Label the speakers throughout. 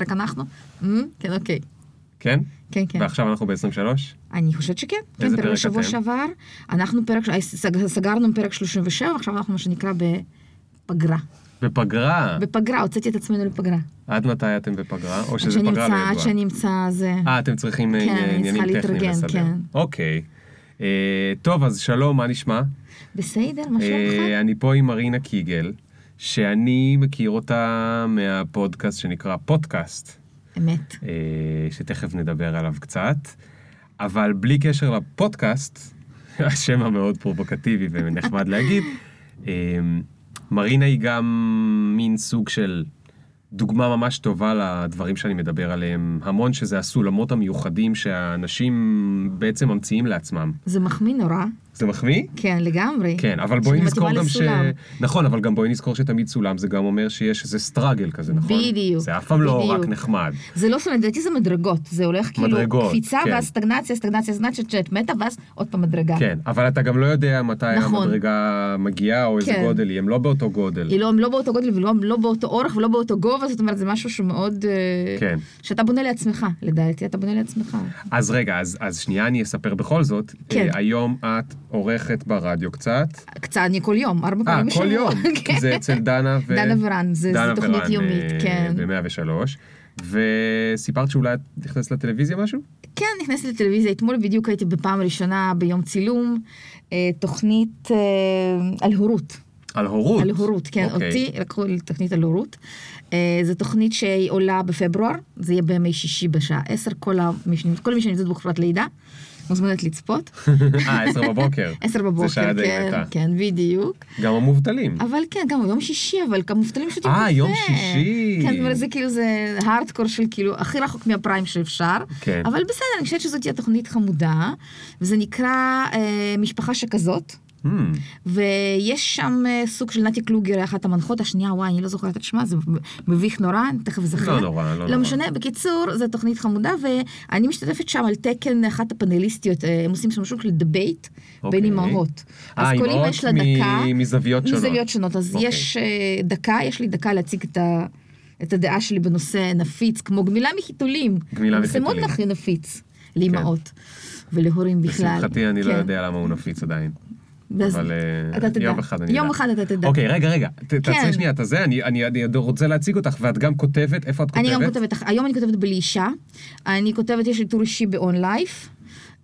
Speaker 1: רק אנחנו? Mm, כן, אוקיי.
Speaker 2: כן?
Speaker 1: כן, כן.
Speaker 2: ועכשיו אנחנו ב-23?
Speaker 1: אני חושבת שכן.
Speaker 2: איזה
Speaker 1: כן, תראה,
Speaker 2: פרק
Speaker 1: בשבוע
Speaker 2: אתם?
Speaker 1: שעבר. אנחנו פרק, אה, סג- סגרנו פרק 37, עכשיו אנחנו מה שנקרא בפגרה.
Speaker 2: בפגרה.
Speaker 1: בפגרה, הוצאתי את עצמנו לפגרה.
Speaker 2: עד מתי אתם בפגרה? או
Speaker 1: עד
Speaker 2: שזה
Speaker 1: שאני
Speaker 2: פגרה לא
Speaker 1: אמצא, עד
Speaker 2: ידועה?
Speaker 1: שאני אמצא זה.
Speaker 2: אה, אתם צריכים אה,
Speaker 1: כן, אני
Speaker 2: עניינים
Speaker 1: צריכה
Speaker 2: טכניים
Speaker 1: להתארגן,
Speaker 2: לסדר.
Speaker 1: כן.
Speaker 2: אוקיי. אה, טוב, אז שלום, מה נשמע?
Speaker 1: בסדר, מה שלומך?
Speaker 2: אה, אני פה עם מרינה קיגל, שאני מכיר אותה מהפודקאסט שנקרא פודקאסט.
Speaker 1: אמת.
Speaker 2: אה, שתכף נדבר עליו קצת. אבל בלי קשר לפודקאסט, השם המאוד פרובוקטיבי ונחמד להגיד, אה, מרינה היא גם מין סוג של דוגמה ממש טובה לדברים שאני מדבר עליהם המון, שזה הסולמות המיוחדים שהאנשים בעצם ממציאים לעצמם.
Speaker 1: זה מחמיא נורא.
Speaker 2: זה מחמיא?
Speaker 1: כן, לגמרי.
Speaker 2: כן, אבל בואי
Speaker 1: שאני
Speaker 2: נזכור
Speaker 1: מתאימה
Speaker 2: גם ש...
Speaker 1: לסולם.
Speaker 2: נכון, אבל גם בואי נזכור שתמיד סולם זה גם אומר שיש איזה סטראגל כזה, נכון?
Speaker 1: בדיוק,
Speaker 2: זה אף פעם לא רק
Speaker 1: בדיוק.
Speaker 2: נחמד.
Speaker 1: זה לא סולם, לדעתי זה מדרגות, זה הולך כאילו
Speaker 2: מדרגות,
Speaker 1: קפיצה
Speaker 2: כן.
Speaker 1: ואז סטגנציה, סטגנציה, סטגנציה, שאת מתה ואז עוד פעם מדרגה.
Speaker 2: כן, אבל אתה גם לא יודע מתי
Speaker 1: נכון.
Speaker 2: המדרגה מגיעה או איזה
Speaker 1: כן.
Speaker 2: גודל היא, הם לא באותו גודל.
Speaker 1: היא לא, הם לא באותו גודל ולא הם לא באותו אורך ולא באותו גובה, זאת אומרת זה משהו שמאוד... אה,
Speaker 2: כן.
Speaker 1: שאתה בונה לעצמך, לדעתי אתה בונה לעצמך.
Speaker 2: אז רגע, אז, אז שנייה אני אספר בכל זאת.
Speaker 1: כן.
Speaker 2: אה, היום את עורכת ברדיו קצת.
Speaker 1: קצת, אני כל יום, ארבע
Speaker 2: אה,
Speaker 1: פעמים בשבוע.
Speaker 2: כל יום.
Speaker 1: כן.
Speaker 2: זה אצל דנה ו...
Speaker 1: דנה ורן, זה- זה
Speaker 2: דנה
Speaker 1: תוכנית
Speaker 2: ורן,
Speaker 1: יומית,
Speaker 2: אה,
Speaker 1: כן.
Speaker 2: ב-103. וסיפרת שאולי את נכנסת לטלוויזיה משהו?
Speaker 1: כן, נכנסתי לטלוויזיה, אתמול בדיוק הייתי בפעם ראשונה ביום צילום, אה, תוכנית אה, על הורות.
Speaker 2: על הורות.
Speaker 1: על הורות, כן,
Speaker 2: אוקיי.
Speaker 1: אותי לקחו לתוכנית על הורות. אה, זו תוכנית שהיא עולה בפברואר, זה יהיה בימי שישי בשעה 10, כל המי שנמצא- כל מי שנמצאת בחופשת לידה, מוזמנת לצפות.
Speaker 2: אה, עשר בבוקר.
Speaker 1: 10
Speaker 2: זה שעה
Speaker 1: בבוקר,
Speaker 2: די
Speaker 1: כן,
Speaker 2: מתה.
Speaker 1: כן, בדיוק.
Speaker 2: גם המובטלים.
Speaker 1: אבל כן, גם יום שישי, אבל גם מובטלים שותים קפה.
Speaker 2: אה, יום שישי.
Speaker 1: כן, זאת אומרת, זה כאילו, זה הארדקור של כאילו, הכי רחוק מהפריים שאפשר.
Speaker 2: כן.
Speaker 1: אבל בסדר, אני חושבת שזאת תהיה תוכנית חמודה, וזה נקרא אה, משפחה שכזאת.
Speaker 2: Hmm,
Speaker 1: ויש שם אה, סוג של נתי קלוגר, אחת המנחות, השנייה, וואי, אני לא זוכרת את שמה, זה מביך נורא, אני תכף זוכרת.
Speaker 2: לא נורא, לא נורא.
Speaker 1: לא משנה, בקיצור, זו תוכנית חמודה, ואני משתתפת שם על תקן אחת הפנליסטיות, אה, הם עושים שם שוק של דבייט בין
Speaker 2: אוקיי.
Speaker 1: אימהות.
Speaker 2: אה,
Speaker 1: אז כל אימא
Speaker 2: אימהות
Speaker 1: יש לה
Speaker 2: מ-
Speaker 1: דקה.
Speaker 2: מזוויות שונות.
Speaker 1: מזוויות שונות, אז
Speaker 2: אוקיי.
Speaker 1: יש אה, דקה, יש לי דקה להציג את ה... את הדעה שלי בנושא נפיץ, כמו גמילה מחיתולים.
Speaker 2: גמילה
Speaker 1: זה
Speaker 2: מחיתולים.
Speaker 1: מאוד הכי נפיץ לאימהות ולהורים בכלל.
Speaker 2: לשמחתי אני לא
Speaker 1: כן.
Speaker 2: יודע למה הוא נפיץ עדיין.
Speaker 1: ואז
Speaker 2: אבל אה,
Speaker 1: אתה תדע.
Speaker 2: יום אחד אני
Speaker 1: יום
Speaker 2: אדע.
Speaker 1: אחד אתה תדע.
Speaker 2: אוקיי, רגע, רגע, ת- תעצרי
Speaker 1: כן.
Speaker 2: שנייה את הזה, אני- אני אני רוצה להציג אותך, ואת גם כותבת, איפה את כותבת?
Speaker 1: אני גם כותבת, היום אני כותבת בלי אישה, אני כותבת, יש לי טור אישי ב-on life,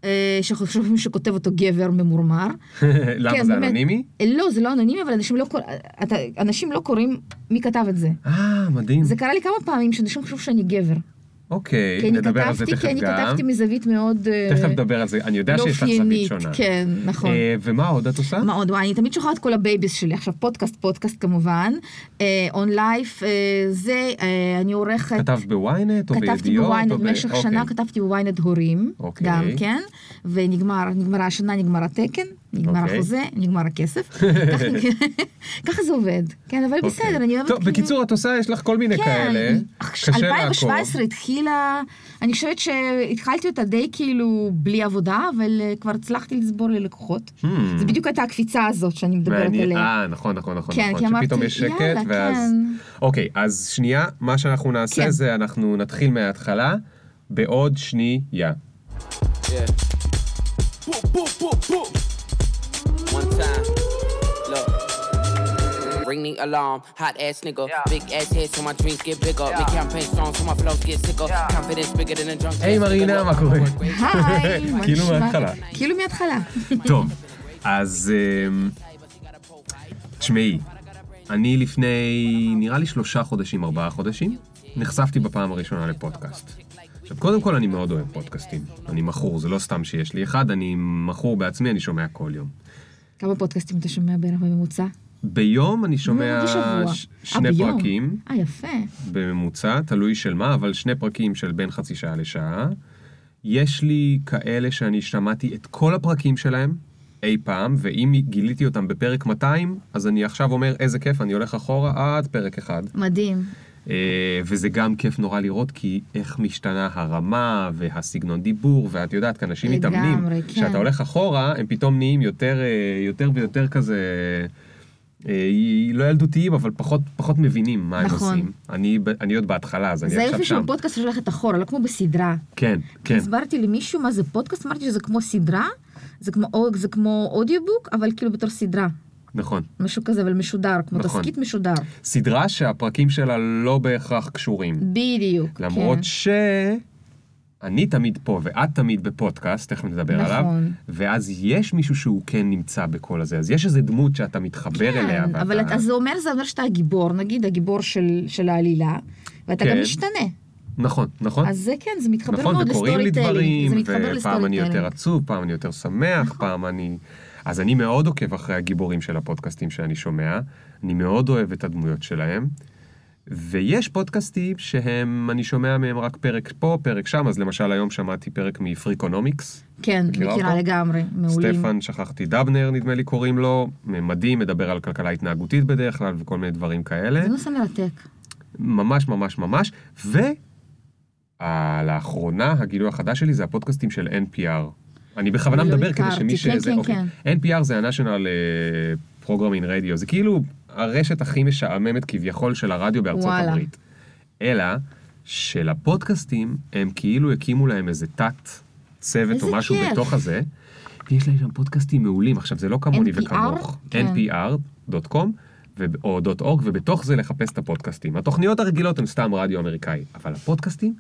Speaker 1: אה, שחושבים שכותב אותו גבר ממורמר.
Speaker 2: למה
Speaker 1: כן,
Speaker 2: זה
Speaker 1: באמת.
Speaker 2: אנונימי?
Speaker 1: אה, לא, זה לא אנונימי, אבל אנשים לא, קור... אתה... אנשים לא קוראים מי כתב את זה.
Speaker 2: אה, מדהים.
Speaker 1: זה קרה לי כמה פעמים שאנשים חשבו שאני גבר. כי
Speaker 2: אוקיי,
Speaker 1: אני
Speaker 2: נדבר על זה
Speaker 1: כתבתי,
Speaker 2: תכף
Speaker 1: כי אני
Speaker 2: גם.
Speaker 1: כתבתי מזווית מאוד אה,
Speaker 2: תכף נדבר על זה, אני יודע
Speaker 1: לא
Speaker 2: שיש לך זווית
Speaker 1: אופיינית.
Speaker 2: שונה.
Speaker 1: כן, נכון.
Speaker 2: אה, ומה עוד את עושה?
Speaker 1: מה עוד? וואי, אני תמיד שוכחת כל הבייביס שלי. עכשיו, פודקאסט, פודקאסט כמובן. און לייף, זה, אה, אני עורכת...
Speaker 2: כתבת בוויינט או בידיעות?
Speaker 1: כתבתי בוויינט,
Speaker 2: או ב-
Speaker 1: במשך
Speaker 2: אוקיי.
Speaker 1: שנה כתבתי בוויינט הורים,
Speaker 2: אוקיי.
Speaker 1: גם כן, ונגמר, נגמרה השנה, נגמר התקן, נגמר
Speaker 2: אוקיי.
Speaker 1: החוזה, נגמר הכסף. כך נג- ככה זה עובד, כן, אבל
Speaker 2: אוקיי.
Speaker 1: בסדר, אני אוהבת...
Speaker 2: טוב,
Speaker 1: כאילו-
Speaker 2: בקיצור, את עושה, יש לך כל מיני כאלה.
Speaker 1: כן,
Speaker 2: קשה לעקוב.
Speaker 1: 2017 התחילה, אני חושבת שהתחלתי אותה די כאילו בלי עבודה, אבל אה, כבר הצלחתי לסבור ללקוחות.
Speaker 2: Hmm,
Speaker 1: זה בדיוק הייתה הקפיצה הזאת שאני מדברת
Speaker 2: מעניין.
Speaker 1: עליה.
Speaker 2: אה, נכון, נכון, נכון.
Speaker 1: כן,
Speaker 2: נכון,
Speaker 1: כי אמרתי,
Speaker 2: שפתאום יש שקט,
Speaker 1: יאללה,
Speaker 2: ואז...
Speaker 1: כן.
Speaker 2: אוקיי, אז שנייה, מה שאנחנו נעשה
Speaker 1: כן.
Speaker 2: זה אנחנו נתחיל מההתחלה בעוד שנייה.
Speaker 3: Yeah. Boop, boop, boop, boop. One time. Look. Ring the alarm, hot ass nigga. Big ass head, so my dreams get bigger. Make campaign strong, so my flows get sicker. Confidence bigger than a drunk.
Speaker 2: היי מרינה, מה קורה?
Speaker 1: היי, מה
Speaker 2: כאילו
Speaker 1: נשמע?
Speaker 2: מההתחלה.
Speaker 1: כאילו מההתחלה.
Speaker 2: טוב, אז אמ, תשמעי, אני לפני, נראה לי שלושה חודשים, ארבעה חודשים, נחשפתי בפעם הראשונה לפודקאסט. עכשיו, קודם כל, אני מאוד אוהב פודקאסטים. אני מכור, זה לא סתם שיש לי אחד, אני מכור בעצמי, אני שומע כל יום.
Speaker 1: כמה פודקאסטים אתה שומע בערך בממוצע?
Speaker 2: ביום אני שומע
Speaker 1: מדי שבוע.
Speaker 2: ש-
Speaker 1: אה,
Speaker 2: שני
Speaker 1: ביום.
Speaker 2: פרקים.
Speaker 1: אה, יפה.
Speaker 2: בממוצע, תלוי של מה, אבל שני פרקים של בין חצי שעה לשעה. יש לי כאלה שאני שמעתי את כל הפרקים שלהם אי פעם, ואם גיליתי אותם בפרק 200, אז אני עכשיו אומר, איזה כיף, אני הולך אחורה עד פרק אחד.
Speaker 1: מדהים.
Speaker 2: אה, וזה גם כיף נורא לראות, כי איך משתנה הרמה והסגנון דיבור, ואת יודעת, כי אנשים
Speaker 1: לגמרי,
Speaker 2: מתאמנים,
Speaker 1: כן.
Speaker 2: כשאתה הולך אחורה, הם פתאום נהיים יותר, אה, יותר ויותר כזה אה, היא לא ילדותיים, אבל פחות, פחות מבינים מה הם
Speaker 1: נכון.
Speaker 2: עושים. אני, ב- אני עוד בהתחלה, אז אני
Speaker 1: זה
Speaker 2: עכשיו
Speaker 1: היופי
Speaker 2: שם.
Speaker 1: שבפודקאסט הולכת אחורה, לא כמו בסדרה.
Speaker 2: כן, כן.
Speaker 1: הסברתי למישהו מה זה פודקאסט, אמרתי שזה כמו סדרה, זה כמו, אוג- זה כמו אודיובוק, אבל כאילו בתור סדרה.
Speaker 2: נכון.
Speaker 1: משהו כזה, אבל משודר, כמו
Speaker 2: נכון.
Speaker 1: תסכית משודר.
Speaker 2: סדרה שהפרקים שלה לא בהכרח קשורים.
Speaker 1: בדיוק.
Speaker 2: למרות
Speaker 1: כן.
Speaker 2: ש... אני תמיד פה ואת תמיד בפודקאסט, תכף נדבר
Speaker 1: נכון.
Speaker 2: עליו, ואז יש מישהו שהוא כן נמצא בכל הזה, אז יש איזו דמות שאתה מתחבר אליה.
Speaker 1: כן, אבל
Speaker 2: ואתה-
Speaker 1: אתה... אז זה אומר, זה אומר שאתה הגיבור, נגיד הגיבור של, של העלילה, ואתה
Speaker 2: כן.
Speaker 1: גם משתנה.
Speaker 2: נכון, נכון.
Speaker 1: אז זה כן, זה מתחבר
Speaker 2: נכון,
Speaker 1: מאוד
Speaker 2: וקוראים לי
Speaker 1: לסטורי
Speaker 2: דברים,
Speaker 1: טיילינג. זה מתחבר
Speaker 2: ופעם אני
Speaker 1: לסטורי נכון.
Speaker 2: יותר
Speaker 1: טיילינג.
Speaker 2: עצוב, פעם אני יותר שמח, פעם אני... אז אני מאוד עוקב אחרי הגיבורים של הפודקאסטים שאני שומע, אני מאוד אוהב את הדמויות שלהם, ויש פודקאסטים שהם, אני שומע מהם רק פרק פה, פרק שם, אז למשל היום שמעתי פרק מפריקונומיקס,
Speaker 1: כן,
Speaker 2: מכירה
Speaker 1: מכירה
Speaker 2: אותו?
Speaker 1: לגמרי, מעולים.
Speaker 2: סטפן, שכחתי, דבנר נדמה לי קוראים לו, מדהים, מדבר על כלכלה התנהגותית בדרך כלל וכל מיני דברים כאלה.
Speaker 1: זה נושא מרתק.
Speaker 2: ממש ממש ממש, ולאחרונה הגילוי החדש שלי זה הפודקאסטים של NPR. אני בכוונה
Speaker 1: לא
Speaker 2: מדבר כדי
Speaker 1: הכרתי,
Speaker 2: שמי
Speaker 1: כן,
Speaker 2: שזה,
Speaker 1: כן,
Speaker 2: אוקיי. NPR זה ה-National אה, Programming Radio, זה כאילו הרשת הכי משעממת כביכול של הרדיו בארצות
Speaker 1: וואלה.
Speaker 2: הברית. אלא שלפודקאסטים הם כאילו הקימו להם איזה תת צוות
Speaker 1: איזה
Speaker 2: או משהו
Speaker 1: כיף.
Speaker 2: בתוך הזה. יש להם שם פודקאסטים מעולים, עכשיו זה לא כמוני
Speaker 1: NPR?
Speaker 2: וכמוך,
Speaker 1: כן.
Speaker 2: npr.com ו- או .org, ובתוך זה לחפש את הפודקאסטים. התוכניות הרגילות הן סתם רדיו אמריקאי, אבל הפודקאסטים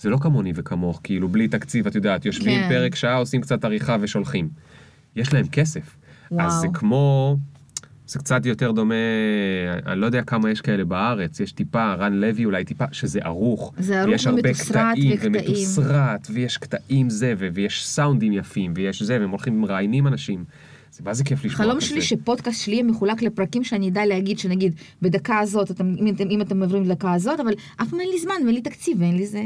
Speaker 2: זה לא כמוני וכמוך, כאילו בלי תקציב, את יודעת, יושבים
Speaker 1: כן.
Speaker 2: פרק שעה, עושים קצת עריכה ושולחים. יש להם כסף.
Speaker 1: וואו.
Speaker 2: אז זה כמו, זה קצת יותר דומה, אני לא יודע כמה יש כאלה בארץ, יש טיפה, רן לוי אולי טיפה, שזה ערוך.
Speaker 1: זה ערוך
Speaker 2: ויש הרבה
Speaker 1: ומתוסרט
Speaker 2: קטעים
Speaker 1: וקטעים.
Speaker 2: ומתוסרט, ויש קטעים זה, ו- ויש סאונדים יפים, ויש זה, והם הולכים ומראיינים אנשים. זה מה זה כיף לשמוע
Speaker 1: חלום
Speaker 2: כזה.
Speaker 1: שלי שפודקאסט שלי יהיה מחולק לפרקים שאני אדע להגיד, שנגיד, בדקה הזאת, אתם, אם, אתם, אם אתם עוברים לדקה הזאת, אבל אף פעם אין לי זמן ואין לי תקציב ואין לי זה.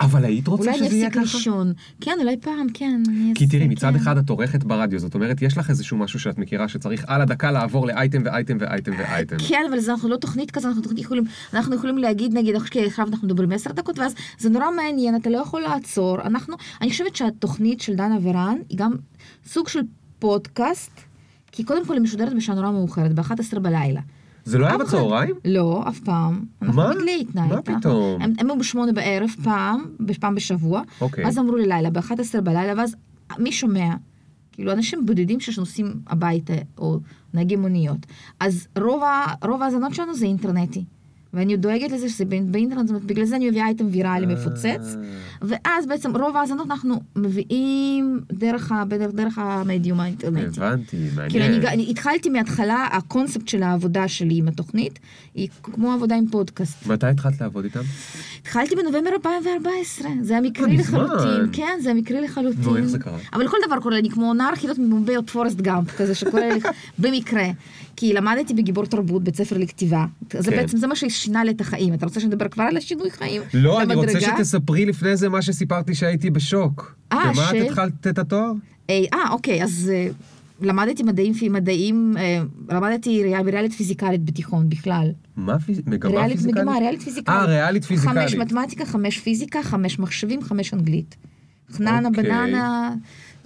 Speaker 2: אבל היית רוצה
Speaker 1: אולי אני
Speaker 2: שזה יהיה
Speaker 1: אפסיק
Speaker 2: ככה?
Speaker 1: לישון. כן, אולי פעם, כן. אני
Speaker 2: כי
Speaker 1: אעשה,
Speaker 2: תראי, מצד
Speaker 1: כן.
Speaker 2: אחד את עורכת ברדיו, זאת אומרת, יש לך איזשהו משהו שאת מכירה שצריך על הדקה לעבור לאייטם ואייטם ואייטם ואייטם.
Speaker 1: כן, אבל זה אנחנו לא תוכנית כזו, אנחנו תוכנית יכולים, אנחנו יכולים להגיד, נגיד, אוקיי, עכשיו אנחנו מדברים עשר דקות, ואז זה נורא מעניין, אתה לא יכול לעצור. אנחנו, אני חושבת שהתוכנית של דנה ורן היא גם סוג של פודקאסט, כי קודם כל היא משודרת בשעה נורא מאוחרת, ב-11 בלילה.
Speaker 2: זה לא היה
Speaker 1: אף אחד-
Speaker 2: בצהריים?
Speaker 1: לא, אף פעם.
Speaker 2: מה?
Speaker 1: אנחנו בגלייטנה
Speaker 2: מה
Speaker 1: הייתה.
Speaker 2: פתאום?
Speaker 1: הם- הם היו בשמונה בערב פעם, פעם בשבוע.
Speaker 2: אוקיי.
Speaker 1: אז אמרו לי לילה, ב-11 בלילה, ואז מי שומע? כאילו, אנשים בודדים שנוסעים הביתה, או נהגי מוניות. אז רוב ה- רוב ההאזנות שלנו זה אינטרנטי. ואני דואגת לזה שזה באינ- באינטרנט, זאת אומרת, בגלל זה אני מביאה אייטם ויראלי
Speaker 2: אה.
Speaker 1: מפוצץ. ואז בעצם רוב ההאזנות אנחנו מביאים דרך, ה- בדרך- דרך המדיום האינטרנטי.
Speaker 2: הבנתי,
Speaker 1: כאילו, אני,
Speaker 2: מעניין.
Speaker 1: ג- אני התחלתי מההתחלה, הקונספט של העבודה שלי עם התוכנית, היא כמו עבודה עם פודקאסט.
Speaker 2: מתי התחלת לעבוד איתם?
Speaker 1: התחלתי בנובמבר 2014, זה היה מקרי
Speaker 2: לא מזמן.
Speaker 1: לחלוטין. כן, זה היה מקרי לחלוטין.
Speaker 2: נו, איך זה קרה?
Speaker 1: אבל כל דבר קורה, אני כמו נער חילות ממומבי או פורסט גאמפ כזה, שקורה לי במקרה. כי למדתי בגיבור תרבות, בית ספר לכתיבה. זה
Speaker 2: כן.
Speaker 1: בעצם, זה מה ששינה לי את החיים. אתה רוצה שנדבר כבר על השינוי חיים?
Speaker 2: לא, אני רוצה
Speaker 1: למדרגה?
Speaker 2: שתספרי לפני זה מה שסיפרתי שהייתי בשוק.
Speaker 1: אה,
Speaker 2: במה
Speaker 1: ש-
Speaker 2: את התחלת את התואר?
Speaker 1: אה, אה, אוקיי, אז אה, למדתי מדעים, מדעים, אה, למדתי ריאלית פיזיקלית בתיכון בכלל.
Speaker 2: מה פיז... מגמה
Speaker 1: ריאלית
Speaker 2: פיזיקלית?
Speaker 1: מגמה, ריאלית פיזיקלית.
Speaker 2: אה, ריאלית
Speaker 1: חמש
Speaker 2: פיזיקלית.
Speaker 1: מתמטיקה, חמש פיזיקה, חמש מחשבים, חמש אנגלית. חננה,
Speaker 2: אוקיי.
Speaker 1: בננה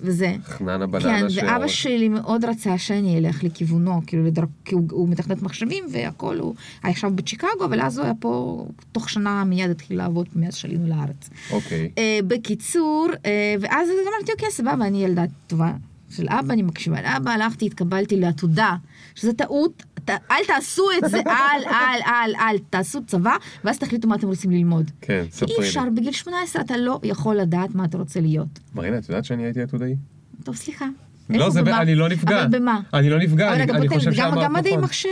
Speaker 1: וזה.
Speaker 2: חננה בננה
Speaker 1: כן,
Speaker 2: של-
Speaker 1: ואבא שלי מאוד רצה שאני אלך לכיוונו, כאילו, לדרק, כי הוא, הוא מתכנת מחשבים והכל, הוא היה עכשיו בצ'יקגו, אבל אז הוא היה פה, תוך שנה מיד התחיל לעבוד מאז שעלינו לארץ.
Speaker 2: אוקיי.
Speaker 1: אה, בקיצור, אה, ואז אמרתי, אוקיי, סבבה, אני ילדה טובה של אבא, אני מקשיבה לאבא, הלכתי, התקבלתי לעתודה, שזה טעות, ת, אל תעשו את זה, אל, אל, אל, אל, תעשו צבא, ואז תחליטו מה אתם רוצים ללמוד.
Speaker 2: כן,
Speaker 1: כי
Speaker 2: ספרי
Speaker 1: אי אפשר,
Speaker 2: לי.
Speaker 1: בגיל 18 אתה לא יכול לדעת מה אתה רוצה להיות.
Speaker 2: מרינה, את יודעת שאני הייתי עתודאי?
Speaker 1: טוב, סליחה.
Speaker 2: לא,
Speaker 1: איפה,
Speaker 2: זה,
Speaker 1: במה?
Speaker 2: אני לא נפגע.
Speaker 1: אבל במה?
Speaker 2: אני לא נפגע,
Speaker 1: אבל
Speaker 2: אני,
Speaker 1: רגע,
Speaker 2: אני
Speaker 1: בוא
Speaker 2: חושב
Speaker 1: תן, גם-
Speaker 2: שאמרת
Speaker 1: גם מדעי
Speaker 2: נכון.
Speaker 1: מחשב,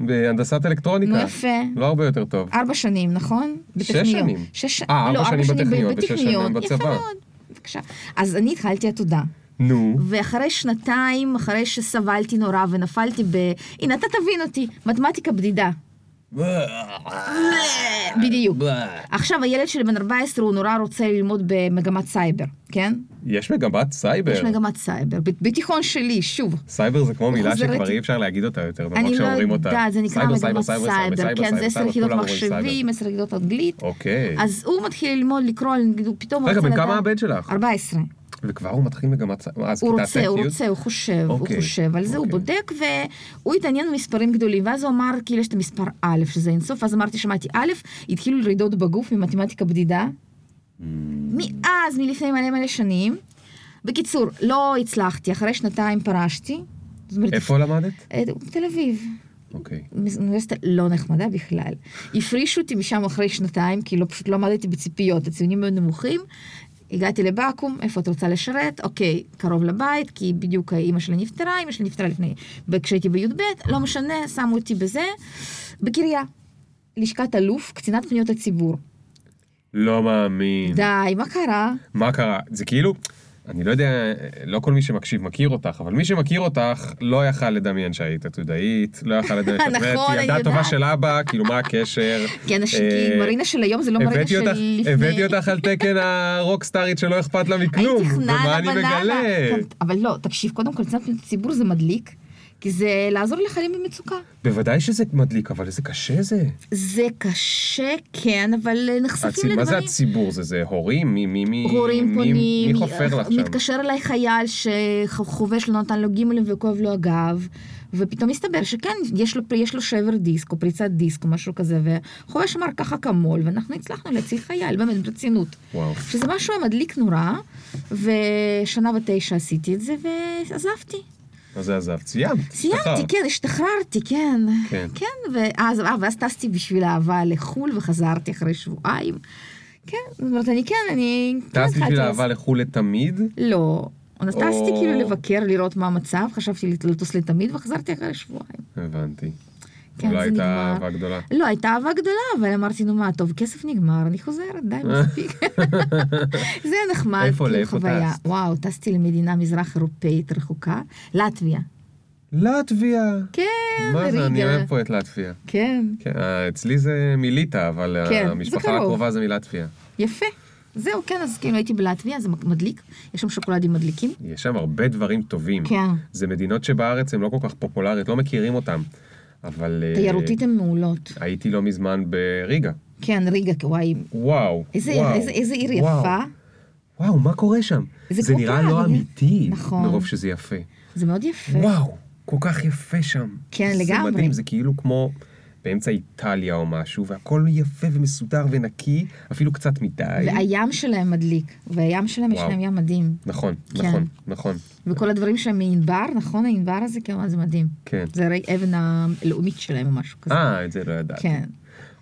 Speaker 2: בהנדסת אלקטרוניקה.
Speaker 1: נו, יפה.
Speaker 2: לא הרבה יותר טוב.
Speaker 1: ארבע שנים, נכון?
Speaker 2: שש
Speaker 1: בטכניון.
Speaker 2: שנים.
Speaker 1: שש-
Speaker 2: אה, ארבע
Speaker 1: לא,
Speaker 2: שנים בטכניון, ושש
Speaker 1: בטכניון,
Speaker 2: שנים
Speaker 1: יפה
Speaker 2: בצבא.
Speaker 1: מאוד. בבקשה. אז אני התחלתי עתודה.
Speaker 2: נו.
Speaker 1: ואחרי שנתיים, אחרי שסבלתי נורא ונפלתי ב... הנה, אתה תבין אותי, מתמטיקה בדידה. בדיוק. עכשיו, הילד שלי בן 14, הוא נורא רוצה ללמוד במגמת סייבר, כן?
Speaker 2: יש מגמת סייבר.
Speaker 1: יש מגמת סייבר. ב- בתיכון שלי, שוב.
Speaker 2: סייבר זה כמו מילה
Speaker 1: חוזרת-
Speaker 2: שכבר אי אפשר להגיד אותה יותר, למרות
Speaker 1: אני לא
Speaker 2: שאומרים אותה.
Speaker 1: יודעת, זה נקרא
Speaker 2: סייבר, סייבר,
Speaker 1: מגמת
Speaker 2: סייבר,
Speaker 1: סייבר,
Speaker 2: סייבר,
Speaker 1: כן, זה
Speaker 2: סייבר,
Speaker 1: עשר
Speaker 2: סייבר,
Speaker 1: יחידות
Speaker 2: כולם אומרים סייבר.
Speaker 1: מחשבים, עשר יחידות אנגלית.
Speaker 2: אוקיי.
Speaker 1: אז הוא מתחיל ללמוד לקרוא, הוא פתאום...
Speaker 2: רגע,
Speaker 1: רוצה
Speaker 2: בן כמה
Speaker 1: לדעת-
Speaker 2: הבן שלך?
Speaker 1: 14.
Speaker 2: וכבר הוא מתחיל מגמת... אז
Speaker 1: הוא
Speaker 2: כיתה
Speaker 1: רוצה,
Speaker 2: ט',
Speaker 1: הוא
Speaker 2: י'?
Speaker 1: רוצה, הוא חושב,
Speaker 2: אוקיי,
Speaker 1: הוא חושב על זה, הוא
Speaker 2: אוקיי.
Speaker 1: בודק, והוא התעניין במספרים גדולים, ואז הוא אמר, כאילו, יש את המספר א', שזה אינסוף, אז אמרתי, שמעתי א', התחילו לרעידות בגוף ממתמטיקה בדידה,
Speaker 2: Mm.
Speaker 1: מאז, מלפני מלא מלא שנים. בקיצור, לא הצלחתי, אחרי שנתיים פרשתי. זאת אומרת,
Speaker 2: איפה למדת?
Speaker 1: אה, בתל אביב.
Speaker 2: אוקיי.
Speaker 1: אוניברסיטה לא נחמדה בכלל. הפרישו אותי משם אחרי שנתיים, כי לא, פשוט לא עמדתי בציפיות, הציונים היו נמוכים. הגעתי לבקו"ם, איפה את רוצה לשרת? אוקיי, קרוב לבית, כי בדיוק אימא שלי נפטרה, אימא שלי נפטרה לפני, כשהייתי בי"ב, לא משנה, שמו אותי בזה, בקריה. לשכת אלוף, קצינת פניות הציבור.
Speaker 2: לא מאמין.
Speaker 1: די, מה קרה?
Speaker 2: מה קרה? זה כאילו, אני לא יודע, לא כל מי שמקשיב מכיר אותך, אבל מי שמכיר אותך לא יכל לדמיין שהיית עתודאית, לא יכל לדמיין שאת
Speaker 1: נכון,
Speaker 2: באמת
Speaker 1: אני
Speaker 2: ילדה טובה
Speaker 1: יודעת. כן,
Speaker 2: של אבא, כאילו מה הקשר?
Speaker 1: כי אנשים,
Speaker 2: אה,
Speaker 1: כי מרינה של היום זה לא מרינה
Speaker 2: הבאתי
Speaker 1: של
Speaker 2: אותך-
Speaker 1: לפני.
Speaker 2: הבאתי אותך על תקן הרוקסטארית שלא אכפת לה מכלום,
Speaker 1: הייתי חננה,
Speaker 2: ומה אני
Speaker 1: בננה.
Speaker 2: מגלה?
Speaker 1: כן, אבל לא, תקשיב, קודם כל, קצת ציבור זה מדליק, כי זה לעזור לחיילים במצוקה.
Speaker 2: בוודאי שזה מדליק, אבל איזה קשה זה.
Speaker 1: זה קשה, כן, אבל אה, נחשפים
Speaker 2: הצי- מה זה
Speaker 1: לדברים.
Speaker 2: הציבור? זה זה הורים? מי- מי מי-
Speaker 1: הורים
Speaker 2: מי-
Speaker 1: פונים,
Speaker 2: מי חופר לך שם?
Speaker 1: מתקשר אליי חייל שחובש לא נתן לו גימלים וכואב לו הגב, ופתאום מסתבר שכן, יש לו, יש לו שבר דיסק או פריצת דיסק או משהו כזה, וחובש אמר ככה כמול, ואנחנו הצלחנו להציל חייל, באמת, ברצינות.
Speaker 2: וואו.
Speaker 1: שזה משהו מדליק נורא, ושנה ותשע עשיתי את זה ועזבתי.
Speaker 2: אז זה עזב. סיימת.
Speaker 1: סיימתי,
Speaker 2: השתחררת.
Speaker 1: כן, השתחררתי, כן.
Speaker 2: כן.
Speaker 1: כן, ואז, אה, ואז טסתי בשביל אהבה לחו"ל וחזרתי אחרי שבועיים. כן, זאת אומרת, אני כן, אני... כן
Speaker 2: טסת
Speaker 1: התחלתי
Speaker 2: בשביל
Speaker 1: לעשות-
Speaker 2: אהבה לחו"ל לתמיד?
Speaker 1: לא. אז טסתי
Speaker 2: או-
Speaker 1: כאילו לבקר, לראות מה המצב, חשבתי לטוס לתמיד וחזרתי אחרי שבועיים.
Speaker 2: הבנתי.
Speaker 1: כן,
Speaker 2: לא
Speaker 1: זה
Speaker 2: הייתה
Speaker 1: נגמר.
Speaker 2: אהבה גדולה.
Speaker 1: לא, הייתה אהבה גדולה, אבל אמרתי, נו מה, טוב, כסף נגמר, אני חוזרת, די, מספיק. זה היה נחמד,
Speaker 2: איפה,
Speaker 1: כאילו,
Speaker 2: לאיפה
Speaker 1: חוויה.
Speaker 2: טסת?
Speaker 1: וואו, טסתי למדינה מזרח אירופאית רחוקה, לטביה.
Speaker 2: לטביה.
Speaker 1: כן,
Speaker 2: מה זה, אני
Speaker 1: ריגה.
Speaker 2: אוהב פה את לטביה.
Speaker 1: כן,
Speaker 2: כן, אה, אצלי זה מליטא, אבל
Speaker 1: כן, זה
Speaker 2: המשפחה
Speaker 1: קרוב.
Speaker 2: הקרובה זה מלטביה.
Speaker 1: יפה. זהו, כן, אז כאילו הייתי בלטביה, זה מדליק, יש שם שוקולדים מדליקים.
Speaker 2: יש שם הרבה דברים טובים.
Speaker 1: כן.
Speaker 2: זה מדינות שבארץ הן לא כל כך פופולריות, לא מכירים אותן. אבל... אה,
Speaker 1: תיירותית הן מעולות.
Speaker 2: הייתי לא מזמן בריגה.
Speaker 1: כן, ריגה, וואי,
Speaker 2: וואו.
Speaker 1: איזה-
Speaker 2: וואו,
Speaker 1: איזה- איזה עיר
Speaker 2: וואו.
Speaker 1: יפה.
Speaker 2: וואו, מה קורה שם?
Speaker 1: זה
Speaker 2: זה
Speaker 1: כמו
Speaker 2: נראה
Speaker 1: פראג,
Speaker 2: לא
Speaker 1: אה?
Speaker 2: אמיתי,
Speaker 1: נכון.
Speaker 2: מרוב שזה יפה.
Speaker 1: זה מאוד יפה.
Speaker 2: וואו, כל כך יפה שם.
Speaker 1: כן,
Speaker 2: זה
Speaker 1: לגמרי.
Speaker 2: מדהים, זה כאילו כמו באמצע איטליה או משהו, והכל יפה ומסודר ונקי, אפילו קצת מדי.
Speaker 1: והים שלהם מדליק, והים שלהם יש
Speaker 2: וואו.
Speaker 1: להם ים מדהים.
Speaker 2: נכון,
Speaker 1: כן.
Speaker 2: נכון, נכון.
Speaker 1: וכל הדברים שלהם מענבר, נכון? הענבר הזה, כן, מה זה מדהים.
Speaker 2: כן.
Speaker 1: זה הרי אבן הלאומית שלהם או משהו כזה.
Speaker 2: אה, את זה לא ידעתי.
Speaker 1: כן.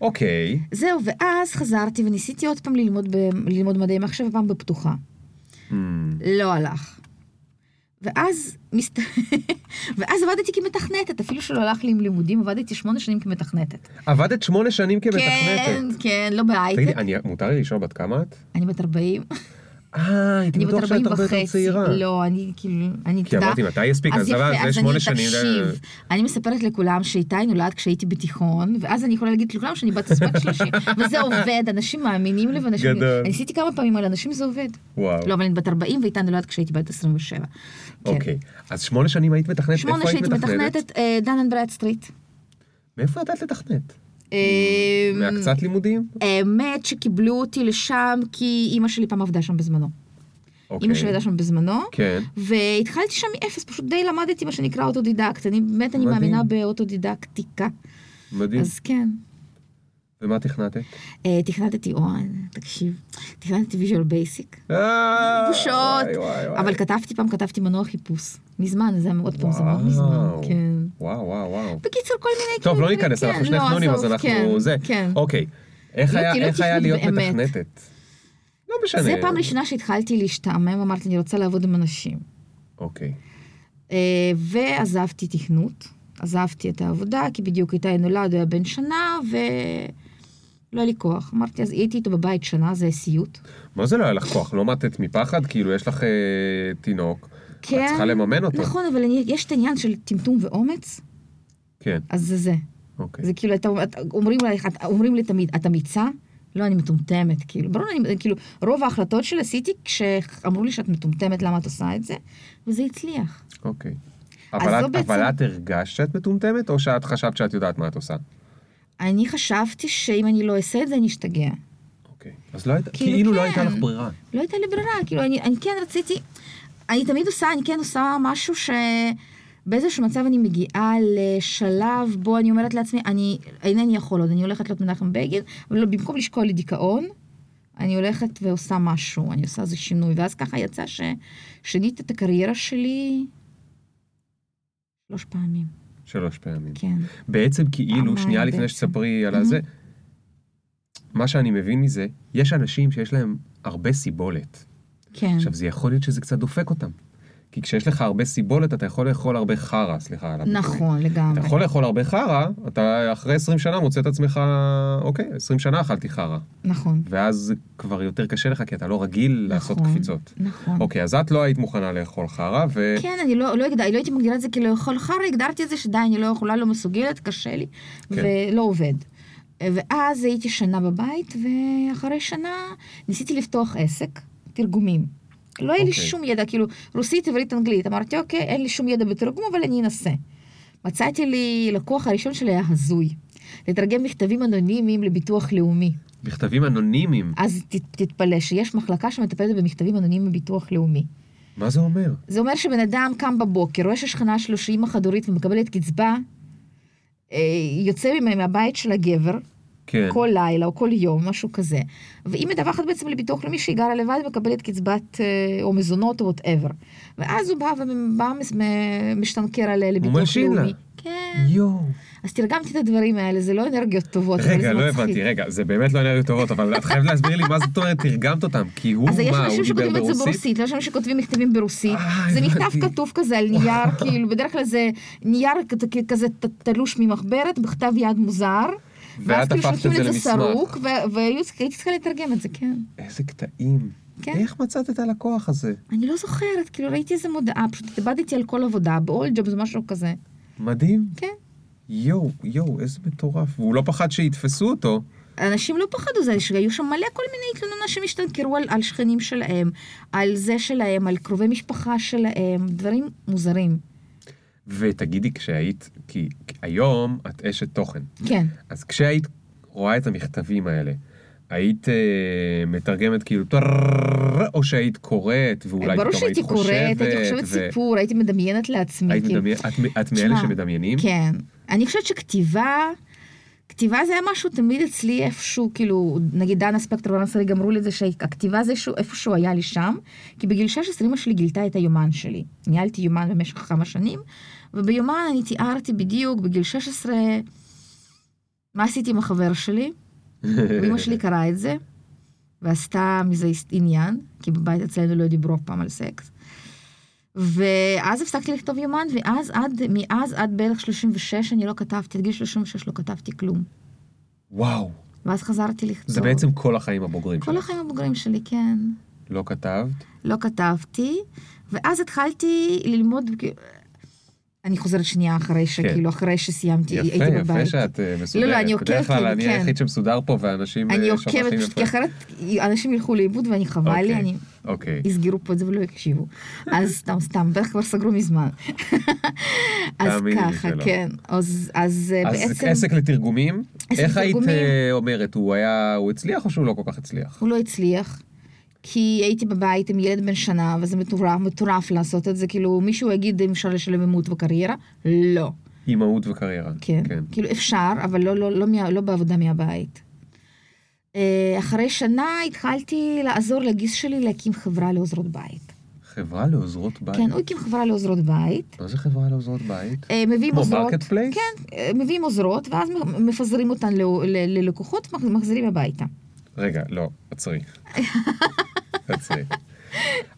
Speaker 2: אוקיי,
Speaker 1: זהו, ואז חזרתי וניסיתי עוד פעם ללמוד, ב... ללמוד מדעי מחשב, הפעם בפתוחה.
Speaker 2: Hmm,
Speaker 1: לא הלך. ואז, מסת... ואז עבדתי כמתכנתת, אפילו שלא הלך לי עם לימודים, עבדתי שמונה שנים כמתכנתת.
Speaker 2: עבדת שמונה שנים
Speaker 1: כן,
Speaker 2: כמתכנתת.
Speaker 1: כן, לא
Speaker 2: תגידי,
Speaker 1: בהייטק.
Speaker 2: אני- מותר לי לשאול בת כמה את?
Speaker 1: אני בת 40,
Speaker 2: אה, הייתי
Speaker 1: אני בת
Speaker 2: בטוח
Speaker 1: 40
Speaker 2: שאת הרבה יותר
Speaker 1: וחצי.
Speaker 2: צעירה.
Speaker 1: לא, אני כאילו, אני
Speaker 2: כי
Speaker 1: אתה יודע,
Speaker 2: אמרתי, מתי יספיק?
Speaker 1: אז
Speaker 2: אז אבל
Speaker 1: יפה,
Speaker 2: זה
Speaker 1: אז
Speaker 2: שמונה
Speaker 1: אני
Speaker 2: שנים, זה-
Speaker 1: תקשיב. אני מספרת לכולם שאיתי נולד כשהייתי בתיכון, ואז אני יכולה להגיד לכולם שאני בת בת 30, וזה עובד, אנשים מאמינים לי, ואנשים...
Speaker 2: גדול.
Speaker 1: אני ניסיתי כמה פעמים על אנשים, זה עובד.
Speaker 2: וואו.
Speaker 1: לא, אבל אני בת 40 ואיתי נולד כשהייתי בת 27. כן.
Speaker 2: אוקיי, אז שמונה שנים היית מתכנת,
Speaker 1: שמונה
Speaker 2: איפה היית Mm,
Speaker 1: שנית
Speaker 2: מתכנתת?
Speaker 1: מתכנתת אה, דן אנד ברד סטריט.
Speaker 2: מאיפה ידעת לתכנת?
Speaker 1: אה,
Speaker 2: מהקצת לימודים?
Speaker 1: האמת שקיבלו אותי לשם כי אימא שלי פעם עבדה שם בזמנו.
Speaker 2: אוקיי.
Speaker 1: אימא שלי עבדה שם בזמנו.
Speaker 2: כן.
Speaker 1: והתחלתי שם מאפס, פשוט די למדתי מה שנקרא אוטודידקט. אני באמת, אני
Speaker 2: מדהים.
Speaker 1: מאמינה באוטודידקטיקה.
Speaker 2: מדהים.
Speaker 1: אז כן.
Speaker 2: ומה תכנתת?
Speaker 1: אה, תכנתתי, אוי, תקשיב, תכנתתי ויז'ואל בייסיק.
Speaker 2: אה,
Speaker 1: בושות.
Speaker 2: וואי, וואי, וואי.
Speaker 1: אבל כתבתי פעם, כתבתי מנוע חיפוש. מזמן, זה היה מאוד פעם, זה מאוד
Speaker 2: וואו.
Speaker 1: מזמן, כן.
Speaker 2: וואו, וואו, וואו.
Speaker 1: בקיצור, כל מיני...
Speaker 2: טוב,
Speaker 1: כאילו,
Speaker 2: לא ניכנס,
Speaker 1: כן,
Speaker 2: אנחנו שני
Speaker 1: לא,
Speaker 2: חנונים, אז
Speaker 1: עזוב, כן,
Speaker 2: אנחנו זה.
Speaker 1: כן.
Speaker 2: אוקיי. איך
Speaker 1: לא,
Speaker 2: היה-
Speaker 1: כי לא
Speaker 2: איך היה
Speaker 1: תכנות
Speaker 2: להיות
Speaker 1: באמת.
Speaker 2: מתכנתת? לא משנה.
Speaker 1: זה פעם ראשונה שהתחלתי להשתעמם, אמרתי, אני רוצה לעבוד עם אנשים.
Speaker 2: אוקיי.
Speaker 1: אה, ועזבתי תכנות, עזבתי את העבודה, כי בדיוק איתי נולד, הוא היה בן שנה, ולא היה לי כוח. אמרתי, אז הייתי איתו בבית שנה, זה סיוט.
Speaker 2: מה זה לא היה לך כוח? לא מתת מפחד? כאילו, יש לך אה, תינוק, את
Speaker 1: כן.
Speaker 2: צריכה לממן אותו.
Speaker 1: נכון, אבל אני, יש את העניין של טמטום ואומץ,
Speaker 2: כן,
Speaker 1: אז זה זה.
Speaker 2: אוקיי.
Speaker 1: זה כאילו, אתה, את, אומרים, לי, את, אומרים לי תמיד, את אמיצה? לא, אני מטומטמת, כאילו. ברור, אני, כאילו, רוב ההחלטות שלי עשיתי כשאמרו לי שאת מטומטמת, למה את עושה את זה? וזה הצליח.
Speaker 2: אוקיי.
Speaker 1: אז
Speaker 2: אבל
Speaker 1: זו
Speaker 2: את-
Speaker 1: בעצם-
Speaker 2: אבל את הרגשת שאת מטומטמת, או שאת חשבת שאת יודעת מה את עושה?
Speaker 1: אני חשבתי שאם אני לא אעשה את זה, אני אשתגע.
Speaker 2: אוקיי. אז לא הייתה,
Speaker 1: כאילו,
Speaker 2: כאילו לא
Speaker 1: כן.
Speaker 2: הייתה לך ברירה.
Speaker 1: לא הייתה לי ברירה, כאילו, אני, אני כן רציתי, אני תמיד עושה, אני כן עושה משהו ש... באיזשהו מצב אני מגיעה לשלב בו אני אומרת לעצמי, אני אינני יכול עוד, אני הולכת להיות מנחם בגין, אבל לא, במקום לשקול לי דיכאון, אני הולכת ועושה משהו, אני עושה איזה שינוי, ואז ככה יצא ששיניתי את הקריירה שלי שלוש פעמים,
Speaker 2: שלוש פעמים.
Speaker 1: כן.
Speaker 2: בעצם כאילו,
Speaker 1: פעמיים
Speaker 2: שנייה לפני
Speaker 1: בעצם.
Speaker 2: שתספרי על הזה, מה שאני מבין מזה, יש אנשים שיש להם הרבה סיבולת.
Speaker 1: כן.
Speaker 2: עכשיו, זה יכול להיות שזה קצת דופק אותם. כי כשיש לך הרבה סיבולת, אתה יכול לאכול הרבה חרא, סליחה על הביטוי.
Speaker 1: נכון,
Speaker 2: אתה
Speaker 1: לגמרי.
Speaker 2: יכול לאכול הרבה חרא, אתה אחרי 20 שנה מוצא את עצמך, אוקיי, 20 שנה אכלתי חרא.
Speaker 1: נכון.
Speaker 2: ואז זה כבר יותר קשה לך, כי אתה לא רגיל לעשות
Speaker 1: נכון,
Speaker 2: קפיצות.
Speaker 1: נכון.
Speaker 2: אוקיי, אז את לא היית מוכנה לאכול חרא, ו...
Speaker 1: כן, אני לא, לא, הגד... לא הייתי מגדירה את זה כלא יכול חרא, הגדרתי את זה שדי, אני לא יכולה, לא מסוגלת, קשה לי,
Speaker 2: כן.
Speaker 1: ולא עובד. ואז הייתי שנה בבית, ואחרי שנה ניסיתי לפתוח עסק, תרגומים. לא היה לי
Speaker 2: אוקיי.
Speaker 1: שום ידע, כאילו, רוסית, עברית, אנגלית. אמרתי, אוקיי, אין לי שום ידע בתרגום, אבל אני אנסה. מצאתי לי, לקוח הראשון שלי היה הזוי. לתרגם מכתבים אנונימיים לביטוח לאומי.
Speaker 2: מכתבים אנונימיים,
Speaker 1: אז ת, תתפלא שיש מחלקה שמטפלת במכתבים אנונימיים בביטוח לאומי.
Speaker 2: מה זה אומר?
Speaker 1: זה אומר שבן אדם קם בבוקר, רואה שהשכנה שלו שהיא אימא חד-הורית ומקבלת קצבה, אה, יוצא ממנה מהבית של הגבר,
Speaker 2: כן.
Speaker 1: כל לילה או כל יום, משהו כזה. והיא מדווחת בעצם לביטוח לאומי שהיא גרה לבד ומקבלת קצבת אה, או מזונות או וואטאבר. ואז הוא בא ומשתנקר עליה לביטוח
Speaker 2: מלשין לה.
Speaker 1: לאומי. כן.
Speaker 2: יואו.
Speaker 1: אז תרגמתי את הדברים האלה, זה לא אנרגיות טובות, אבל
Speaker 2: רגע,
Speaker 1: זה
Speaker 2: לא
Speaker 1: מצחיק.
Speaker 2: הבנתי, רגע, זה באמת לא אנרגיות טובות, אבל את חייבת להסביר לי מה זאת אומרת תרגמת אותם, כי הוא,
Speaker 1: אז יש
Speaker 2: מה, הוא
Speaker 1: אנשים
Speaker 2: דיבר
Speaker 1: שכותבים את זה
Speaker 2: ברוסית?
Speaker 1: ברוסית, יש אנשים שכותבים מכתבים ברוסית.
Speaker 2: אה,
Speaker 1: זה
Speaker 2: הבנתי.
Speaker 1: מכתב כתוב כזה על נייר, כאילו, בדרך כלל זה נייר כ- כזה ת- תלוש ממחברת, בכתב יד מוזר. ואז כאילו
Speaker 2: הפכת
Speaker 1: שולחים
Speaker 2: את זה
Speaker 1: לזה
Speaker 2: למסמך.
Speaker 1: סרוק, ו- והיו צריכים- הייתי צריכה לתרגם את זה, כן.
Speaker 2: איזה קטעים.
Speaker 1: כן.
Speaker 2: איך מצאת את הלקוח הזה?
Speaker 1: אני לא זוכרת, כאילו ראיתי איזה מודעה, פשוט התאבדתי על כל עבודה, ב-all jobs, משהו כזה.
Speaker 2: מדהים.
Speaker 1: כן.
Speaker 2: יואו, יואו, איזה מטורף. והוא לא פחד שיתפסו אותו.
Speaker 1: אנשים לא פחדו, זה שהיו שם מלא כל מיני תלונות, אנשים השתנקרו על, על שכנים שלהם, על זה שלהם, על קרובי משפחה שלהם, דברים מוזרים.
Speaker 2: ותגידי כשהיית, כי היום את אשת תוכן.
Speaker 1: כן.
Speaker 2: אז כשהיית רואה את המכתבים האלה, היית אה, מתרגמת כאילו טרררררר, או שהיית קוראת, ואולי
Speaker 1: ברור
Speaker 2: פתאום היית
Speaker 1: שהייתי
Speaker 2: חושבת,
Speaker 1: קוראת, הייתי חושבת סיפור, הייתי מדמיינת לעצמי.
Speaker 2: היית
Speaker 1: כאילו.
Speaker 2: מדמיינת, את, מ- את מאלה
Speaker 1: תשמע,
Speaker 2: שמדמיינים?
Speaker 1: כן. אני חושבת שכתיבה, כתיבה זה היה משהו תמיד אצלי איפשהו, כאילו, נגיד דנה ספקטר ורן שריג אמרו לי את זה, שהכתיבה זה איפשהו- איפשהו היה לי שם, כי בגיל 16 אמא שלי גילתה את היומן שלי. ניהלתי יומן במשך כמה שנים, וביומן אני תיארתי בדיוק בגיל 16 מה עשיתי עם החבר שלי, ואימא שלי קראה את זה, ועשתה מזה עניין, כי בבית אצלנו לא דיברו אף פעם על סקס. ואז הפסקתי לכתוב יומן, ואז עד, מאז עד בערך 36 אני לא כתבתי, עד גיל 36 לא כתבתי כלום.
Speaker 2: וואו,
Speaker 1: ואז חזרתי לכתוב.
Speaker 2: זה בעצם כל החיים הבוגרים
Speaker 1: כל
Speaker 2: שלך.
Speaker 1: החיים הבוגרים שלי, כן.
Speaker 2: לא כתבת?
Speaker 1: לא כתבתי, ואז התחלתי ללמוד, אני חוזרת שנייה אחרי שכאילו, אחרי שסיימתי,
Speaker 2: כן. יפה,
Speaker 1: הייתי בבית.
Speaker 2: יפה שאת אה, מסודרת.
Speaker 1: לא, אני
Speaker 2: בדרך
Speaker 1: עוקבת,
Speaker 2: כלל
Speaker 1: כאילו,
Speaker 2: אני
Speaker 1: כן.
Speaker 2: היחיד שמסודר פה, ואנשים
Speaker 1: אני
Speaker 2: אה, שוכחים
Speaker 1: עוקבת, פשוט
Speaker 2: יפה.
Speaker 1: כי אחרת אנשים ילכו לאיבוד ואני חבל לי,
Speaker 2: אוקיי,
Speaker 1: אני...
Speaker 2: אוקיי.
Speaker 1: יסגרו פה את זה ולא יקשיבו. אז סתם, סתם, בטח כבר סגרו מזמן. אז
Speaker 2: תאמיני לי
Speaker 1: ככה,
Speaker 2: שלא.
Speaker 1: כן. אז, אז, אה,
Speaker 2: אז
Speaker 1: בעצם
Speaker 2: עסק לתרגומים,
Speaker 1: עסק
Speaker 2: איך היית
Speaker 1: לתרגומים.
Speaker 2: אה, אומרת, הוא היה, הוא הצליח או שהוא לא כל כך הצליח?
Speaker 1: הוא לא הצליח. כי הייתי בבית עם ילד בן שנה, וזה מטורף, מטורף לעשות את זה, כאילו מישהו יגיד אם אפשר לשלב אימות וקריירה? לא.
Speaker 2: אימהות וקריירה.
Speaker 1: כן. כן. כאילו אפשר, אבל לא, לא, לא, מה, לא בעבודה מהבית. אה, אחרי שנה התחלתי לעזור לגיס שלי להקים חברה לעוזרות בית.
Speaker 2: חברה לעוזרות בית.
Speaker 1: כן, הוא הקים חברה לעוזרות בית.
Speaker 2: מה זה חברה לעוזרות בית?
Speaker 1: אה, מביאים
Speaker 2: כמו
Speaker 1: עוזרות.
Speaker 2: marketplace?
Speaker 1: כן, אה, מביאים עוזרות, ואז מפזרים אותן ל- ל- ללקוחות ומחזירים הביתה.
Speaker 2: רגע, לא, עצרי. עצרי.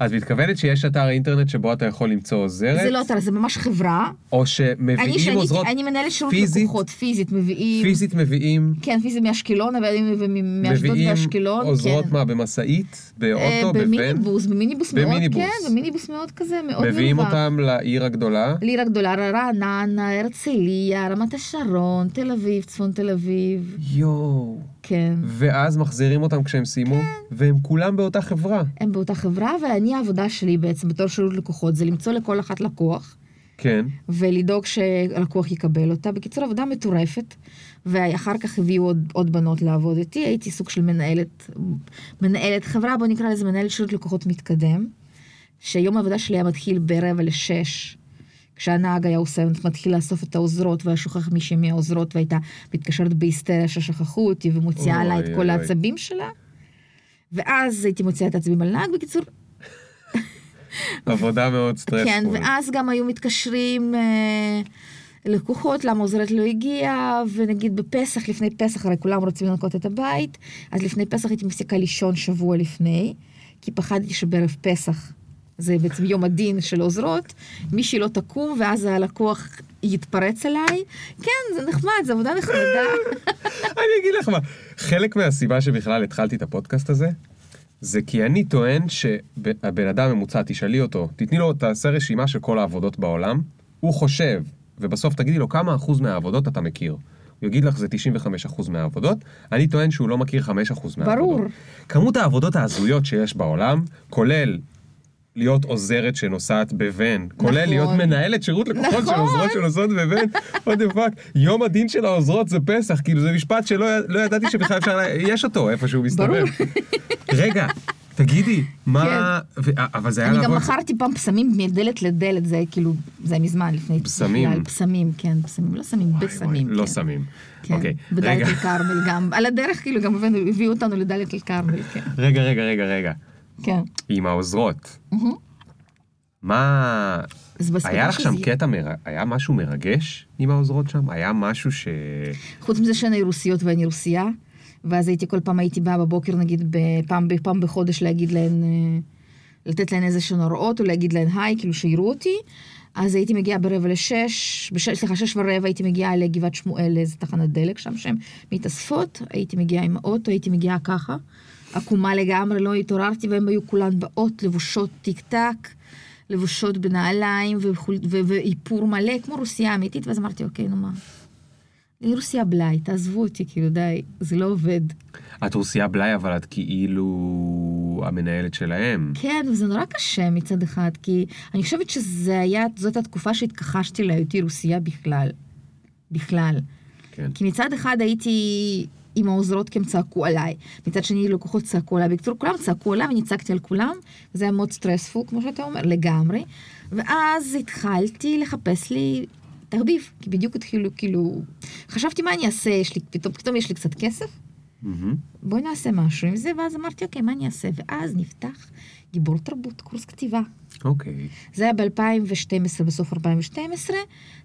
Speaker 2: את מתכוונת שיש אתר אינטרנט שבו אתה יכול למצוא עוזרת?
Speaker 1: זה לא אתר, זה ממש חברה.
Speaker 2: או
Speaker 1: אני
Speaker 2: שמביאים
Speaker 1: שאני
Speaker 2: עוזרות
Speaker 1: אני מנהלת שירות
Speaker 2: פיזית?
Speaker 1: לקוחות, פיזית, מביאים...
Speaker 2: פיזית מביאים,
Speaker 1: כן, פיזית מאשקלון, אבל אני מביאה מאשדוד
Speaker 2: מביאים
Speaker 1: ואשקלון.
Speaker 2: עוזרות
Speaker 1: כן.
Speaker 2: מה, במשאית?
Speaker 1: אה,
Speaker 2: באוטו? בבן?
Speaker 1: במיניבוס, במיניבוס מאוד,
Speaker 2: במיניבוס.
Speaker 1: כן, במיניבוס מאוד כזה, מאוד
Speaker 2: מביאים
Speaker 1: מרווח.
Speaker 2: אותם לעיר הגדולה?
Speaker 1: לעיר הגדולה, רעננה, הרצליה, רמת השרון, תל אביב, צפון תל אביב,
Speaker 2: יואו.
Speaker 1: כן.
Speaker 2: ואז מחזירים אותם כשהם סיימו, והם כולם באותה חברה.
Speaker 1: הם באותה חברה, ואני העבודה שלי בעצם בתור שירות לקוחות זה למצוא לכל אחת לקוח.
Speaker 2: כן.
Speaker 1: ולדאוג שהלקוח יקבל אותה. בקיצור, עבודה מטורפת, ואחר כך הביאו עוד, עוד בנות לעבוד איתי, הייתי סוג של מנהלת, מנהלת חברה, בוא נקרא לזה מנהלת שירות לקוחות מתקדם, שיום העבודה שלי היה מתחיל ברבע לשש. כשהנהג היה עושה, מתחיל לאסוף את העוזרות, והיה שוכח מישהי מהעוזרות, והייתה מתקשרת בהיסטריה ששכחו אותי, ומוציאה
Speaker 2: אוי,
Speaker 1: עליי את כל
Speaker 2: אוי.
Speaker 1: העצבים שלה. ואז הייתי מוציאה את העצבים על נהג, בקיצור,
Speaker 2: עבודה מאוד
Speaker 1: כן,
Speaker 2: סטרספול.
Speaker 1: ואז גם היו מתקשרים אה, לקוחות, למה עוזרת לא הגיעה, ונגיד בפסח, לפני פסח, הרי כולם רוצים לנקות את הבית, אז לפני פסח הייתי מפסיקה לישון שבוע לפני, כי פחדתי שבערב פסח, זה בעצם יום הדין של עוזרות, מישהי לא תקום, ואז הלקוח יתפרץ עליי. כן, זה נחמד, זו עבודה נחמדה.
Speaker 2: אני אגיד לך מה, חלק מהסיבה שבכלל התחלתי את הפודקאסט הזה, זה כי אני טוען שהבן אדם ממוצע, תשאלי אותו, תתני לו, תעשה רשימה של כל העבודות בעולם, הוא חושב, ובסוף תגידי לו כמה אחוז מהעבודות אתה מכיר. הוא יגיד לך זה 95 אחוז מהעבודות, אני טוען שהוא לא מכיר 5 אחוז מהעבודות.
Speaker 1: ברור.
Speaker 2: כמות העבודות ההזויות שיש בעולם, כולל להיות עוזרת שנוסעת בוון, כולל
Speaker 1: נכון.
Speaker 2: להיות מנהלת שירות לקוחות של
Speaker 1: נכון.
Speaker 2: עוזרות שנוסעות בוון, what the fuck, יום הדין של העוזרות זה פסח, כאילו זה משפט שלא י- לא ידעתי שבכלל אפשר, לה- יש אותו איפשהו מסתבר.
Speaker 1: ברור.
Speaker 2: רגע, תגידי, מה, ו- אבל זה היה
Speaker 1: כן.
Speaker 2: נכון.
Speaker 1: אני גם
Speaker 2: לעבוד,
Speaker 1: מכרתי פעם פסמים מדלת לדלת, זה כאילו, זה מזמן לפני...
Speaker 2: פסמים.
Speaker 1: בכלל, פסמים, כן, פסמים, לא סמים,
Speaker 2: וואי,
Speaker 1: בסמים.
Speaker 2: וואי, לא
Speaker 1: כן.
Speaker 2: סמים,
Speaker 1: כן,
Speaker 2: אוקיי, רגע,
Speaker 1: בדאלית אל כרמל גם, על הדרך כאילו גם הבאנו, הביאו אותנו לדאלית אל כרמל, כן,
Speaker 2: רגע, רגע, רגע, רגע,
Speaker 1: כן.
Speaker 2: עם העוזרות,
Speaker 1: מהמם.
Speaker 2: מה,
Speaker 1: אז בסביבה
Speaker 2: היה לך
Speaker 1: שזה
Speaker 2: שם
Speaker 1: יהיה-
Speaker 2: קטע, מר- היה משהו מרגש עם העוזרות שם? היה משהו ש...
Speaker 1: חוץ מזה שהן היו רוסיות ואני רוסייה, ואז הייתי כל פעם הייתי באה בבוקר נגיד ב- פעם ב- פעם בחודש להגיד להן, אה, לתת להן איזה שהן הוראות או להגיד להן היי, כאילו שיראו אותי. אז הייתי מגיעה ברבע לשש, בשש, סליחה, שש ורבע הייתי מגיעה לגבעת שמואל, לאיזה תחנת דלק שם, שהן מתאספות, הייתי מגיעה עם האוטו, הייתי מגיעה ככה, עקומה לגמרי, לא התעוררתי, והן היו כולן באות, לבושות טיק טק. לבושות בנעליים וחול- ו- ואיפור מלא, כמו רוסייה אמיתית, ואז אמרתי, אוקיי, נו מה. אני רוסייה בלאי, תעזבו אותי, כאילו, די, זה לא עובד.
Speaker 2: את רוסייה בלאי, אבל את כאילו המנהלת שלהם.
Speaker 1: כן, וזה נורא קשה מצד אחד, כי אני חושבת שזה היה, זאת התקופה שהתכחשתי להיותי רוסייה בכלל. בכלל.
Speaker 2: כן.
Speaker 1: כי מצד אחד הייתי עם העוזרות כי הם צעקו עליי, מצד שני לקוחות צעקו עליי, בקיצור כולם צעקו עליי ואני צעקתי על כולם, זה היה מאוד סטרספול כמו שאתה אומר, לגמרי, ואז התחלתי לחפש לי תחביב, כי בדיוק התחילו כאילו, חשבתי מה אני אעשה, יש לי, פתאום, פתאום יש לי קצת כסף,
Speaker 2: מהמם.
Speaker 1: בואי נעשה משהו עם זה, ואז אמרתי אוקיי מה אני אעשה, ואז נפתח גיבור תרבות, קורס כתיבה.
Speaker 2: אוקיי.
Speaker 1: זה היה ב-2012, בסוף 2012,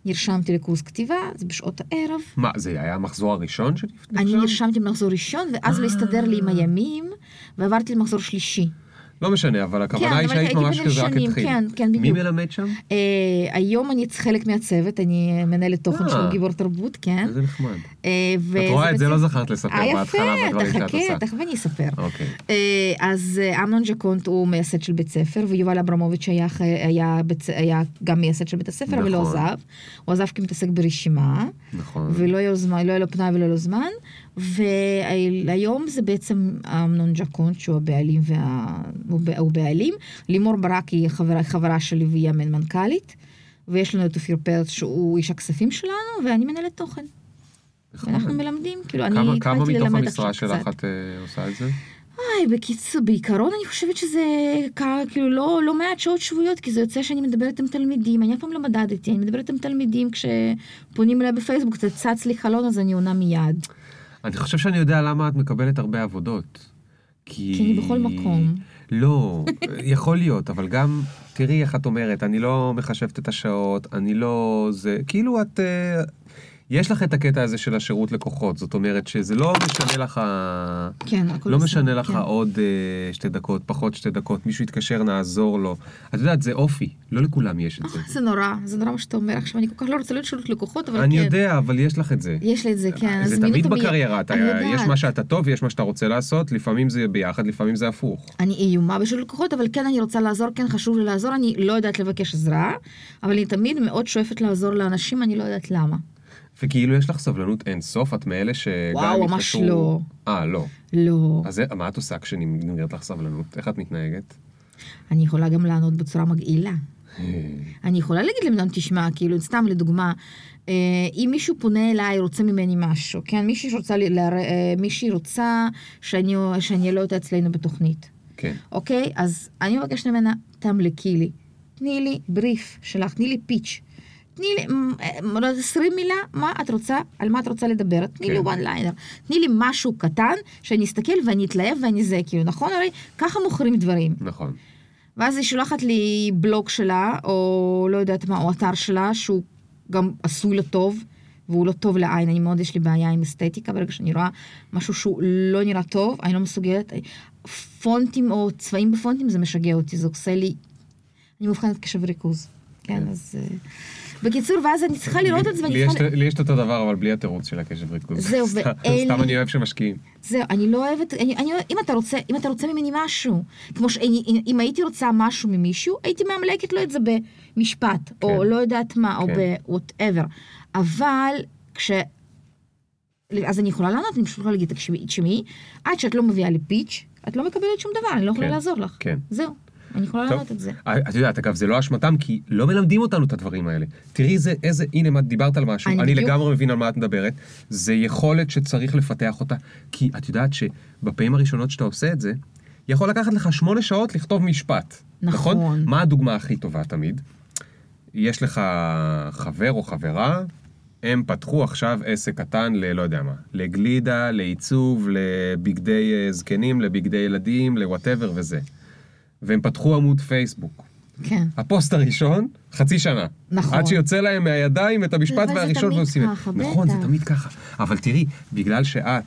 Speaker 1: נרשמתי לקורס כתיבה, זה בשעות הערב.
Speaker 2: מה, זה היה המחזור הראשון שנפגשנו?
Speaker 1: אני נרשמתי במחזור ראשון,
Speaker 2: אה.
Speaker 1: ואז לא הסתדר לי עם הימים, ועברתי למחזור שלישי.
Speaker 2: לא משנה, אבל הכוונה
Speaker 1: כן,
Speaker 2: היא
Speaker 1: אבל
Speaker 2: שהיית
Speaker 1: הייתי
Speaker 2: ממש
Speaker 1: בין
Speaker 2: כזה רק
Speaker 1: הראשונים,
Speaker 2: התחיל.
Speaker 1: כן, כן,
Speaker 2: מי
Speaker 1: בדיוק.
Speaker 2: מלמד שם?
Speaker 1: אה, היום אני חלק מהצוות, אני מנהלת תוכן
Speaker 2: אה.
Speaker 1: של גיבור תרבות, כן.
Speaker 2: איזה נחמד.
Speaker 1: אה, וזה
Speaker 2: את רואה, את זה
Speaker 1: בעצם-
Speaker 2: לא זכרת לספר
Speaker 1: אה,
Speaker 2: בהתחלה, בדברים
Speaker 1: יפה,
Speaker 2: שאת
Speaker 1: תחכה,
Speaker 2: עושה.
Speaker 1: תכף אני אספר.
Speaker 2: אוקיי.
Speaker 1: אה, אז אה, אמנון ג'קונט הוא מייסד של בית ספר, ויובל אברמוביץ' היה, ח- היה, בית- היה גם מייסד של בית הספר, אבל לא
Speaker 2: נכון.
Speaker 1: עזב. הוא עזב כי מתעסק ברשימה.
Speaker 2: נכון.
Speaker 1: ולא היה לו זמן, לא היה לו פנאי ולא היה לו זמן. והיום זה בעצם אמנון ג'קונט, שהוא הבעלים, וה... הוא, ב... הוא בעלים. לימור ברק היא חברה, חברה שלי והיא המנ- מנכ"לית. ויש לנו את אופיר פרץ, שהוא איש הכספים שלנו, ואני מנהלת תוכן.
Speaker 2: נחמד.
Speaker 1: אנחנו מלמדים, כאילו,
Speaker 2: כמה-
Speaker 1: אני
Speaker 2: כמה
Speaker 1: התחלתי
Speaker 2: מתוך
Speaker 1: ללמד
Speaker 2: המשרה
Speaker 1: עכשיו קצת.
Speaker 2: שלך את אה, עושה את זה?
Speaker 1: היי, בקיצור, בעיקרון אני חושבת שזה קרה, כאילו, לא, לא מעט שעות שבועיות, כי זה יוצא שאני מדברת עם תלמידים, אני אף פעם לא מדדתי, אני מדברת עם תלמידים כשפונים אליי בפייסבוק, זה צץ לי חלון, אז אני עונה מיד.
Speaker 2: אני חושב שאני יודע למה את מקבלת הרבה עבודות. כי...
Speaker 1: כי אני בכל מקום.
Speaker 2: לא, יכול להיות, אבל גם, תראי איך את אומרת, אני לא מחשבת את השעות, אני לא... זה... כאילו את... אה, יש לך את הקטע הזה של השירות לקוחות, זאת אומרת שזה לא משנה לך...
Speaker 1: כן, הכל
Speaker 2: לא
Speaker 1: בסדר,
Speaker 2: משנה לך
Speaker 1: כן.
Speaker 2: עוד אה, שתי דקות, פחות שתי דקות, מישהו יתקשר, נעזור לו. את יודעת, זה אופי, לא לכולם יש את זה.
Speaker 1: זה נורא, זה נורא מה שאתה אומר עכשיו, אני כל כך לא רוצה להיות שירות לקוחות, אבל
Speaker 2: אני
Speaker 1: כן.
Speaker 2: יודע, אבל יש לך את זה.
Speaker 1: יש לי את זה, כן. אז
Speaker 2: זה
Speaker 1: זמינות
Speaker 2: תמיד
Speaker 1: ומי-
Speaker 2: בקריירה, אתה-
Speaker 1: אני יודעת.
Speaker 2: יש מה שאתה טוב ויש מה שאתה רוצה לעשות, לפעמים זה ביחד, לפעמים זה הפוך.
Speaker 1: אני איומה בשביל לקוחות, אבל כן, אני רוצה לעזור, כן, חשוב לי לעזור, אני לא יודעת לבקש עזרה, אבל אני תמיד מאוד שואפת לעזור לאנשים, אני לא יודעת למה.
Speaker 2: וכאילו יש לך סבלנות אינסוף, את מאלה שגם
Speaker 1: וואו, ממש לא.
Speaker 2: אה, לא.
Speaker 1: לא.
Speaker 2: אז זה- מה את עושה כשנגמרת לך סבלנות? איך את מתנהגת?
Speaker 1: אני יכולה גם לענות בצורה מגעילה. אני יכולה להגיד לבן אדם, תשמע, כאילו, סתם לדוגמה, אה, אם מישהו פונה אליי, רוצה ממני משהו, כן? מישהי שרוצה, ל- ל- אה, מישהי רוצה שאני, שאני לא אותה אצלנו בתוכנית.
Speaker 2: כן.
Speaker 1: אוקיי? אז אני מבקשת ממנה, תמלקי לי. תני לי בריף שלך, תני לי פיץ'. תני לי מ- מ- לא יודעת, 20 מילה, מה את רוצה, על מה את רוצה לדבר. תני לי
Speaker 2: כן.
Speaker 1: one liner. תני לי משהו קטן, שאני אסתכל ואני אתלהב ואני זה, כאילו, נכון? הרי ככה מוכרים דברים.
Speaker 2: נכון.
Speaker 1: ואז היא שולחת לי בלוג שלה, או לא יודעת מה, או אתר שלה, שהוא גם עשוי לא טוב, והוא לא טוב לעין. אני מאוד, יש לי בעיה עם אסתטיקה, ברגע שאני רואה משהו שהוא לא נראה טוב, אני לא מסוגלת. פונטים או צבעים בפונטים זה משגע אותי, זה עושה לי... אני מאובחנת קשב וריכוז. כן, אז... אה, בקיצור, ואז אני צריכה לראות את זה,
Speaker 2: לי
Speaker 1: ואני צריכה...
Speaker 2: יש- לי יש את אותו דבר, אבל בלי התירוץ של הקשב ריכוז.
Speaker 1: זהו,
Speaker 2: סתם-
Speaker 1: ואין
Speaker 2: סתם
Speaker 1: לי-
Speaker 2: אני אוהב שמשקיעים.
Speaker 1: זהו, אני לא אוהבת, אני, אני, אוהב- אם, אתה רוצה, אם אתה רוצה ממני משהו, כמו שאני, אם הייתי רוצה משהו ממישהו, הייתי מאמלקת לו את זה במשפט, כן. או
Speaker 2: כן.
Speaker 1: לא יודעת מה, כן. או
Speaker 2: כן.
Speaker 1: ב-whatever. אבל כש... אז אני יכולה לענות, אני פשוט יכולה להגיד, תקשיבי, תשמעי, עד שאת לא מביאה לי פיץ', את לא מקבלת שום דבר, אני לא יכולה
Speaker 2: כן,
Speaker 1: לעזור לך.
Speaker 2: כן.
Speaker 1: זהו, אני יכולה
Speaker 2: טוב.
Speaker 1: לענות את זה.
Speaker 2: את יודעת, אגב, זה לא אשמתם, כי לא מלמדים אותנו את הדברים האלה. תראי איזה, איזה, הנה, מה- דיברת על משהו,
Speaker 1: אני
Speaker 2: אני
Speaker 1: בדיוק-
Speaker 2: לגמרי מבין על מה את מדברת. זה יכולת שצריך לפתח אותה, כי את יודעת שבפעמים הראשונות שאתה עושה את זה, יכול לקחת לך שמונה שעות לכתוב משפט.
Speaker 1: נכון.
Speaker 2: מה הדוגמה הכי טובה תמיד? יש לך חבר או חברה, הם פתחו עכשיו עסק קטן ללא יודע מה, לגלידה, לעיצוב, לבגדי אה, זקנים, לבגדי ילדים, לוואטאבר וזה. והם פתחו עמוד פייסבוק.
Speaker 1: כן.
Speaker 2: הפוסט הראשון, חצי שנה.
Speaker 1: נכון.
Speaker 2: עד שיוצא להם מהידיים את המשפט
Speaker 1: אבל זה
Speaker 2: והראשון
Speaker 1: תמיד
Speaker 2: ועושים את
Speaker 1: ככה,
Speaker 2: נכון, זה
Speaker 1: בטח.
Speaker 2: תמיד ככה. אבל תראי, בגלל שאת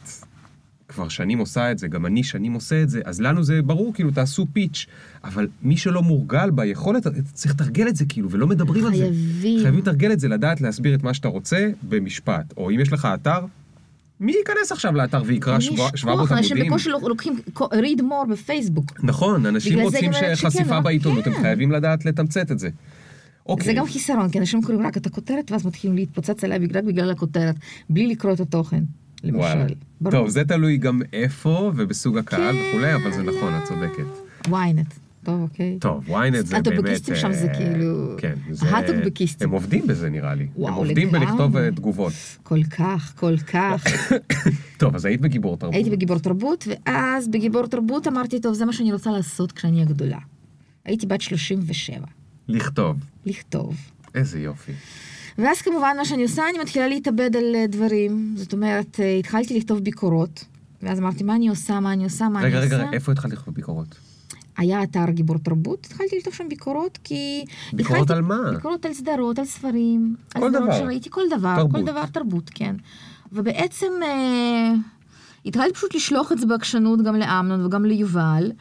Speaker 2: כבר שנים עושה את זה, גם אני שנים עושה את זה, אז לנו זה ברור, כאילו, תעשו פיץ'. אבל מי שלא מורגל ביכולת, צריך לתרגל את זה, כאילו, ולא מדברים על זה.
Speaker 1: חייבים.
Speaker 2: חייבים לתרגל את זה, לדעת להסביר את מה שאתה רוצה במשפט. או אם יש לך אתר, מי ייכנס עכשיו לאתר ויקרא
Speaker 1: יש
Speaker 2: שבע-
Speaker 1: כוח,
Speaker 2: 700
Speaker 1: אנשים
Speaker 2: עמודים?
Speaker 1: בקושי לוקחים read more בפייסבוק.
Speaker 2: נכון, אנשים
Speaker 1: בגלל זה
Speaker 2: רוצים
Speaker 1: גם אני אומרת שכן,
Speaker 2: שחשיפה
Speaker 1: אבל-
Speaker 2: בעיתונות, הם
Speaker 1: כן.
Speaker 2: חייבים לדעת לתמצת את זה.
Speaker 1: זה
Speaker 2: אוקיי.
Speaker 1: גם חיסרון, כי אנשים קוראים רק את הכותרת, ואז מתחילים להתפוצץ עליה רק בגלל הכותרת, בלי לקרוא את התוכן,
Speaker 2: וואלה.
Speaker 1: למשל. ברור.
Speaker 2: טוב, זה תלוי גם איפה ובסוג הקהל
Speaker 1: כן,
Speaker 2: וכולי, אבל זה נכון, את צודקת.
Speaker 1: ynet, טוב, אוקיי.
Speaker 2: טוב, ynet זה באמת...
Speaker 1: הטוקבקיסטים שם זה
Speaker 2: אה,
Speaker 1: כאילו-
Speaker 2: כן, זה...
Speaker 1: הטוקבקיסטים.
Speaker 2: הם עובדים בזה, נראה לי.
Speaker 1: וואו,
Speaker 2: הם עובדים
Speaker 1: לגמרי.
Speaker 2: בלכתוב אה, תגובות.
Speaker 1: כל כך, כל כך.
Speaker 2: טוב, אז היית בגיבור תרבות.
Speaker 1: הייתי בגיבור תרבות, ואז בגיבור תרבות אמרתי, טוב, זה מה שאני רוצה לעשות כשאני אהיה גדולה. הייתי בת 37,
Speaker 2: לכתוב.
Speaker 1: לכתוב.
Speaker 2: איזה יופי.
Speaker 1: ואז כמובן מה שאני עושה, אני מתחילה להתאבד על אה, דברים. זאת אומרת, אה, התחלתי לכתוב ביקורות, ואז אמרתי, מה אני עושה, מה אני עושה, מה אני
Speaker 2: רגע,
Speaker 1: עושה.
Speaker 2: רגע, רגע, איפה התחלת לכתוב ביקורות?
Speaker 1: היה אתר גיבור תרבות, התחלתי לכתוב שם ביקורות, כי...
Speaker 2: ביקורות
Speaker 1: התחלתי-
Speaker 2: על מה?
Speaker 1: ביקורות על סדרות, על ספרים. על
Speaker 2: כל
Speaker 1: סדרות
Speaker 2: דבר.
Speaker 1: שראיתי, כל דבר,
Speaker 2: תרבות.
Speaker 1: כל דבר תרבות, כן. ובעצם אה, התחלתי פשוט לשלוח את זה בעקשנות גם לאמנון וגם ליובל,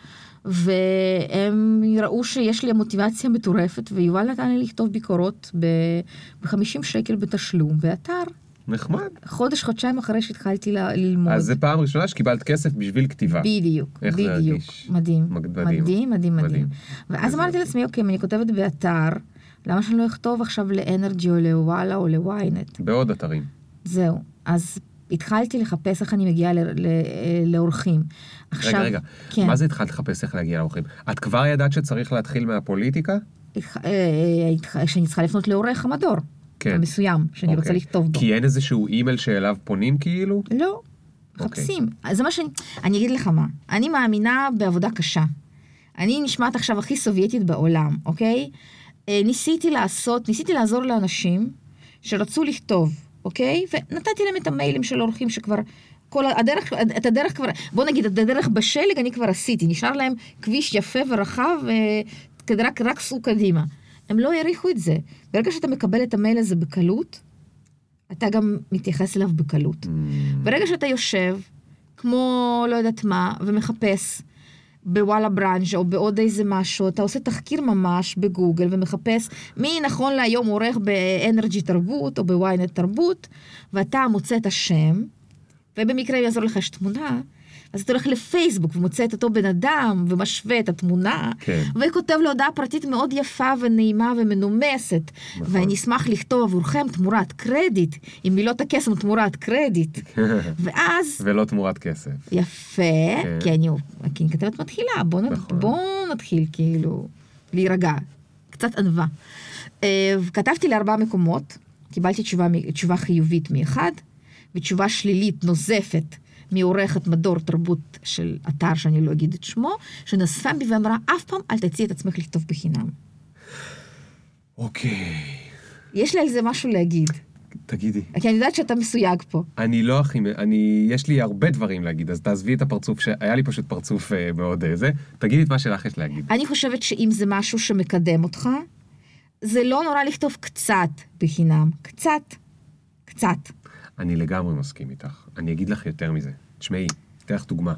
Speaker 1: והם ראו שיש לי מוטיבציה מטורפת, ויובל נתן לי לכתוב ביקורות ב-50 שקל בתשלום באתר.
Speaker 2: נחמד.
Speaker 1: חודש, חודשיים אחרי שהתחלתי ל- ללמוד.
Speaker 2: אז זו פעם ראשונה שקיבלת כסף בשביל כתיבה.
Speaker 1: בדיוק,
Speaker 2: אה, איך זה
Speaker 1: בדיוק.
Speaker 2: הרגיש?
Speaker 1: מדהים.
Speaker 2: מדהים.
Speaker 1: מדהים, מדהים, מדהים.
Speaker 2: מדהים.
Speaker 1: ואז
Speaker 2: איזה
Speaker 1: אמרתי
Speaker 2: יופי.
Speaker 1: לעצמי, אוקיי, אם אני כותבת באתר, למה שאני לא אכתוב עכשיו לאנרג'י או לוואלה או לוויינט?
Speaker 2: בעוד אתרים.
Speaker 1: זהו. אז התחלתי לחפש איך אני מגיעה ל- ל- לאורחים.
Speaker 2: רגע,
Speaker 1: עכשיו,
Speaker 2: רגע.
Speaker 1: כן.
Speaker 2: מה זה התחלת לחפש איך להגיע לאורחים? את כבר ידעת שצריך להתחיל מהפוליטיקה?
Speaker 1: התח- אה, אה, התח- שאני צריכה לפנות לעורך המדור.
Speaker 2: כן.
Speaker 1: המסוים, שאני רוצה
Speaker 2: אוקיי.
Speaker 1: לכתוב בו.
Speaker 2: כי אין איזשהו אימייל שאליו פונים כאילו?
Speaker 1: לא,
Speaker 2: אוקיי.
Speaker 1: מחפשים. אז זה מה שאני... אני אגיד לך מה, אני מאמינה בעבודה קשה. אני נשמעת עכשיו הכי סובייטית בעולם, אוקיי? אה, ניסיתי לעשות, ניסיתי לעזור לאנשים שרצו לכתוב, אוקיי? ונתתי להם את המיילים של אורחים שכבר... כל ה- הדרך, את הדרך כבר, בוא נגיד, את הדרך בשלג אני כבר עשיתי, נשאר להם כביש יפה ורחב, אה, כדי רק, רק סעו קדימה. הם לא העריכו את זה. ברגע שאתה מקבל את המייל הזה בקלות, אתה גם מתייחס אליו בקלות. ברגע שאתה יושב, כמו לא יודעת מה, ומחפש בוואלה בראנג' או בעוד איזה משהו, אתה עושה תחקיר ממש בגוגל ומחפש מי נכון להיום עורך באנרג'י תרבות או בוויינט תרבות, ואתה מוצא את השם, ובמקרה אם יעזור לך יש תמונה. אז אתה הולך לפייסבוק ומוצא את אותו בן אדם ומשווה את התמונה,
Speaker 2: כן.
Speaker 1: וכותב לו הודעה פרטית מאוד יפה ונעימה ומנומסת.
Speaker 2: נכון.
Speaker 1: ואני אשמח לכתוב עבורכם תמורת קרדיט, עם מילות הקסם תמורת קרדיט. ואז,
Speaker 2: ולא תמורת כסף.
Speaker 1: יפה,
Speaker 2: כן.
Speaker 1: כי אני, כי אני כתבת מתחילה, בוא, נ-
Speaker 2: נכון.
Speaker 1: בוא נתחיל כאילו להירגע. קצת ענווה. אה, כתבתי לארבעה מקומות, קיבלתי תשובה, מ- תשובה חיובית מאחד, ותשובה שלילית נוזפת מעורכת מדור תרבות של אתר שאני לא אגיד את שמו, שנאספה בי ואמרה, אף פעם אל תציעי את עצמך לכתוב בחינם.
Speaker 2: אוקיי,
Speaker 1: יש לי על זה משהו להגיד,
Speaker 2: תגידי.
Speaker 1: כי אני יודעת שאתה מסויג פה.
Speaker 2: אני לא הכי, אני, יש לי הרבה דברים להגיד, אז תעזבי את הפרצוף, שהיה לי פשוט פרצוף אה, מאוד אה, זה, תגידי את מה שלך יש להגיד.
Speaker 1: אני חושבת שאם זה משהו שמקדם אותך, זה לא נורא לכתוב קצת בחינם. קצת. קצת.
Speaker 2: אני לגמרי מסכים איתך. אני אגיד לך יותר מזה. תשמעי, אתן לך דוגמה.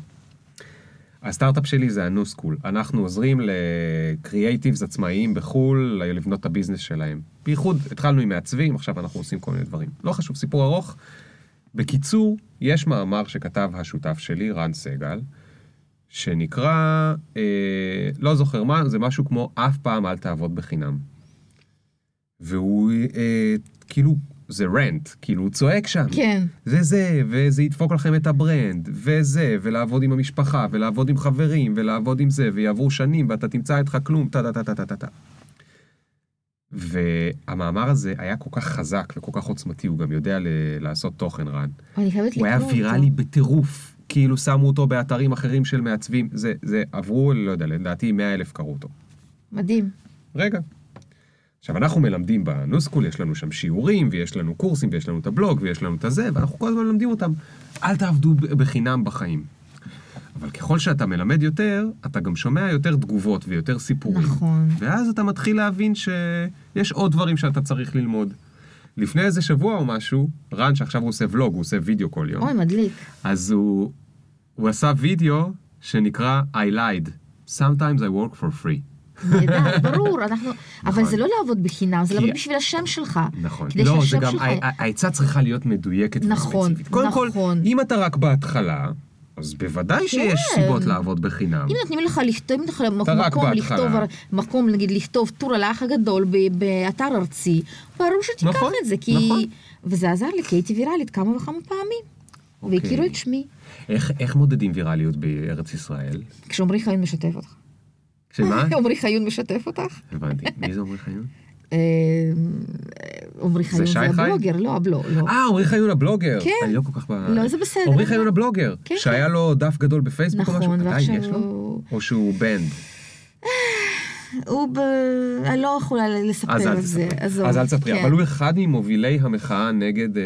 Speaker 2: הסטארט-אפ שלי זה הנוסקול. אנחנו עוזרים לקריאייטיבס עצמאיים בחו"ל לבנות את הביזנס שלהם. בייחוד התחלנו עם מעצבים, עכשיו אנחנו עושים כל מיני דברים. לא חשוב, סיפור ארוך. בקיצור, יש מאמר שכתב השותף שלי, רן סגל, שנקרא, אה, לא זוכר מה, זה משהו כמו אף פעם אל תעבוד בחינם. והוא אה, כאילו, זה רנט, כאילו הוא צועק שם.
Speaker 1: כן.
Speaker 2: זה זה, וזה ידפוק לכם את הברנד, וזה, ולעבוד עם המשפחה, ולעבוד עם חברים, ולעבוד עם זה, ויעברו שנים, ואתה תמצא איתך כלום, טה טה טה טה טה טה טה. והמאמר הזה היה כל כך חזק וכל כך עוצמתי, הוא גם יודע ל- לעשות תוכן רן.
Speaker 1: אני חייבת
Speaker 2: הוא
Speaker 1: לקרוא
Speaker 2: היה
Speaker 1: אותו.
Speaker 2: ויראלי בטירוף, כאילו שמו אותו באתרים אחרים של מעצבים, זה, זה עברו, לא יודע, לדעתי 100 אלף קראו אותו.
Speaker 1: מדהים.
Speaker 2: רגע. עכשיו, אנחנו מלמדים בנוסקול, יש לנו שם שיעורים, ויש לנו קורסים, ויש לנו את הבלוג, ויש לנו את הזה, ואנחנו כל הזמן מלמדים אותם. אל תעבדו ב- בחינם בחיים. אבל ככל שאתה מלמד יותר, אתה גם שומע יותר תגובות ויותר סיפורים.
Speaker 1: נכון.
Speaker 2: ואז אתה מתחיל להבין שיש עוד דברים שאתה צריך ללמוד. לפני איזה שבוע או משהו, רן, שעכשיו הוא עושה ולוג, הוא עושה וידאו כל יום.
Speaker 1: אוי, מדליק.
Speaker 2: אז הוא, הוא עשה וידאו שנקרא I lied. Sometimes I work for free.
Speaker 1: נהדר, ברור, אנחנו... אבל
Speaker 2: נכון.
Speaker 1: זה לא לעבוד בחינם, זה
Speaker 2: כי-
Speaker 1: לעבוד בשביל השם שלך.
Speaker 2: נכון.
Speaker 1: כדי
Speaker 2: לא, זה
Speaker 1: שהשם
Speaker 2: גם,
Speaker 1: שלך...
Speaker 2: ה- ה- העצה צריכה להיות מדויקת
Speaker 1: נכון,
Speaker 2: וספציפית. קודם
Speaker 1: נכון.
Speaker 2: כל, אם אתה רק בהתחלה, אז בוודאי שיש
Speaker 1: כן.
Speaker 2: סיבות לעבוד בחינם.
Speaker 1: אם נותנים לך לכתוב, אם נותנים לך
Speaker 2: אתה רק
Speaker 1: מקום
Speaker 2: בהתחלה.
Speaker 1: לכתוב, מקום נגיד לכתוב טור על האח הגדול ב- באתר ארצי, ברור שתיקח
Speaker 2: נכון,
Speaker 1: את זה, כי...
Speaker 2: נכון.
Speaker 1: וזה עזר לי, כי הייתי ויראלית כמה וכמה פעמים.
Speaker 2: אוקיי.
Speaker 1: והכירו את שמי.
Speaker 2: איך, איך מודדים ויראליות בארץ ישראל?
Speaker 1: כשעמרי חיון משתף אותך.
Speaker 2: שמה?
Speaker 1: עמרי חיון משתף אותך?
Speaker 2: הבנתי. מי זה עמרי חיון?
Speaker 1: אה, עמרי חיון
Speaker 2: שי
Speaker 1: זה
Speaker 2: חי?
Speaker 1: הבלוגר, לא הבלוג, לא.
Speaker 2: אה, עמרי חיון הבלוגר.
Speaker 1: כן.
Speaker 2: אני לא כל כך ב...
Speaker 1: לא, זה בסדר.
Speaker 2: עמרי חיון הבלוגר,
Speaker 1: כן,
Speaker 2: שהיה לו דף גדול בפייסבוק או משהו,
Speaker 1: נכון,
Speaker 2: עדיין יש
Speaker 1: ועכשיו
Speaker 2: לו?
Speaker 1: הוא-
Speaker 2: או שהוא בנד?
Speaker 1: הוא ב... אני לא יכולה
Speaker 2: אז
Speaker 1: לספר
Speaker 2: אל
Speaker 1: את זה,
Speaker 2: תספרי.
Speaker 1: עזוב.
Speaker 2: אז אל תספרי.
Speaker 1: כן.
Speaker 2: אבל הוא אחד ממובילי המחאה נגד אה,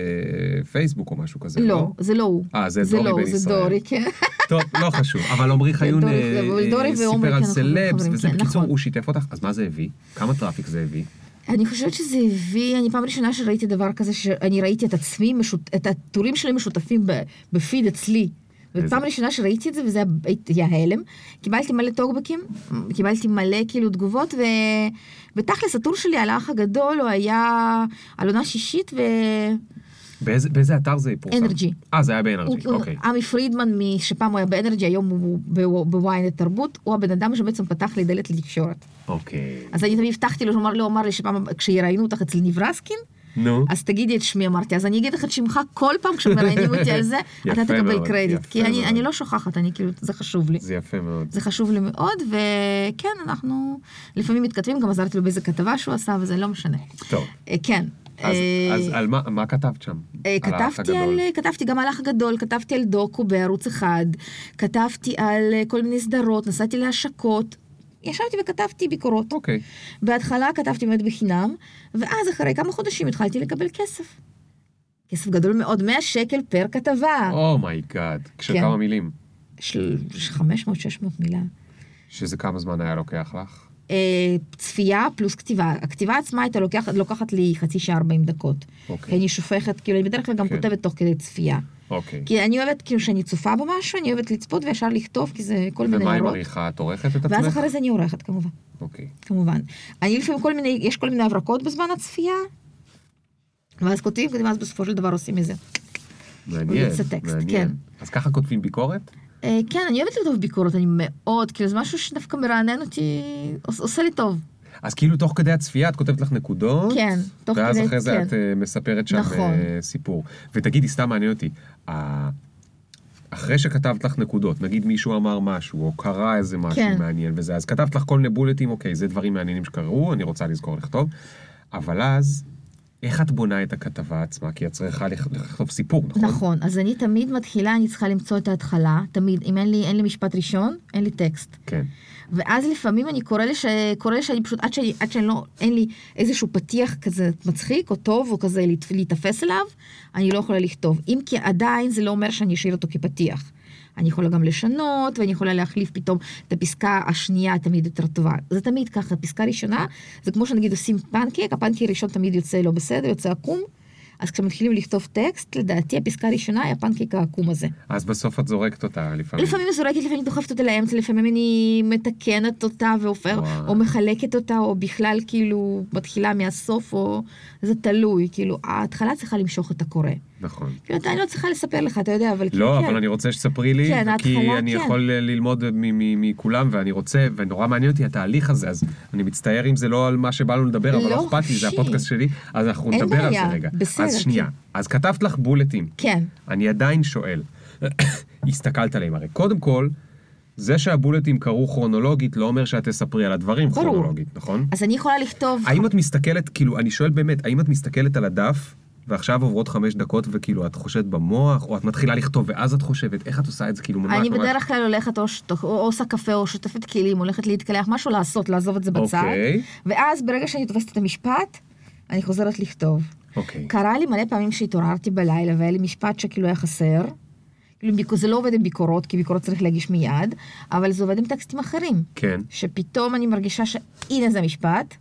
Speaker 2: פייסבוק או משהו כזה,
Speaker 1: לא, זה לא הוא.
Speaker 2: אה, זה דורי
Speaker 1: לא,
Speaker 2: בן
Speaker 1: זה
Speaker 2: ישראל.
Speaker 1: דורי, כן.
Speaker 2: טוב, לא חשוב, אבל עמרי חיון
Speaker 1: דורי-
Speaker 2: אה,
Speaker 1: אבל דורי
Speaker 2: אה,
Speaker 1: ועומרי,
Speaker 2: סיפר
Speaker 1: כן,
Speaker 2: על
Speaker 1: אנחנו
Speaker 2: סלבס,
Speaker 1: חברים,
Speaker 2: וזה
Speaker 1: כן,
Speaker 2: בקיצור,
Speaker 1: נכון.
Speaker 2: הוא שיתף אותך, אז מה זה הביא? כמה טראפיק זה הביא?
Speaker 1: אני חושבת שזה הביא, אני פעם ראשונה שראיתי דבר כזה, שאני ראיתי את עצמי, משות- את הטורים שלי משותפים ב- בפיד אצלי.
Speaker 2: איזה-
Speaker 1: ופעם ראשונה שראיתי את זה, וזה היה- היה הלם, קיבלתי מלא טוקבקים, קיבלתי מלא כאילו תגובות, ו... ותכלס הטור שלי על האח הגדול, הוא היה על עונה שישית, ואנרג'י.
Speaker 2: באיזה באיזה אתר זה פורסם? אה, זה היה באנרג'י, אוקיי.
Speaker 1: עמי פרידמן, מ- שפעם הוא היה באנרג'י, היום הוא ב- בוויינט תרבות, הוא הבן אדם שבעצם פתח לי דלת לתקשורת.
Speaker 2: אוקיי.
Speaker 1: אז אני תמיד הבטחתי לו, הוא אמר לי, הוא אמר לי שפעם כשיראיינו אותך אצל נברסקין,
Speaker 2: נו,
Speaker 1: אז תגידי את שמי, אמרתי. אז אני אגיד לך את שמך כל פעם כשמראיינים אותי על זה,
Speaker 2: יפה
Speaker 1: אתה תקבל
Speaker 2: מאוד,
Speaker 1: קרדיט.
Speaker 2: יפה
Speaker 1: כי אני
Speaker 2: מאוד.
Speaker 1: אני לא שוכחת, אני כאילו, זה חשוב לי.
Speaker 2: זה יפה מאוד.
Speaker 1: זה חשוב לי מאוד, וכן, אנחנו לפעמים מתכתבים, גם עזרתי לו באיזה כתבה שהוא עשה, וזה לא משנה.
Speaker 2: טוב,
Speaker 1: אה, כן.
Speaker 2: אז-
Speaker 1: אה,
Speaker 2: אז על מה- מה כתבת שם?
Speaker 1: אה,
Speaker 2: על האח
Speaker 1: כתבתי
Speaker 2: הגדול.
Speaker 1: על, אה, כתבתי גם על אח גדול, כתבתי על דוקו בערוץ אחד, כתבתי על אה, כל מיני סדרות, נסעתי להשקות, ישבתי וכתבתי ביקורות.
Speaker 2: אוקיי.
Speaker 1: בהתחלה כתבתי באמת בחינם, ואז אחרי כמה חודשים התחלתי לקבל כסף. כסף גדול מאוד, 100 שקל פר כתבה.
Speaker 2: אומייגאד.
Speaker 1: כן.
Speaker 2: Oh כשכמה מילים.
Speaker 1: של 500-600 מילה.
Speaker 2: שזה כמה זמן היה לוקח לך?
Speaker 1: אה, צפייה פלוס כתיבה. הכתיבה עצמה הייתה לוקח, לוקחת לי חצי שעה 40 דקות.
Speaker 2: אוקיי.
Speaker 1: כי אני שופכת, כאילו, אני בדרך כלל גם
Speaker 2: כן.
Speaker 1: כותבת תוך כדי צפייה.
Speaker 2: אוקיי.
Speaker 1: כי אני אוהבת, כאילו, כשאני צופה במשהו, אני אוהבת לצפות וישר לכתוב, כי זה כל מיני
Speaker 2: ומה עם
Speaker 1: הערות.
Speaker 2: עריכה? את עורכת את
Speaker 1: ואז
Speaker 2: עצמך?
Speaker 1: אחרי זה אני עורכת, כמובן.
Speaker 2: אוקיי.
Speaker 1: כמובן. אני לפעמים כל מיני, יש כל מיני הברקות בזמן הצפייה, ואז כותבים, כותבים, ואז בסופו של דבר עושים מזה.
Speaker 2: מעניין,
Speaker 1: זה טקסט,
Speaker 2: מעניין.
Speaker 1: כן.
Speaker 2: אז ככה כותבים ביקורת?
Speaker 1: אה, כן, אני אוהבת לכתוב ביקורת, אני מאוד, כאילו זה משהו שדווקא מרענן אותי, עוש- עושה לי טוב.
Speaker 2: אז כאילו תוך כדי הצפייה את כותבת לך נקודות,
Speaker 1: כן, תוך
Speaker 2: ואז
Speaker 1: כדי,
Speaker 2: אחרי זה
Speaker 1: כן.
Speaker 2: את אה, מספרת שם
Speaker 1: נכון.
Speaker 2: אה, סיפור. ותגידי, סתם מעניין אותי, ה- אחרי שכתבת לך נקודות, נגיד מישהו אמר משהו, או קרא איזה משהו
Speaker 1: כן.
Speaker 2: מעניין וזה, אז כתבת לך כל מיני בולטים, אוקיי, זה דברים מעניינים שקרו, אני רוצה לזכור לכתוב, אבל אז, איך את בונה את הכתבה עצמה? כי את צריכה לכ- לכתוב סיפור, נכון?
Speaker 1: נכון, אז אני תמיד מתחילה, אני צריכה למצוא את ההתחלה, תמיד, אם אין לי, אין לי משפט ראשון, אין לי טקסט.
Speaker 2: כן.
Speaker 1: ואז לפעמים אני קורא לי, ש... קורא לי שאני פשוט, עד שאני, עד שאני לא, אין לי איזשהו פתיח כזה מצחיק או טוב, או כזה להת- להיתפס אליו, אני לא יכולה לכתוב. אם כי עדיין זה לא אומר שאני אשאיר אותו כפתיח. אני יכולה גם לשנות, ואני יכולה להחליף פתאום את הפסקה השנייה תמיד יותר טובה. זה תמיד ככה, פסקה ראשונה, זה כמו שנגיד עושים פנקייק, הפנקייק הראשון תמיד יוצא לא בסדר, יוצא עקום. אז כשמתחילים לכתוב טקסט, לדעתי הפסקה הראשונה היא הפנקייק העקום הזה.
Speaker 2: אז בסוף את זורקת אותה לפעמים.
Speaker 1: לפעמים אני זורקת, לפעמים אני דוחפת אותה לאמצע, לפעמים אני מתקנת אותה והופר,
Speaker 2: וואי.
Speaker 1: או מחלקת אותה, או בכלל כאילו מתחילה מהסוף, או זה תלוי, כאילו ההתחלה צריכה למשוך את הקורא.
Speaker 2: נכון.
Speaker 1: כאילו אתה, אני לא צריכה לספר לך, אתה יודע, אבל כאילו,
Speaker 2: לא,
Speaker 1: כן.
Speaker 2: אבל אני רוצה שתספרי לי,
Speaker 1: כן,
Speaker 2: כי
Speaker 1: ההתחלה,
Speaker 2: אני
Speaker 1: כן.
Speaker 2: יכול אה, ללמוד מ- מ- מכולם, ואני רוצה, ונורא מעניין אותי התהליך הזה, אז אני מצטער אם זה לא על מה שבא לנו לדבר, אבל
Speaker 1: לא,
Speaker 2: לא אכפת לי, זה
Speaker 1: חופשי.
Speaker 2: הפודקאסט שלי, אז אנחנו
Speaker 1: אין
Speaker 2: נדבר על זה
Speaker 1: בעיה,
Speaker 2: רגע.
Speaker 1: בסדר,
Speaker 2: אז שנייה,
Speaker 1: כן.
Speaker 2: אז כתבת לך בולטים,
Speaker 1: כן,
Speaker 2: אני עדיין שואל, הסתכלת עליהם, הרי קודם כל, זה שהבולטים קרו כרונולוגית, לא אומר שאת תספרי על הדברים
Speaker 1: ברור.
Speaker 2: כרונולוגית, נכון?
Speaker 1: אז אני יכולה לכתוב,
Speaker 2: האם את מסתכלת, כאילו, אני שואל באמת, האם את מסתכלת על הדף, ועכשיו עוברות חמש דקות, וכאילו, את חושבת במוח, או את מתחילה לכתוב, ואז את חושבת, איך את עושה את זה, כאילו, ממש ממש...
Speaker 1: אני בדרך כלל הולכת או, שת- או עושה קפה או שותפת כלים, הולכת להתקלח, משהו לעשות, לעזוב את זה בצד,
Speaker 2: אוקיי.
Speaker 1: ואז ברגע שאני תופסת את המשפט, אני חוזרת לכתוב.
Speaker 2: אוקיי.
Speaker 1: קרה לי מלא פעמים שהתעוררתי בלילה והיה לי משפט שכאילו היה חסר. כאילו, ביק- זה לא עובד עם ביקורות, כי ביקורות צריך להגיש מיד, אבל זה עובד עם טקסטים אחרים.
Speaker 2: כן.
Speaker 1: שפתאום אני מרגישה שהנה זה משפט,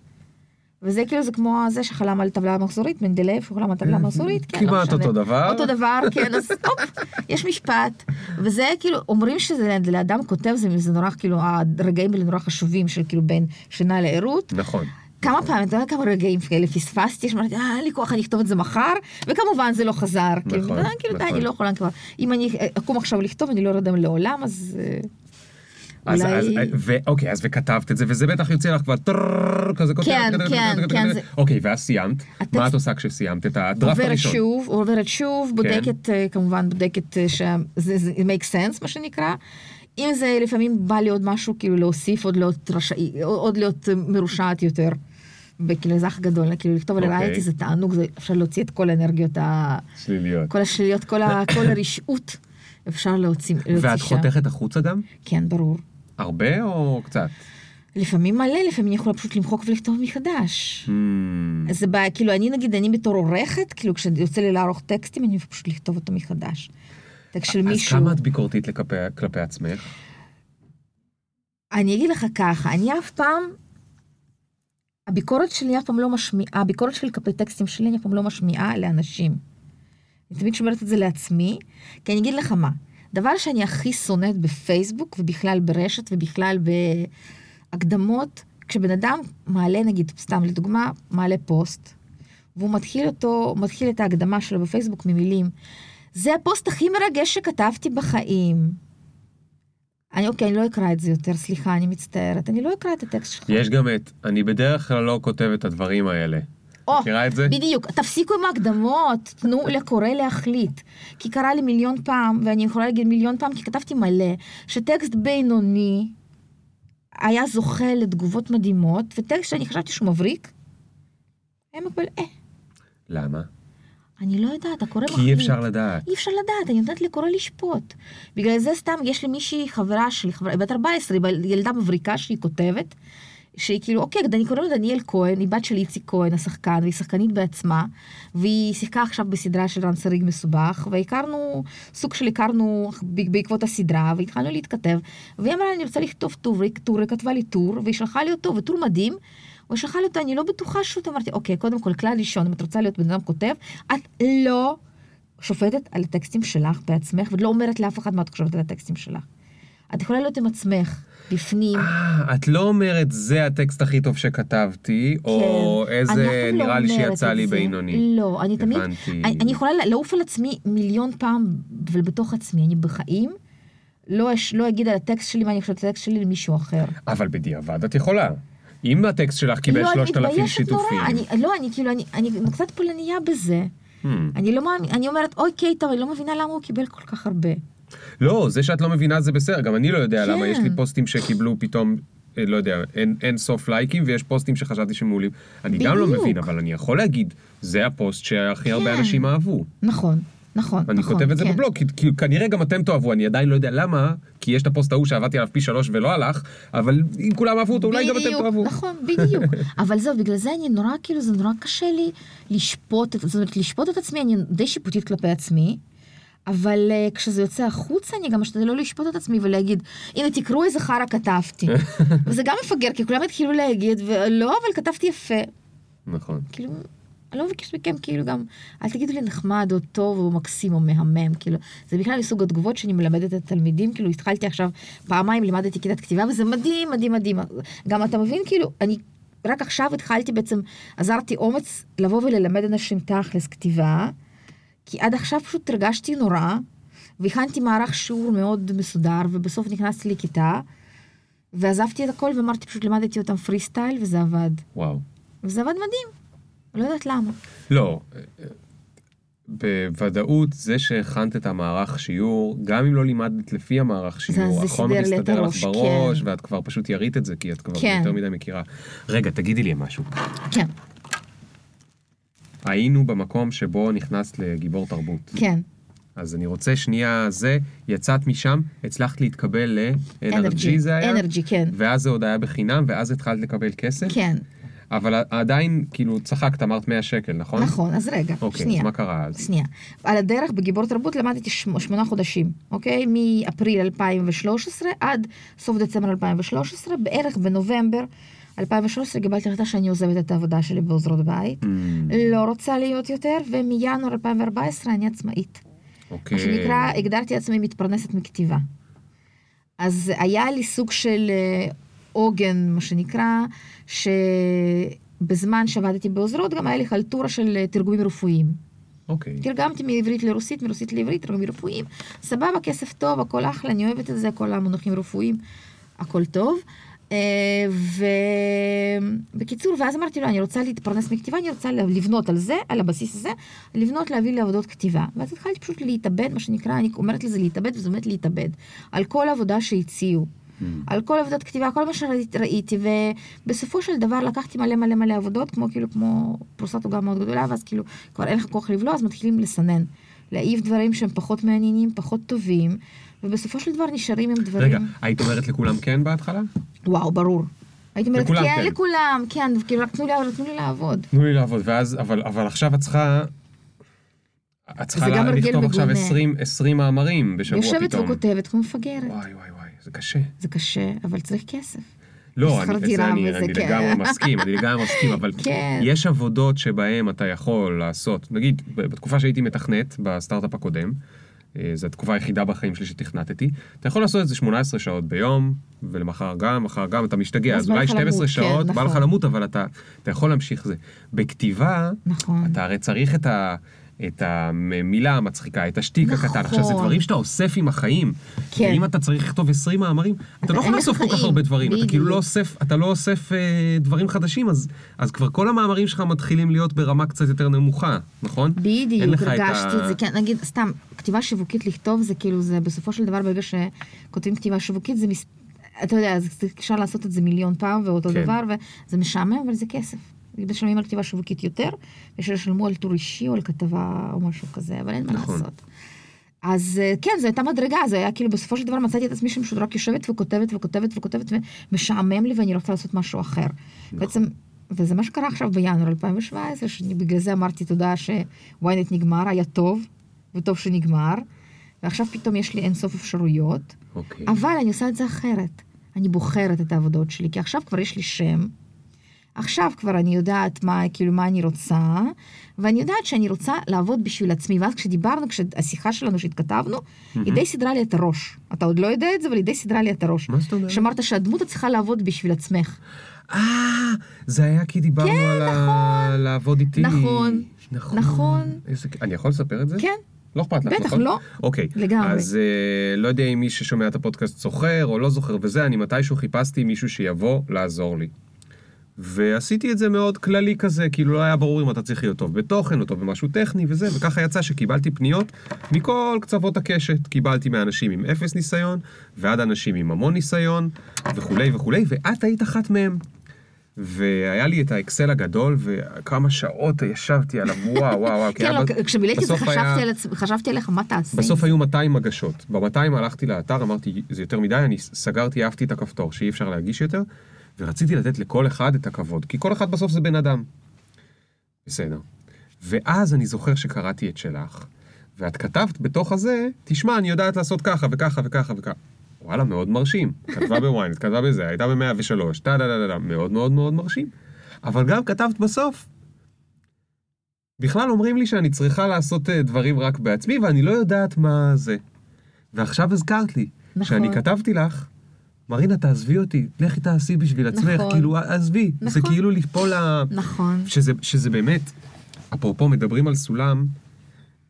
Speaker 1: וזה כאילו, זה כמו זה שחלם על טבלה מחזורית, מנדלב שחלם על טבלה מחזורית, כן, לא
Speaker 2: אה, כמעט
Speaker 1: משנה.
Speaker 2: אותו דבר.
Speaker 1: אותו דבר, כן, אז הופ, יש משפט. וזה כאילו, אומרים שזה לאדם כותב, זה, זה נורא, כאילו, הרגעים האלה נורא חשובים של כאילו בין שינה לערות,
Speaker 2: נכון.
Speaker 1: כמה פעמים, אתה יודע כמה רגעים כאלה פספסתי, שאמרתי, אה, אין לי כוח, אני אכתוב את זה מחר, וכמובן זה לא חזר. כאילו,
Speaker 2: נכון,
Speaker 1: אה, כאילו, די,
Speaker 2: נכון.
Speaker 1: אני לא יכולה כבר. אם אני אה, אקום עכשיו לכתוב, אני לא ארדם לעולם, אז אה,
Speaker 2: אז,
Speaker 1: אולי...
Speaker 2: אז, ו, אוקיי, אז וכתבת את זה, וזה בטח יוצא לך כבר טרררר, כזה כותרת,
Speaker 1: כן,
Speaker 2: כותרת,
Speaker 1: כן,
Speaker 2: כותרת,
Speaker 1: כן,
Speaker 2: כותרת.
Speaker 1: זה-
Speaker 2: אוקיי, ואז סיימת.
Speaker 1: הטקסט-
Speaker 2: מה את עושה כשסיימת את הדראפט
Speaker 1: עוברת
Speaker 2: הראשון? כן.
Speaker 1: שוב, עוברת שוב, בודקת, אה, כמובן בודקת אה, שזה זה- it make sense, מה שנקרא. אם זה לפעמים בא לי עוד משהו, כאילו להוסיף, עוד להיות רשאי, עוד להיות אה, מרושעת יותר. וכאילו זה אח גדול, כאילו לכתוב על
Speaker 2: אוקיי.
Speaker 1: הריאליטי זה תענוג, זה אפשר להוציא את כל האנרגיות ה...
Speaker 2: שליליות.
Speaker 1: כל השליליות, כל, ה, כל הרשעות, אפשר להוציא, להוציא
Speaker 2: ואת חותכת החוצה גם?
Speaker 1: כן, ברור.
Speaker 2: הרבה או קצת?
Speaker 1: לפעמים מלא, לפעמים אני יכולה פשוט למחוק ולכתוב מחדש.
Speaker 2: Hmm,
Speaker 1: אז זה בעיה, כאילו, אני נגיד, אני בתור עורכת, כאילו, כשיוצא לי לערוך טקסטים, אני פשוט לכתוב אותו מחדש. טקסט של
Speaker 2: אז
Speaker 1: מישהו.
Speaker 2: כמה את ביקורתית לכלפי, כלפי עצמך?
Speaker 1: אני אגיד לך ככה, אני אף פעם, הביקורת שלי אף פעם לא משמיעה, הביקורת שלי כלפי טקסטים שלי אני אף פעם לא משמיעה לאנשים. אני תמיד שומרת את זה לעצמי, כי אני אגיד לך מה, דבר שאני הכי שונאת בפייסבוק, ובכלל ברשת, ובכלל בהקדמות, כשבן אדם מעלה, נגיד, סתם לדוגמה, מעלה פוסט, והוא מתחיל אותו, מתחיל את ההקדמה שלו בפייסבוק ממילים, זה הפוסט הכי מרגש שכתבתי בחיים. אני, אוקיי, אני לא אקרא את זה יותר, סליחה, אני מצטערת. אני לא אקרא את הטקסט שלך.
Speaker 2: יש גם את, אני בדרך כלל לא כותב את הדברים האלה.
Speaker 1: או,
Speaker 2: מכירה את זה?
Speaker 1: בדיוק. תפסיקו עם ההקדמות, תנו לקורא להחליט. כי קרה לי מיליון פעם, ואני יכולה להגיד מיליון פעם, כי כתבתי מלא, שטקסט בינוני היה זוכה לתגובות מדהימות, וטקסט שאני חשבתי שהוא מבריק, היה מקבל, אה,
Speaker 2: למה?
Speaker 1: אני לא יודעת, הקורא
Speaker 2: כי אי אפשר לדעת.
Speaker 1: אי אפשר לדעת, אני נותנת לקורא לשפוט. בגלל זה סתם, יש לי מישהי, חברה שלי, חברה, בת 14, היא ילדה מבריקה שהיא כותבת, שהיא כאילו, אוקיי, אני קוראים לה דניאל כהן, היא בת של איציק כהן, השחקן, והיא שחקנית בעצמה, והיא שיחקה עכשיו בסדרה של רן שריג מסובך, והכרנו, סוג של הכרנו ב- בעקבות הסדרה, והתחלנו להתכתב, והיא אמרה, אני רוצה לכתוב טור, והיא טור, היא כתבה לי טור, והיא שלחה לי אותו, וטור מדהים. הוא שלחה לי אותו, אני לא בטוחה שהוא, אמרתי, אוקיי, קודם כל, כלל ראשון, אם את רוצה להיות בן אדם כותב, את לא שופטת על הטקסטים שלך בעצמך, ולא אומרת לאף אחד מה את חושבת על הטקסטים שלך. את יכולה להיות עם עצמך, בפנים.
Speaker 2: אה, את לא אומרת, זה הטקסט הכי טוב שכתבתי, או
Speaker 1: כן. אני אף
Speaker 2: איזה
Speaker 1: פעם לא
Speaker 2: נראה לי
Speaker 1: אומרת
Speaker 2: שיצא
Speaker 1: את
Speaker 2: לי
Speaker 1: זה.
Speaker 2: בינוני.
Speaker 1: לא, אני תמיד,
Speaker 2: הבנתי.
Speaker 1: אני, אני יכולה לעוף על עצמי מיליון פעם, אבל בתוך עצמי, אני בחיים לא, אש- לא אגיד על הטקסט שלי מה אני חושבת על הטקסט שלי למישהו אחר.
Speaker 2: אבל בדיעבד את יכולה. אם הטקסט שלך קיבל
Speaker 1: לא, אני
Speaker 2: 3,000
Speaker 1: מתביישת נורא,
Speaker 2: שיתופים.
Speaker 1: אני, לא, אני כאילו, אני, אני קצת פולניה בזה.
Speaker 2: Hmm.
Speaker 1: "אוקיי, אני לא מאמין, אני אומרת, אוי, קייטה, אני לא מבינה למה הוא קיבל כל כך הרבה.
Speaker 2: לא, זה שאת לא מבינה זה בסדר, גם אני לא יודע
Speaker 1: כן.
Speaker 2: למה. יש לי פוסטים שקיבלו פתאום, אה, לא יודע, אין, אין סוף לייקים, ויש פוסטים שחשבתי שהם מעולים. אני גם לא
Speaker 1: בדיוק.
Speaker 2: מבין, אבל אני יכול להגיד, זה הפוסט שהכי הרבה
Speaker 1: כן.
Speaker 2: אנשים אהבו.
Speaker 1: נכון, נכון,
Speaker 2: אני
Speaker 1: נכון.
Speaker 2: כותב את זה
Speaker 1: כן.
Speaker 2: בבלוג, כי- כי כנראה גם אתם תאהבו, אני עדיין לא יודע למה, כי יש את הפוסט ההוא שעבדתי עליו פי שלוש ולא הלך, אבל אם כולם אהבו אותו, אולי גם אתם
Speaker 1: בדיוק,
Speaker 2: תאהבו.
Speaker 1: נכון, בדיוק. אבל זהו, בגלל זה אני נורא, כאילו, זה נורא קשה לי לשפוט, את- זאת אומרת, לשפוט את עצמי, אני די שיפוטית כלפי עצמי, אבל uh, כשזה יוצא החוצה, אני גם משתדל לא לשפוט את עצמי ולהגיד, הנה, תקראו איזה חרא כתבתי. וזה גם מפגר, כי כולם התחילו להגיד, ולא, אבל כתבתי יפה.
Speaker 2: נכון.
Speaker 1: כאילו, אני לא מבקשת מכם, כאילו, גם, אל תגידו לי נחמד או טוב או מקסים או מהמם, כאילו, זה בכלל מסוג התגובות שאני מלמדת את התלמידים, כאילו, התחלתי עכשיו, פעמיים לימדתי כיתת כתיבה, וזה מדהים, מדהים, מדהים. גם אתה מבין, כאילו, אני רק עכשיו התחלתי בעצם, עזרתי אומץ לבוא וללמד אנשים תכלס כתיבה, כי עד עכשיו פשוט הרגשתי נורא, והכנתי מערך שיעור מאוד מסודר, ובסוף נכנסתי לכיתה, ועזבתי את הכל ואמרתי, פשוט לימדתי אותם פרי סטייל, וזה עבד.
Speaker 2: וואו.
Speaker 1: וזה עבד מדהים. לא יודעת למה.
Speaker 2: לא. בוודאות, זה שהכנת את המערך שיעור, גם אם לא לימדת לפי המערך
Speaker 1: זה-
Speaker 2: שיעור,
Speaker 1: זה
Speaker 2: החומר
Speaker 1: סידר לי את
Speaker 2: הסתדר לך
Speaker 1: הראש,
Speaker 2: בראש,
Speaker 1: כן.
Speaker 2: ואת כבר פשוט ירית את זה, כי את כבר
Speaker 1: כן.
Speaker 2: יותר מדי מכירה. רגע, תגידי לי משהו.
Speaker 1: כן,
Speaker 2: היינו במקום שבו נכנסת לגיבור תרבות.
Speaker 1: כן.
Speaker 2: אז אני רוצה שנייה זה, יצאת משם, הצלחת להתקבל ל-NRG
Speaker 1: אנרג'י,
Speaker 2: זה היה,
Speaker 1: אנרג'י, כן.
Speaker 2: ואז זה עוד היה בחינם, ואז התחלת לקבל כסף,
Speaker 1: כן,
Speaker 2: אבל עדיין, כאילו, צחקת, אמרת 100 שקל, נכון?
Speaker 1: נכון, אז רגע,
Speaker 2: אוקיי,
Speaker 1: שנייה.
Speaker 2: אז מה קרה אז?
Speaker 1: שנייה. על הדרך בגיבור תרבות למדתי שמ- שמונה חודשים, אוקיי? מאפריל 2013 עד סוף דצמבר 2013, בערך בנובמבר 2013 קיבלתי החלטה שאני עוזבת את העבודה שלי בעוזרות בית.
Speaker 2: Mm.
Speaker 1: לא רוצה להיות יותר, ומינואר 2014 אני עצמאית.
Speaker 2: אוקיי.
Speaker 1: מה שנקרא, הגדרתי עצמי מתפרנסת מכתיבה. אז היה לי סוג של אה, עוגן, מה שנקרא, שבזמן שעבדתי בעוזרות, גם היה לי חלטורה של אה, תרגומים רפואיים.
Speaker 2: אוקיי.
Speaker 1: תרגמתי מעברית לרוסית, מרוסית לעברית, תרגומים רפואיים. סבבה, כסף טוב, הכל אחלה, אני אוהבת את זה, כל המונחים רפואיים, הכל טוב. ובקיצור, ואז אמרתי לו, אני רוצה להתפרנס מכתיבה, אני רוצה לבנות על זה, על הבסיס הזה, לבנות, להביא לי עבודות כתיבה. ואז התחלתי פשוט להתאבד, מה שנקרא, אני אומרת לזה להתאבד, וזה באמת להתאבד, על כל עבודה שהציעו.
Speaker 2: Mm.
Speaker 1: על כל עבודת כתיבה, כל מה שראיתי, ובסופו של דבר לקחתי מלא מלא מלא עבודות, כמו כאילו, כמו פרוסת עוגה מאוד גדולה, ואז כאילו, כבר אין לך כוח לבלוע, אז מתחילים לסנן. להעיף דברים שהם פחות מעניינים, פחות טובים, ובסופו של דבר נשארים עם דברים...
Speaker 2: רגע, היית אומרת לכולם כן בהתחלה?
Speaker 1: וואו, ברור. הייתי אומרת,
Speaker 2: לכולם,
Speaker 1: כן,
Speaker 2: כן.
Speaker 1: לכולם, כן, כאילו, רק תנו לי, רק תנו לי לעבוד.
Speaker 2: תנו לי לעבוד, ואז, אבל, אבל עכשיו את צריכה... את צריכה
Speaker 1: זה גם
Speaker 2: לה-
Speaker 1: הרגל
Speaker 2: לכתוב עכשיו
Speaker 1: מגונה.
Speaker 2: 20, 20 מאמרים בשבוע פתאום.
Speaker 1: יושבת וכותבת כמו מפגרת.
Speaker 2: וואי וואי וואי, זה קשה.
Speaker 1: זה קשה, אבל צריך כסף.
Speaker 2: לא,
Speaker 1: שכר
Speaker 2: אני, את
Speaker 1: דירה
Speaker 2: זה אני,
Speaker 1: וזה,
Speaker 2: אני
Speaker 1: כן.
Speaker 2: לגמרי מסכים, אני לגמרי מסכים, אבל
Speaker 1: כן.
Speaker 2: יש עבודות שבהן אתה יכול לעשות, נגיד, ב- בתקופה שהייתי מתכנת בסטארט-אפ הקודם, אה, זו התקופה היחידה בחיים שלי שתכנתתי, אתה יכול לעשות את זה 18 שעות ביום, ולמחר גם, מחר גם, אתה משתגע,
Speaker 1: אז
Speaker 2: אז
Speaker 1: בא
Speaker 2: אולי
Speaker 1: לך
Speaker 2: 12
Speaker 1: למות,
Speaker 2: שעות,
Speaker 1: כן,
Speaker 2: בא לך
Speaker 1: נכון.
Speaker 2: למות, אבל אתה, אתה יכול להמשיך זה. בכתיבה,
Speaker 1: נכון.
Speaker 2: אתה הרי צריך את ה... את המילה המצחיקה, את השטיק
Speaker 1: נכון.
Speaker 2: הקטן. עכשיו, זה דברים שאתה אוסף עם החיים.
Speaker 1: כן.
Speaker 2: ואם אתה צריך לכתוב 20 מאמרים, אתה
Speaker 1: אין
Speaker 2: לא יכול
Speaker 1: לך
Speaker 2: לאסוף כל כך
Speaker 1: חיים,
Speaker 2: הרבה דברים. אתה כאילו לא
Speaker 1: בדיוק.
Speaker 2: אוסף, אתה לא אוסף אה, דברים חדשים, אז, אז כבר כל המאמרים שלך מתחילים להיות ברמה קצת יותר נמוכה, נכון? אין
Speaker 1: בדיוק,
Speaker 2: לך ה-
Speaker 1: הרגשתי את זה, כן, נגיד, סתם, כתיבה שיווקית לכתוב זה כאילו, זה בסופו של דבר, ברגע שכותבים כתיבה שיווקית, זה מס... אתה יודע, אז אפשר לעשות את זה מיליון פעם ואותו
Speaker 2: כן.
Speaker 1: דבר, וזה משעמם, אבל זה כסף. משלמים על כתיבה שיווקית יותר, ושישלמו על טור אישי או על כתבה או משהו כזה, אבל אין מה
Speaker 2: נכון.
Speaker 1: לעשות. אז אה, כן, זו הייתה מדרגה, זה היה כאילו, בסופו של דבר מצאתי את עצמי שפשוט רק יושבת וכותבת וכותבת וכותבת, ומשעמם לי ואני רוצה לעשות משהו אחר. בעצם, וזה מה שקרה עכשיו בינואר 2017, שבגלל זה אמרתי תודה שוויינט נגמר, היה טוב, וטוב שנגמר, ועכשיו פתאום יש לי אינסוף אפשרויות,
Speaker 2: אוקיי.
Speaker 1: אבל אני עושה את זה אחרת. אני בוחרת את העבודות שלי, כי עכשיו כבר יש לי שם, עכשיו כבר אני יודעת מה, כאילו, מה אני רוצה, ואני יודעת שאני רוצה לעבוד בשביל עצמי. ואז כשדיברנו, כשהשיחה שלנו שהתכתבנו, היא די סידרה לי את הראש. אתה עוד לא יודע את זה, אבל היא די סידרה לי את הראש.
Speaker 2: מה זאת אומרת?
Speaker 1: שאמרת שהדמות את צריכה לעבוד בשביל עצמך.
Speaker 2: אה, זה היה כי דיברנו
Speaker 1: כן,
Speaker 2: על ה...
Speaker 1: נכון.
Speaker 2: לעבוד איתי.
Speaker 1: נכון.
Speaker 2: נכון.
Speaker 1: נכון.
Speaker 2: איזה... אני יכול לספר את זה?
Speaker 1: כן.
Speaker 2: לא אכפת לך,
Speaker 1: בטח,
Speaker 2: נכון?
Speaker 1: לא.
Speaker 2: אוקיי.
Speaker 1: לגמרי.
Speaker 2: אז אה, לא יודע אם מי ששומע את הפודקאסט זוכר או לא זוכר וזה, אני מתישהו חיפשתי מישהו שיבוא לעזור לי. ועשיתי את זה מאוד כללי כזה, כאילו לא היה ברור אם אתה צריך להיות טוב בתוכן או טוב במשהו טכני וזה, וככה יצא שקיבלתי פניות מכל קצוות הקשת. קיבלתי מאנשים עם אפס ניסיון, ועד אנשים עם המון ניסיון, וכולי וכולי, ואת היית אחת מהם. והיה לי את האקסל הגדול, וכמה שעות ישבתי עליו, וואו, וואו, וואו. כי
Speaker 1: כן,
Speaker 2: היה
Speaker 1: לא,
Speaker 2: ב-
Speaker 1: כשמילאתי את זה
Speaker 2: בסוף היה-
Speaker 1: חשבתי על עצמי- חשבתי עליך, מה תעשה?
Speaker 2: בסוף היו 200 הגשות. ב-200 הלכתי לאתר, אמרתי, זה יותר מדי, אני סגרתי, העפתי את הכפתור, שאי אפשר להגיש יותר, ורציתי לתת לכל אחד את הכבוד, כי כל אחד בסוף זה בן אדם. בסדר. ואז אני זוכר שקראתי את שלך, ואת כתבת בתוך הזה, תשמע, אני יודעת לעשות ככה וככה וככה וככה. וואלה, מאוד מרשים. כתבה בוויינט, כתבה בזה, הייתה ב-103, טה דה דה דה, מאוד מאוד מאוד מרשים. אבל גם כתבת בסוף, בכלל אומרים לי שאני צריכה לעשות אה, דברים רק בעצמי, ואני לא יודעת מה זה. ועכשיו הזכרת לי,
Speaker 1: נכון.
Speaker 2: שאני כתבתי לך, מרינה, תעזבי אותי, לכי תעשי בשביל עצמך,
Speaker 1: נכון.
Speaker 2: כאילו, עזבי. זה
Speaker 1: נכון.
Speaker 2: כאילו ליפול ל...
Speaker 1: נכון.
Speaker 2: שזה, שזה באמת, אפרופו מדברים על סולם,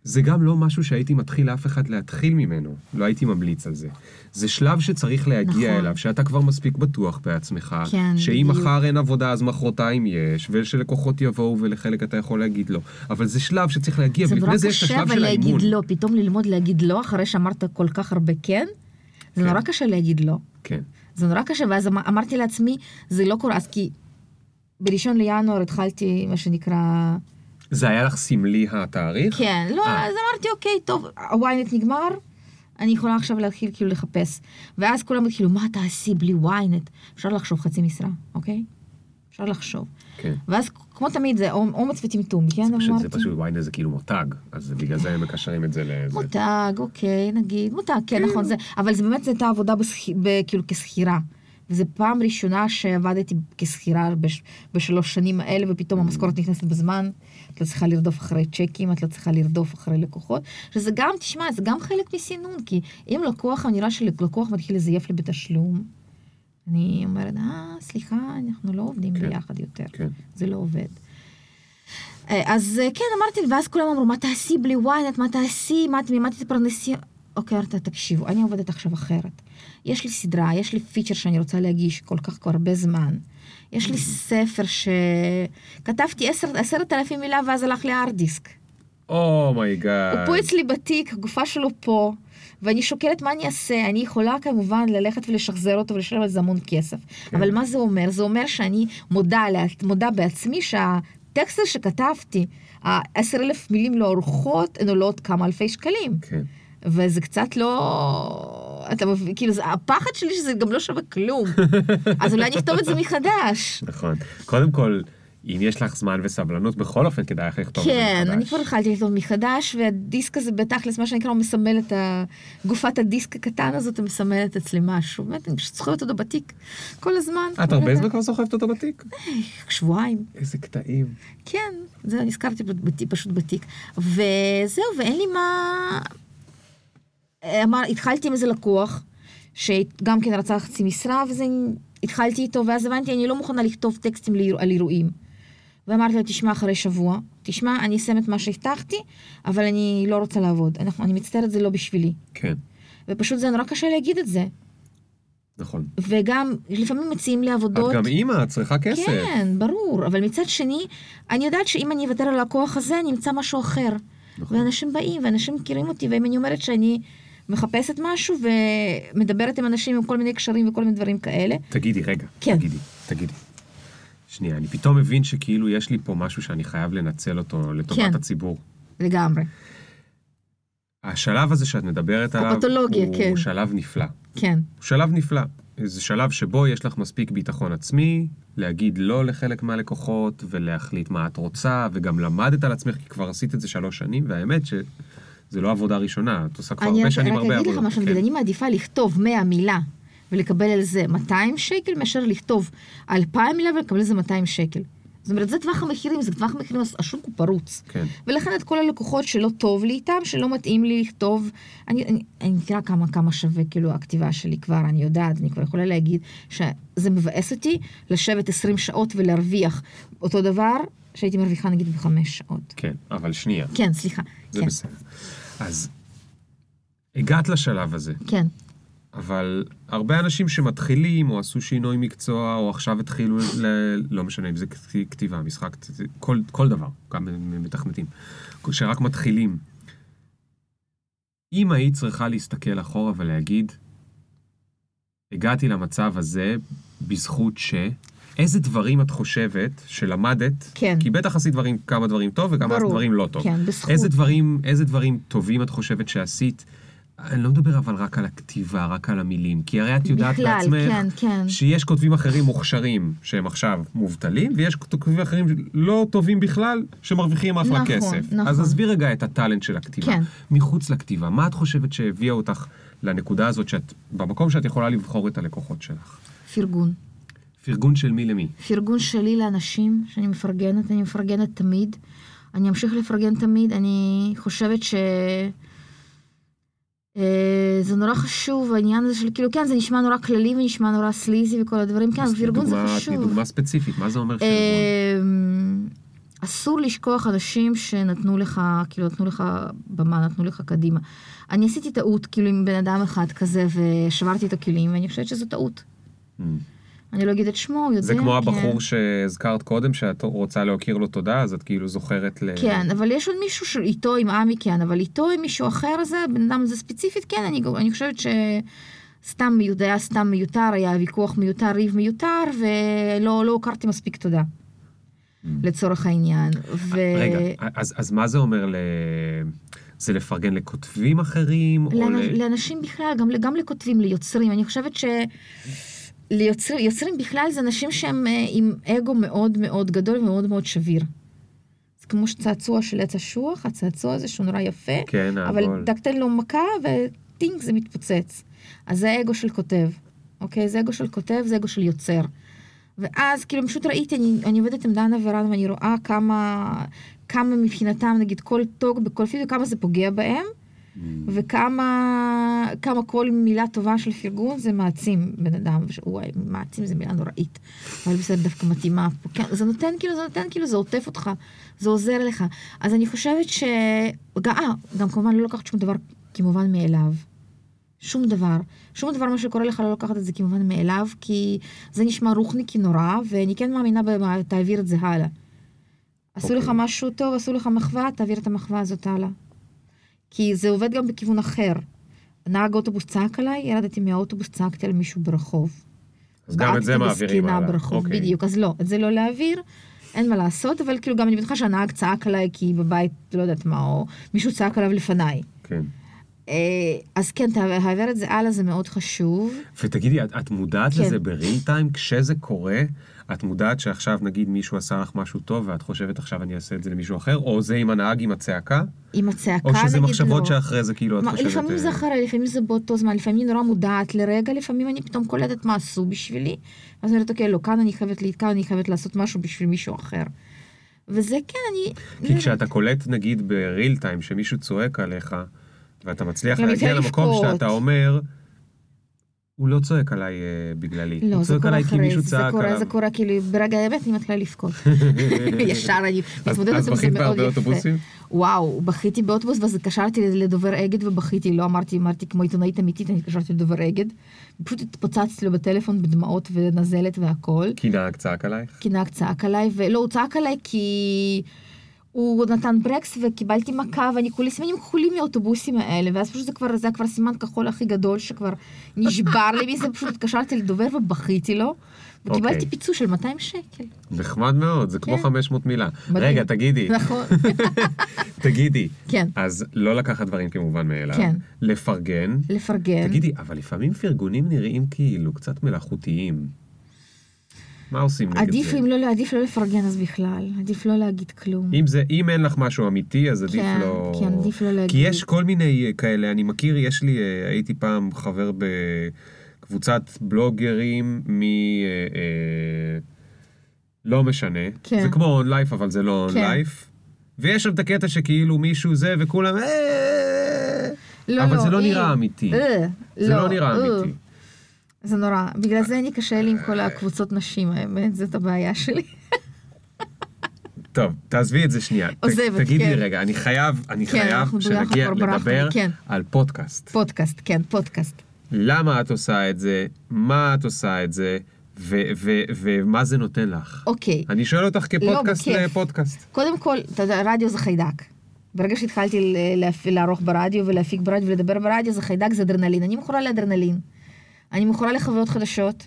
Speaker 2: זה גם לא משהו שהייתי מתחיל לאף אחד להתחיל ממנו, לא הייתי ממליץ על זה. זה שלב שצריך להגיע
Speaker 1: נכון.
Speaker 2: נכון. אליו, שאתה כבר מספיק בטוח בעצמך,
Speaker 1: כן,
Speaker 2: שאם
Speaker 1: בדיוק.
Speaker 2: מחר אין עבודה אז מחרתיים יש, ושלקוחות יבואו ולחלק אתה יכול להגיד לא. אבל זה שלב שצריך להגיע,
Speaker 1: זה נורא
Speaker 2: ולפני זה יש את
Speaker 1: קשה
Speaker 2: השלב
Speaker 1: אבל
Speaker 2: של האימון.
Speaker 1: להגיד לא, פתאום ללמוד להגיד לא, אחרי שאמרת כל כך הרבה כן, זה
Speaker 2: כן.
Speaker 1: נורא קשה להגיד לא.
Speaker 2: כן,
Speaker 1: זה נורא קשה, ואז אמ- אמרתי לעצמי, זה לא קורה, אז כי בראשון לינואר התחלתי, מה שנקרא,
Speaker 2: זה היה לך סמלי התאריך?
Speaker 1: כן, לא,
Speaker 2: אה.
Speaker 1: אז אמרתי, אוקיי, טוב, הוויינט נגמר, אני יכולה עכשיו להתחיל כאילו לחפש. ואז כולם כאילו, מה תעשי בלי וויינט? אפשר לחשוב חצי משרה, אוקיי? אפשר לחשוב.
Speaker 2: כן.
Speaker 1: ואז כמו תמיד זה אומ- אומץ וטמטום, כן?
Speaker 2: זה פשוט, זה
Speaker 1: אמרתי.
Speaker 2: פשוט, וויינט זה כאילו מותג, אז בגלל זה הם מקשרים את זה לזה.
Speaker 1: מותג, אוקיי, נגיד, מותג, כן, נכון, זה, אבל זה באמת הייתה עבודה בשכ... ב, כאילו כשכירה. וזו פעם ראשונה שעבדתי כשכירה בש, בשלוש שנים האלה, ופתאום המשכורת נכנסת בזמן. את לא צריכה לרדוף אחרי צ'קים, את לא צריכה לרדוף אחרי לקוחות. שזה גם, תשמע, זה גם חלק מסינון, כי אם לקוח, נראה שלקוח מתחיל לזייף לי בתשלום, אני אומרת, אה, סליחה, אנחנו לא עובדים
Speaker 2: כן.
Speaker 1: ביחד יותר.
Speaker 2: כן.
Speaker 1: זה לא עובד. אה, אז אה, כן, אמרתי, ואז כולם אמרו, מה תעשי בלי ynet, מה תעשי, מה את- ממה תתפרנסי? אוקיי, ארתה, תקשיבו, אני עובדת עכשיו אחרת. יש לי סדרה, יש לי פיצ'ר שאני רוצה להגיש כל כך כבר הרבה זמן. יש לי ספר שכתבתי עשר- עשרת אלפים מילה ואז הלך לי הארד דיסק.
Speaker 2: Oh אומייגאד.
Speaker 1: הוא פה אצלי בתיק, הגופה שלו פה, ואני שוקלת מה אני אעשה. אני יכולה כמובן ללכת ולשחזר אותו ולשלם על זה המון כסף.
Speaker 2: כן.
Speaker 1: אבל מה זה אומר? זה אומר שאני מודה, לה- מודה בעצמי שהטקסט הזה שכתבתי, העשר אלף מילים לא אורחות, הן עולות כמה אלפי שקלים.
Speaker 2: כן.
Speaker 1: וזה קצת לא... אתה מבין, כאילו, זה- הפחד שלי שזה גם לא שווה כלום. אז אולי אני אכתוב את זה מחדש.
Speaker 2: נכון. קודם כל, אם יש לך זמן וסבלנות, בכל אופן כדאי לך לכתוב את זה
Speaker 1: כן,
Speaker 2: מחדש.
Speaker 1: אני כבר התחלתי לכתוב מחדש, והדיסק הזה בתכלס, מה שנקרא, הוא מסמל את ה... גופת הדיסק הקטן הזאת, הוא מסמלת אצלי משהו. באמת, אני פשוט זוכרת אותו בתיק כל הזמן.
Speaker 2: את הרבה זמן כבר סוחבת אותו בתיק?
Speaker 1: שבועיים.
Speaker 2: איזה קטעים.
Speaker 1: כן, זה נזכרתי בתיק, פשוט בתיק. וזהו, ואין לי מה... אמר, התחלתי עם איזה לקוח, שגם כן רצה חצי משרה, וזה... התחלתי איתו, ואז הבנתי, אני לא מוכנה לכתוב טקסטים לאיר- על אירועים. ואמרתי לו, תשמע, אחרי שבוע, תשמע, אני אסיים את מה שהבטחתי, אבל אני לא רוצה לעבוד. אנחנו, אני מצטערת, זה לא בשבילי.
Speaker 2: כן,
Speaker 1: ופשוט זה נורא קשה להגיד את זה.
Speaker 2: נכון.
Speaker 1: וגם, לפעמים מציעים לי
Speaker 2: את
Speaker 1: עבודות...
Speaker 2: גם אימא, את צריכה כסף.
Speaker 1: כן, ברור, אבל מצד שני, אני יודעת שאם אני אוותר על הכוח הזה, אני אמצא משהו אחר.
Speaker 2: נכון.
Speaker 1: נכון. ואנשים באים, ואנשים מכירים אותי, ואם אני אומרת שאני מחפשת משהו ומדברת עם אנשים עם כל מיני קשרים וכל מיני דברים כאלה,
Speaker 2: תגידי, רגע.
Speaker 1: כן.
Speaker 2: תגידי, תגידי. שנייה, אני פתאום מבין שכאילו יש לי פה משהו שאני חייב לנצל אותו לטובת
Speaker 1: כן.
Speaker 2: הציבור.
Speaker 1: לגמרי.
Speaker 2: השלב הזה שאת מדברת עליו,
Speaker 1: קופתולוגיה,
Speaker 2: הוא
Speaker 1: כן.
Speaker 2: שלב נפלא.
Speaker 1: כן,
Speaker 2: הוא שלב נפלא. זה שלב שבו יש לך מספיק ביטחון עצמי, להגיד לא לחלק מהלקוחות, ולהחליט מה את רוצה, וגם למדת על עצמך, כי כבר עשית את זה שלוש שנים, והאמת שזה לא עבודה ראשונה, את עושה כבר
Speaker 1: אני
Speaker 2: הרבה
Speaker 1: רק
Speaker 2: שנים
Speaker 1: רק
Speaker 2: הרבה
Speaker 1: אגיד לך
Speaker 2: עבודות. כן.
Speaker 1: משהו, נגיד, אני מעדיפה לכתוב 100 מילה ולקבל על זה 200 שקל, מאשר לכתוב 2,000 מילה ולקבל על זה 200 שקל. זאת אומרת, זה טווח המחירים, זה טווח המחירים, אז השוק הוא פרוץ.
Speaker 2: כן,
Speaker 1: ולכן את כל הלקוחות שלא טוב לי איתם, שלא מתאים לי לכתוב, אני, אני, אני אקרא כמה כמה שווה כאילו הכתיבה שלי כבר, אני יודעת, אני כבר יכולה להגיד שזה מבאס אותי לשבת 20 שעות ולהרוויח אותו דבר שהייתי מרוויחה נגיד בחמש שעות.
Speaker 2: כן, אבל שנייה,
Speaker 1: כן, סליחה.
Speaker 2: זה
Speaker 1: כן,
Speaker 2: בסדר. אז הגעת לשלב הזה,
Speaker 1: כן,
Speaker 2: אבל הרבה אנשים שמתחילים, או עשו שינוי מקצוע, או עכשיו התחילו, ל... לא משנה אם זה כת- כתיבה, משחק, כל, כל דבר, גם מתכנתים, שרק מתחילים. אם היית צריכה להסתכל אחורה ולהגיד, הגעתי למצב הזה בזכות ש... איזה דברים את חושבת שלמדת?
Speaker 1: כן.
Speaker 2: כי בטח עשית דברים, כמה דברים טוב וכמה
Speaker 1: ברור.
Speaker 2: דברים לא טוב.
Speaker 1: כן, בזכות.
Speaker 2: איזה דברים, איזה דברים טובים את חושבת שעשית? אני לא מדבר אבל רק על הכתיבה, רק על המילים, כי הרי את יודעת
Speaker 1: בכלל,
Speaker 2: בעצמך
Speaker 1: כן, כן.
Speaker 2: שיש כותבים אחרים מוכשרים שהם עכשיו מובטלים, ויש כותבים אחרים לא טובים בכלל שמרוויחים אחלה
Speaker 1: נכון,
Speaker 2: כסף.
Speaker 1: נכון.
Speaker 2: אז עזבי רגע את הטאלנט של הכתיבה.
Speaker 1: כן.
Speaker 2: מחוץ לכתיבה, מה את חושבת שהביאה אותך לנקודה הזאת שאת, במקום שאת יכולה לבחור את הלקוחות שלך?
Speaker 1: פרגון.
Speaker 2: פרגון של מי למי?
Speaker 1: פרגון שלי לאנשים שאני מפרגנת, אני מפרגנת תמיד. אני אמשיך לפרגן תמיד, אני חושבת ש... אה, זה נורא חשוב, העניין הזה של כאילו, כן, זה נשמע נורא כללי ונשמע נורא סליזי וכל הדברים, כן,
Speaker 2: אז
Speaker 1: אבל
Speaker 2: תני
Speaker 1: פרגון זה
Speaker 2: דוגמה-
Speaker 1: חשוב. אה,
Speaker 2: תני דוגמה ספציפית, מה זה אומר פרגון?
Speaker 1: אמ, אסור לשכוח אנשים שנתנו לך, כאילו נתנו לך במה, נתנו לך קדימה. אני עשיתי טעות, כאילו, עם בן אדם אחד כזה, ושברתי את הכלים, ואני חושבת שזו טעות.
Speaker 2: אמ.
Speaker 1: אני לא אגיד את שמו, הוא יודע.
Speaker 2: זה כמו
Speaker 1: כן.
Speaker 2: הבחור שהזכרת קודם, שאת רוצה להכיר לו תודה, אז את כאילו זוכרת ל...
Speaker 1: כן, אבל יש עוד מישהו שאיתו עם עמי כן, אבל איתו עם מישהו אחר זה, בן אדם זה ספציפית כן, אני, גם- אני חושבת שסתם מיותר, היה סתם מיותר, היה ויכוח מיותר, ריב מיותר, ולא לא הוכרתי מספיק תודה, לצורך העניין. ו...
Speaker 2: רגע, אז, אז מה זה אומר ל... זה לפרגן לכותבים אחרים? או
Speaker 1: לאנ-
Speaker 2: ל...
Speaker 1: לאנשים בכלל, גם, ל- גם לכותבים, ליוצרים. אני חושבת שיוצרים יוצרים בכלל זה אנשים שהם אה, עם אגו מאוד מאוד גדול ומאוד מאוד שביר. זה כמו צעצוע של עץ אשוח, הצעצוע הזה שהוא נורא יפה,
Speaker 2: כן,
Speaker 1: אבל
Speaker 2: העגול.
Speaker 1: דקתן לו מכה וטינק זה מתפוצץ. אז זה האגו של כותב, אוקיי? זה אגו של כותב, זה אגו של יוצר. ואז כאילו פשוט ראיתי, אני, אני עובדת עם דנה ורן ואני רואה כמה, כמה מבחינתם, נגיד כל טוק בכל פידו, כמה זה פוגע בהם, וכמה כמה כל מילה טובה של פרגון זה מעצים בן אדם, וש- וואי, מעצים זה מילה נוראית, אבל בסדר, דווקא מתאימה פה. כן, זה נותן כאילו, זה נותן כאילו, זה עוטף אותך, זה עוזר לך. אז אני חושבת ש... גם, אה, גם כמובן לא לקחת שום דבר כמובן מאליו. שום דבר. שום דבר מה שקורה לך לא לקחת את זה כמובן מאליו, כי זה נשמע רוחניקי נורא, ואני כן מאמינה במה, תעביר את זה הלאה. עשו
Speaker 2: אוקיי.
Speaker 1: לך משהו טוב, עשו לך מחווה, תעביר את המחווה הזאת הלאה. כי זה עובד גם בכיוון אחר. נהג אוטובוס צעק עליי, ירדתי מהאוטובוס, צעקתי על מישהו ברחוב.
Speaker 2: אז גם את זה
Speaker 1: בעטתי
Speaker 2: מעבירים
Speaker 1: בזקנה
Speaker 2: הלאה.
Speaker 1: ברחוב,
Speaker 2: אוקיי.
Speaker 1: בדיוק. אז לא, את זה לא להעביר, אין מה לעשות, אבל כאילו גם אני בטוחה שהנהג צעק עליי כי בבית, לא יודעת מה, או מישהו צעק עליו לפניי.
Speaker 2: כן.
Speaker 1: אה, אז כן, תעבר את זה הלאה, זה מאוד חשוב.
Speaker 2: ותגידי, את, את מודעת
Speaker 1: כן.
Speaker 2: לזה בריל טיים? כשזה קורה, את מודעת שעכשיו נגיד מישהו עשה לך משהו טוב, ואת חושבת עכשיו אני אעשה את זה למישהו אחר? או זה עם הנהג עם הצעקה?
Speaker 1: עם הצעקה,
Speaker 2: או
Speaker 1: נגיד לא.
Speaker 2: שזה מחשבות שאחרי זה כאילו את
Speaker 1: מה,
Speaker 2: חושבת...
Speaker 1: לפעמים
Speaker 2: אה,
Speaker 1: זה אחרי, לפעמים זה באותו זמן, לפעמים אני נורא מודעת לרגע, לפעמים אני פתאום קולטת מה עשו בשבילי, ואז אני אומרת, אוקיי, לא, כאן אני חייבת, לה- כאן אני חייבת לעשות משהו בשביל מישהו אחר. וזה כן, אני...
Speaker 2: כי כשאתה קולט נגיד בריל טיים שמישהו צועק עליך, ואתה מצליח
Speaker 1: גם
Speaker 2: להגיע
Speaker 1: לפעמים
Speaker 2: למקום
Speaker 1: לבכות.
Speaker 2: שאתה אומר, הוא לא צועק עליי אה, בגללי.
Speaker 1: לא,
Speaker 2: הוא
Speaker 1: זה
Speaker 2: צועק
Speaker 1: קורה
Speaker 2: עליי כי
Speaker 1: אחרי,
Speaker 2: מישהו
Speaker 1: זה
Speaker 2: צעק
Speaker 1: קורה,
Speaker 2: עליו.
Speaker 1: זה קורה, כאילו, ברגע האמת אני מתחילה לבכות. ישר אני
Speaker 2: אז-
Speaker 1: מתמודדת עם
Speaker 2: אז
Speaker 1: זה
Speaker 2: בכית
Speaker 1: מאוד
Speaker 2: בהרבה
Speaker 1: יפה.
Speaker 2: אוטובוסים?
Speaker 1: וואו, בכיתי באוטובוס, ואז התקשרתי לדובר אגד ובכיתי, לא אמרתי, אמרתי כמו עיתונאית אמיתית, אני התקשרתי לדובר אגד. פשוט התפוצצתי לו בטלפון בדמעות ונזלת והכל.
Speaker 2: כי נהג צעק עלייך?
Speaker 1: כי נהג צעק עליי, ולא, הוא צעק עליי כי הוא נתן ברקס וקיבלתי מכה, ואני כולי סימנים כחולים מהאוטובוסים האלה, ואז פשוט זה כבר, זה היה כבר סימן כחול הכי גדול שכבר נשבר לי מזה, פשוט התקשרתי לדובר ובכיתי לו, וקיבלתי
Speaker 2: אוקיי.
Speaker 1: פיצוי של 200 שקל.
Speaker 2: נחמד מאוד, זה כמו
Speaker 1: כן.
Speaker 2: 500 מילה.
Speaker 1: מדהים.
Speaker 2: רגע, תגידי,
Speaker 1: נכון,
Speaker 2: תגידי.
Speaker 1: כן.
Speaker 2: אז לא לקחת דברים כמובן מאליו.
Speaker 1: כן.
Speaker 2: לפרגן.
Speaker 1: לפרגן.
Speaker 2: תגידי, אבל לפעמים פרגונים נראים כאילו קצת מלאכותיים. מה עושים נגד זה?
Speaker 1: עדיף אם לא, עדיף לא לפרגן אז בכלל, עדיף לא להגיד כלום.
Speaker 2: אם זה, אם אין לך משהו אמיתי, אז עדיף
Speaker 1: כן,
Speaker 2: לא...
Speaker 1: כן, עדיף לא
Speaker 2: כי
Speaker 1: להגיד.
Speaker 2: יש כל מיני אה, כאלה, אני מכיר, יש לי, אה, הייתי פעם חבר בקבוצת בלוגרים מ... אה, אה, לא משנה.
Speaker 1: כן.
Speaker 2: זה כמו און לייף, אבל זה לא און
Speaker 1: כן.
Speaker 2: לייף. ויש שם את הקטע שכאילו מישהו זה, וכולם... "אה",
Speaker 1: לא,
Speaker 2: אבל זה לא
Speaker 1: אי,
Speaker 2: נראה אמיתי.
Speaker 1: אה,
Speaker 2: זה לא נראה
Speaker 1: אה.
Speaker 2: אמיתי.
Speaker 1: זה נורא. בגלל זה אני קשה לי עם כל הקבוצות נשים, האמת, זאת הבעיה שלי.
Speaker 2: טוב, תעזבי את זה שנייה. ת-
Speaker 1: עוזבת,
Speaker 2: תגידי
Speaker 1: כן.
Speaker 2: רגע, אני חייב, אני
Speaker 1: כן,
Speaker 2: חייב
Speaker 1: אנחנו ביחד
Speaker 2: שנגיע
Speaker 1: כבר ברחנו,
Speaker 2: לדבר
Speaker 1: כן.
Speaker 2: על פודקאסט.
Speaker 1: פודקאסט, כן, פודקאסט.
Speaker 2: למה את עושה את זה, מה את עושה את זה, ו- ו- ומה זה נותן לך.
Speaker 1: אוקיי. לא,
Speaker 2: אני שואל אותך כפודקאסט
Speaker 1: בכיף.
Speaker 2: לפודקאסט.
Speaker 1: קודם כל, אתה יודע, רדיו זה חיידק. ברגע שהתחלתי ל- להפ- לערוך ברדיו ולהפיק ברדיו ולדבר ברדיו, זה חיידק, זה אדרנלין. אני מכורה לאדרנלין. אני מכורה לחוויות חדשות.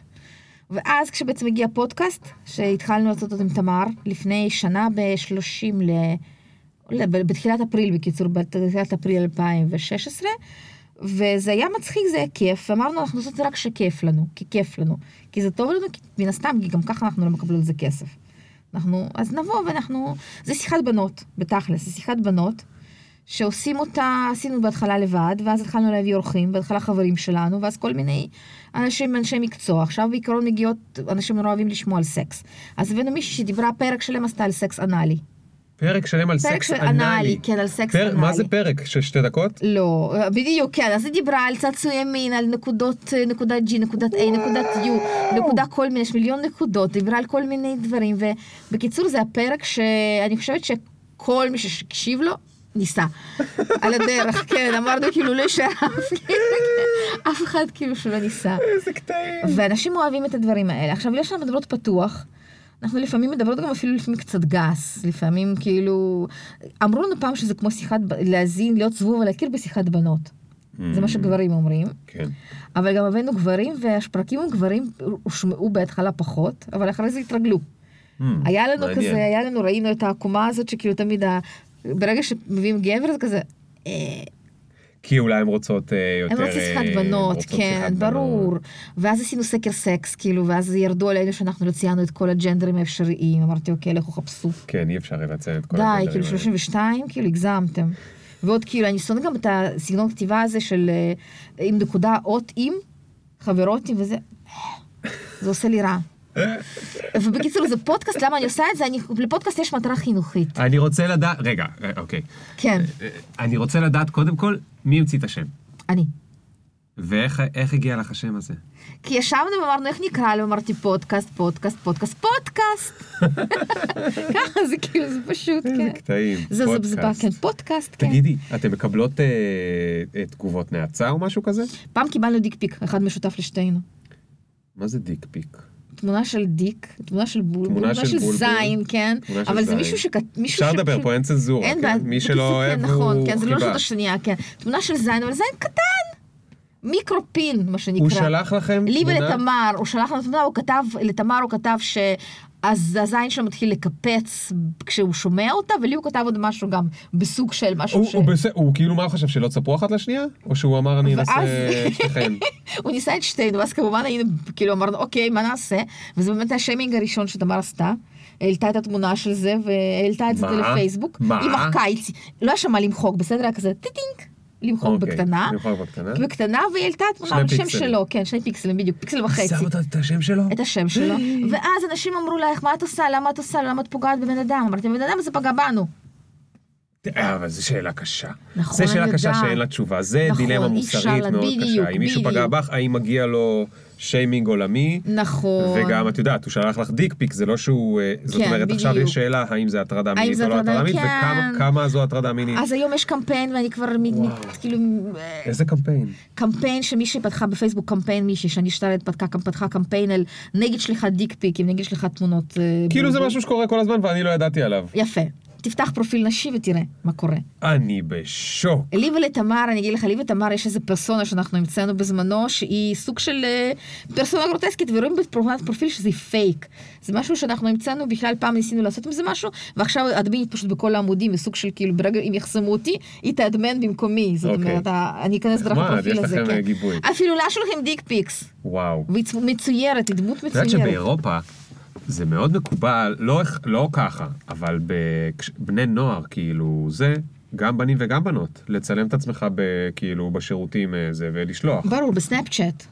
Speaker 1: ואז כשבעצם הגיע פודקאסט, שהתחלנו לעשות אותו עם תמר, לפני שנה ב-30 ל... לא, ב- בתחילת אפריל, בקיצור, בתחילת אפריל 2016, וזה היה מצחיק, זה היה כיף, ואמרנו, אנחנו עושות את זה רק שכיף לנו, כי כיף לנו. כי זה טוב לנו, כי מן הסתם, כי גם ככה אנחנו לא מקבלות על זה כסף. אנחנו, אז נבוא ואנחנו, זה שיחת בנות, בתכלס, זה שיחת בנות, שעושים אותה, עשינו בהתחלה לבד, ואז התחלנו להביא אורחים, בהתחלה חברים שלנו, ואז כל מיני אנשים, אנשי מקצוע. עכשיו בעיקרון מגיעות, אנשים נורא אוהבים לשמוע על סקס. אז הבאנו מישהי שדיברה פרק שלם עשתה על סקס אנאלי.
Speaker 2: פרק שלם על
Speaker 1: פרק
Speaker 2: סקס
Speaker 1: של
Speaker 2: אנאלי.
Speaker 1: אנאלי, כן, על סקס
Speaker 2: פר-
Speaker 1: אנאלי.
Speaker 2: מה זה פרק? של שתי דקות?
Speaker 1: לא, בדיוק, כן, אז היא דיברה על צעצועי מין, על נקודות, אה, נקודת G, נקודת A, נקודת U, נקודה כל מיני, יש מיליון נקודות, דיברה על כל מיני דברים, ובקיצור זה הפרק שאני חושבת שכל מי שהקשיב לו, ניסה. על הדרך, כן, אמרנו כאילו לא יישאר אף- אף אחד כאילו שלא ניסה.
Speaker 2: איזה קטעים.
Speaker 1: ואנשים אוהבים את הדברים האלה. עכשיו, בגלל שאנחנו מדברות פתוח, אנחנו לפעמים מדברות גם אפילו לפעמים קצת גס, לפעמים כאילו... אמרו לנו פעם שזה כמו שיחת, ב- להזין, להיות זבוב ולהכיר בשיחת בנות. זה מה שגברים אומרים.
Speaker 2: כן.
Speaker 1: אבל גם הבאנו גברים, והפרקים עם גברים הושמעו בהתחלה פחות, אבל אחרי זה התרגלו. היה לנו
Speaker 2: מעניין.
Speaker 1: כזה, היה לנו, ראינו את העקומה הזאת, שכאילו תמיד, ה... ברגע שמביאים גבר זה כזה... אה,
Speaker 2: כי אולי הן רוצות אה, יותר...
Speaker 1: הם רוצים שיחת
Speaker 2: אה,
Speaker 1: בנות,
Speaker 2: רוצות
Speaker 1: כן,
Speaker 2: שיחת
Speaker 1: ברור.
Speaker 2: בנות.
Speaker 1: ואז עשינו סקר סקס, כאילו, ואז ירדו עלינו שאנחנו לא ציינו את כל הג'נדרים האפשריים. אמרתי, אוקיי, לכו חפשו.
Speaker 2: כן, אי אפשר לבצע את כל
Speaker 1: די,
Speaker 2: הגנדרים
Speaker 1: כאילו,
Speaker 2: האלה.
Speaker 1: 32, כאילו, הגזמתם. ועוד כאילו, אני שונאת גם את הסגנון כתיבה הזה של אה, עם נקודה אות עם, חברות עם וזה, אה, זה עושה לי רע. ובקיצור, זה פודקאסט, למה אני עושה את זה? אני, לפודקאסט יש מטרה חינוכית.
Speaker 2: אני רוצה לדעת... רגע, אה, אוקיי.
Speaker 1: כן,
Speaker 2: אה, אני רוצה לדעת קודם כל מי המציא את השם,
Speaker 1: אני.
Speaker 2: ואיך איך הגיע לך השם הזה.
Speaker 1: כי ישבנו ואמרנו, איך נקרא לו? אמרתי, פודקאסט, פודקאסט, פודקאסט, פודקאסט. ככה זה כאילו, זה פשוט, כן.
Speaker 2: קטעים,
Speaker 1: זה זה- זה בא, כן, פודקאסט, כן.
Speaker 2: תגידי, אתם מקבלות אה, אה, תגובות נאצה או משהו כזה?
Speaker 1: פעם קיבלנו דיק פיק, אחד משותף לשתינו.
Speaker 2: מה זה דיק פיק?
Speaker 1: תמונה של דיק, תמונה של בולבול,
Speaker 2: תמונה
Speaker 1: תמונה
Speaker 2: של
Speaker 1: של
Speaker 2: בולבול.
Speaker 1: זין, כן,
Speaker 2: תמונה של
Speaker 1: אבל זה
Speaker 2: זין.
Speaker 1: מישהו שכת... מישהו
Speaker 2: אפשר לדבר
Speaker 1: שפשוט-
Speaker 2: פה, אין צנזורה,
Speaker 1: אין
Speaker 2: כן?
Speaker 1: בעיה,
Speaker 2: מי
Speaker 1: בקיצור,
Speaker 2: שלא אוהב
Speaker 1: כן, נכון,
Speaker 2: הוא
Speaker 1: כן, זה לא
Speaker 2: חיבה.
Speaker 1: רשות השנייה, כן. תמונה של זין, אבל זין קטן, מיקרופין, מה שנקרא.
Speaker 2: הוא שלח לכם
Speaker 1: לי
Speaker 2: תמונה?
Speaker 1: ולתמר, הוא שלח לנו תמונה, הוא כתב, לתמר הוא כתב ש... אז הזין שלו מתחיל לקפץ כשהוא שומע אותה, ולי הוא כתב עוד משהו גם בסוג של משהו
Speaker 2: הוא-
Speaker 1: ש...
Speaker 2: הוא בסדר- הוא כאילו, מה הוא חשב, שלא תספרו אחת לשנייה? או שהוא אמר, אני
Speaker 1: ואז-
Speaker 2: אנסה את שתיכן?
Speaker 1: הוא ניסה את שתינו, אז כמובן היינו, כאילו אמרנו, אוקיי, מה נעשה? וזה באמת השיימינג הראשון שתמר עשתה. העלתה את התמונה של זה, והעלתה את זה
Speaker 2: מה?
Speaker 1: לפייסבוק.
Speaker 2: מה?
Speaker 1: היא מחקה את זה. לא היה שם מה למחוק, בסדר? היה כזה טינק. למחוק
Speaker 2: אוקיי,
Speaker 1: בקטנה.
Speaker 2: למחוק בקטנה.
Speaker 1: בקטנה, והיא העלתה תמונה
Speaker 2: שני
Speaker 1: בשם
Speaker 2: פיקסלים.
Speaker 1: שלו, כן, שני פיקסלים, בדיוק, פיקסל וחצי.
Speaker 2: שם אותו- את השם שלו?
Speaker 1: את השם שלו, ואז אנשים אמרו לה, איך, מה את עושה? למה את עושה? למה את פוגעת בבן אדם? אמרתי, בן אדם הזה פגע בנו.
Speaker 2: אה, אבל זו שאלה קשה.
Speaker 1: נכון,
Speaker 2: זו שאלה
Speaker 1: אני
Speaker 2: קשה
Speaker 1: יודעת.
Speaker 2: שאין לה תשובה. זה
Speaker 1: נכון,
Speaker 2: דילמה
Speaker 1: אי אפשר
Speaker 2: מוסרית
Speaker 1: לה-
Speaker 2: מאוד
Speaker 1: בדיוק,
Speaker 2: קשה. אם מישהו פגע
Speaker 1: בדיוק.
Speaker 2: בך, האם מגיע לו שיימינג עולמי?
Speaker 1: נכון.
Speaker 2: וגם, את יודעת, הוא שלח לך דיק פיק, זה לא שהוא... אה, זאת
Speaker 1: כן,
Speaker 2: אומרת, עכשיו
Speaker 1: בדיוק.
Speaker 2: יש שאלה האם זה הטרדה
Speaker 1: האם
Speaker 2: מינית
Speaker 1: זה
Speaker 2: או לא הטרדה
Speaker 1: הטרדה-
Speaker 2: מינית,
Speaker 1: כן.
Speaker 2: וכמה זו הטרדה מינית.
Speaker 1: אז היום יש קמפיין, ואני כבר, מת- מת- כאילו, אה,
Speaker 2: איזה קמפיין?
Speaker 1: קמפיין שמישהי פתחה בפייסבוק קמפיין מישהי, שאני שטרית פתחה, פתחה קמפיין על נגד שליחת דיק פיקים, נגד שליחת תמונות. אה,
Speaker 2: כאילו זה
Speaker 1: בולבול.
Speaker 2: משהו שקורה כל הזמן ואני לא ידעתי עליו.
Speaker 1: יפה. תפתח פרופיל נשי ותראה מה קורה.
Speaker 2: אני בשוק.
Speaker 1: לי ולתמר, אני אגיד לך, לי ותמר יש איזה פרסונה שאנחנו המצאנו בזמנו, שהיא סוג של אה, פרסונה גרוטסקית, ורואים בתמונת פרופיל שזה פייק. זה משהו שאנחנו המצאנו, בכלל פעם ניסינו לעשות עם זה משהו, ועכשיו האדמינית פשוט בכל העמודים, היא סוג של כאילו, ברגע אם יחסמו אותי, היא תאדמן במקומי. זאת
Speaker 2: אוקיי.
Speaker 1: אומרת, ה- אני אכנס דרך
Speaker 2: נחמד,
Speaker 1: הפרופיל
Speaker 2: יש
Speaker 1: הזה, כן.
Speaker 2: לכם, אה, גיבוי.
Speaker 1: אפילו לה שלכם דיק פיקס.
Speaker 2: וואו.
Speaker 1: והיא צ- מצוירת, היא דמות
Speaker 2: את יודעת
Speaker 1: מצוירת.
Speaker 2: שבאירופה זה מאוד מקובל, לא, איך- לא ככה, אבל ב- כש- בני נוער, כאילו, זה, גם בנים וגם בנות, לצלם את עצמך ב- כאילו בשירותים אה, זה ולשלוח.
Speaker 1: ברור, בסנאפצ'אט.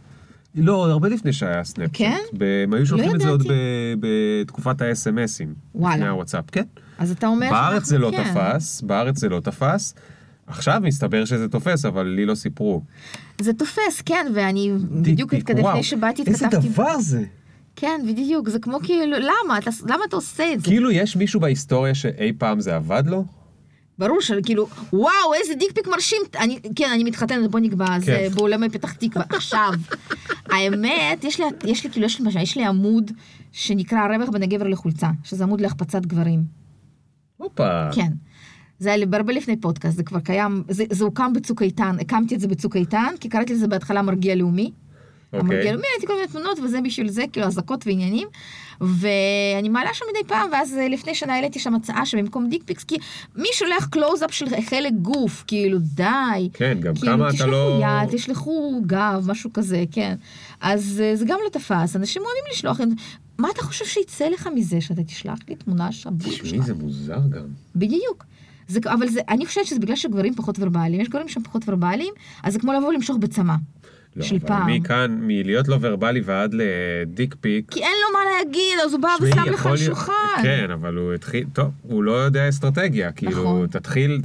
Speaker 2: לא, הרבה לפני שהיה סנאפצ'אט.
Speaker 1: כן?
Speaker 2: ב- הם היו שולחים את זה עוד
Speaker 1: ידעתי.
Speaker 2: ב- בתקופת האס.אם.אסים.
Speaker 1: וואלה.
Speaker 2: לפני הוואטסאפ, כן.
Speaker 1: אז אתה אומר...
Speaker 2: בארץ
Speaker 1: שאנחנו-
Speaker 2: זה לא
Speaker 1: כן.
Speaker 2: תפס, בארץ זה לא תפס. עכשיו מסתבר שזה תופס, אבל לי לא סיפרו.
Speaker 1: זה תופס, כן, ואני בדיוק
Speaker 2: דיק פיק,
Speaker 1: התקדמתי,
Speaker 2: וואו,
Speaker 1: לפני שבאתי,
Speaker 2: איזה
Speaker 1: התכתבתי...
Speaker 2: דבר זה?
Speaker 1: כן, בדיוק, זה כמו כאילו, למה? אתה- למה אתה עושה את זה?
Speaker 2: כאילו יש מישהו בהיסטוריה שאי פעם זה עבד לו?
Speaker 1: ברור שכאילו, וואו, איזה דיקפיק מרשים. אני, כן, אני מתחתנת, בוא נקבע, אז
Speaker 2: כן.
Speaker 1: אה, באולמי פתח תקווה, עכשיו. האמת, יש לי, יש לי, כאילו, יש לי, משהו, יש לי עמוד שנקרא רווח בין הגבר לחולצה, שזה עמוד להחפצת גברים.
Speaker 2: הופה.
Speaker 1: כן. זה היה לי הרבה לפני פודקאסט, זה כבר קיים, זה, זה הוקם בצוק איתן, הקמתי את זה בצוק איתן, כי קראתי לזה בהתחלה מרגיע לאומי.
Speaker 2: אוקיי.
Speaker 1: המרגיע לאומי, הייתי כל מיני תמונות וזה בשביל זה, כאילו אזעקות ועניינים. ואני מעלה שם מדי פעם, ואז אה, לפני שנה העליתי שם הצעה שבמקום דיקפיקס, כי מי שולח קלוז-אפ של חלק גוף, כאילו די.
Speaker 2: כן, גם
Speaker 1: כאילו,
Speaker 2: כמה אתה לא-
Speaker 1: תשלחו יד, תשלחו גב, משהו כזה, כן. אז אה, זה גם לא תפס, אנשים אוהבים לשלוח. מה אתה חושב שיצא לך מזה שאתה תשלח לי תמונה שהבוש שלך?
Speaker 2: תשמעי, זה מוזר גם.
Speaker 1: בדיוק. זה, אבל זה, אני חושבת שזה בגלל שגברים פחות ורבליים, יש גברים שהם פחות ורבליים, אז זה כמו לבוא ולמשוך בצמא.
Speaker 2: לא,
Speaker 1: של
Speaker 2: אבל
Speaker 1: פעם.
Speaker 2: מכאן, מלהיות לא ורבלי ועד לדיק פיק.
Speaker 1: כי אין לו מה להגיד, אז הוא בא
Speaker 2: תשמעי,
Speaker 1: ושם לך
Speaker 2: יכול
Speaker 1: על
Speaker 2: להיות-
Speaker 1: שולחן.
Speaker 2: כן, אבל הוא התחיל, טוב, הוא לא יודע אסטרטגיה, כאילו,
Speaker 1: נכון.
Speaker 2: תתחיל,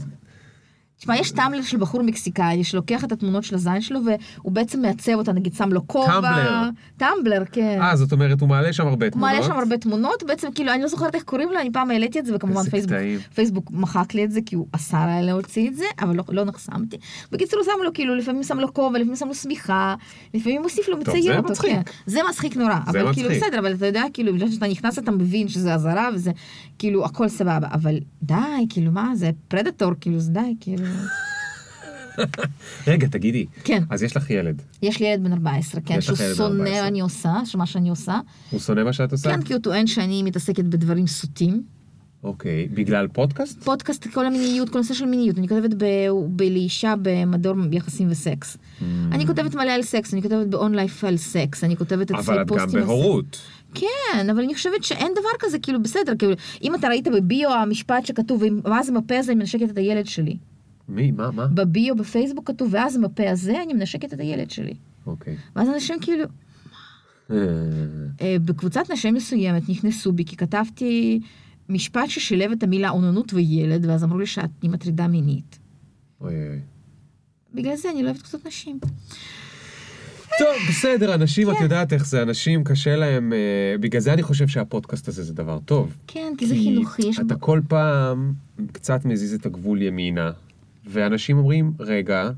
Speaker 1: תשמע, יש טמבלר של בחור מקסיקני שלוקח את התמונות של הזין שלו, והוא בעצם מעצב אותה, נגיד שם לו כובע.
Speaker 2: טמבלר.
Speaker 1: טמבלר, כן.
Speaker 2: אה, זאת אומרת, הוא מעלה שם הרבה
Speaker 1: הוא
Speaker 2: תמונות.
Speaker 1: מעלה שם הרבה תמונות, בעצם כאילו, אני לא זוכרת איך קוראים לו, אני פעם העליתי את זה, וכמובן
Speaker 2: איזה
Speaker 1: פייסבוק,
Speaker 2: קטעים.
Speaker 1: פייסבוק מחק לי את זה, כי הוא אסר עלי להוציא את זה, אבל לא, לא נחסמתי. בקיצור, הוא שם לו, כאילו, לפעמים שם לו כובע, לפעמים שם לו שמיכה, לפעמים מוסיף לו,
Speaker 2: טוב,
Speaker 1: מצייר
Speaker 2: זה
Speaker 1: אותו,
Speaker 2: מצחיק.
Speaker 1: כן. זה מצחיק נורא,
Speaker 2: זה
Speaker 1: אבל כאילו,
Speaker 2: מצחיק.
Speaker 1: בסדר, אבל אתה יודע, כאילו, בגלל שאתה נכנס, אתה מבין שזה אזהרה, וזה, כאילו, הכל סבבה, אבל די, כאילו, מה, זה פרדטור, כאילו, זה די, כאילו.
Speaker 2: רגע, תגידי.
Speaker 1: כן.
Speaker 2: אז יש לך ילד,
Speaker 1: יש לי ילד בן 14, כן,
Speaker 2: יש לך
Speaker 1: שהוא
Speaker 2: ילד בן
Speaker 1: שונא
Speaker 2: 14.
Speaker 1: אני עושה, שמה שאני עושה.
Speaker 2: הוא שונא מה שאת עושה?
Speaker 1: כן, כי הוא טוען שאני מתעסקת בדברים סוטים.
Speaker 2: אוקיי, בגלל פודקאסט?
Speaker 1: פודקאסט, כל המיניות, כל הנושא של מיניות, אני כותבת ב- ב- לאישה במדור יחסים וסקס.
Speaker 2: Mm.
Speaker 1: אני כותבת מלא על סקס, אני כותבת ב-on life על סקס, אני כותבת אצלי
Speaker 2: אבל
Speaker 1: פוסטים.
Speaker 2: את
Speaker 1: על
Speaker 2: גם
Speaker 1: סקס.
Speaker 2: בהורות.
Speaker 1: כן, אבל אני חושבת שאין דבר כזה, כאילו בסדר, כאילו, אם אתה ראית בביו המשפט שכתוב, "ועם- ואז עם הפה הזה אני מנשקת את הילד שלי.
Speaker 2: מי, מה, מה?
Speaker 1: בביו בפייסבוק כתוב, ואז עם הפה הזה אני מנשקת את הילד שלי.
Speaker 2: אוקיי.
Speaker 1: ואז אנשים כאילו,
Speaker 2: אה,
Speaker 1: אה, בקבוצת נשים מסוימת נכנסו בי כי כתבתי משפט ששילב את המילה אוננות וילד, ואז אמרו לי שאני מטרידה מינית.
Speaker 2: אוי, אוי.
Speaker 1: בגלל זה אני לא אוהבת קבוצות נשים.
Speaker 2: טוב, בסדר, אנשים,
Speaker 1: כן.
Speaker 2: את יודעת איך זה, אנשים קשה להם, אה, בגלל זה אני חושב שהפודקאסט הזה זה דבר טוב.
Speaker 1: כן, כי זה חינוכי, יש...
Speaker 2: אתה
Speaker 1: בו-
Speaker 2: כל פעם קצת מזיז את הגבול ימינה, ואנשים אומרים, רגע,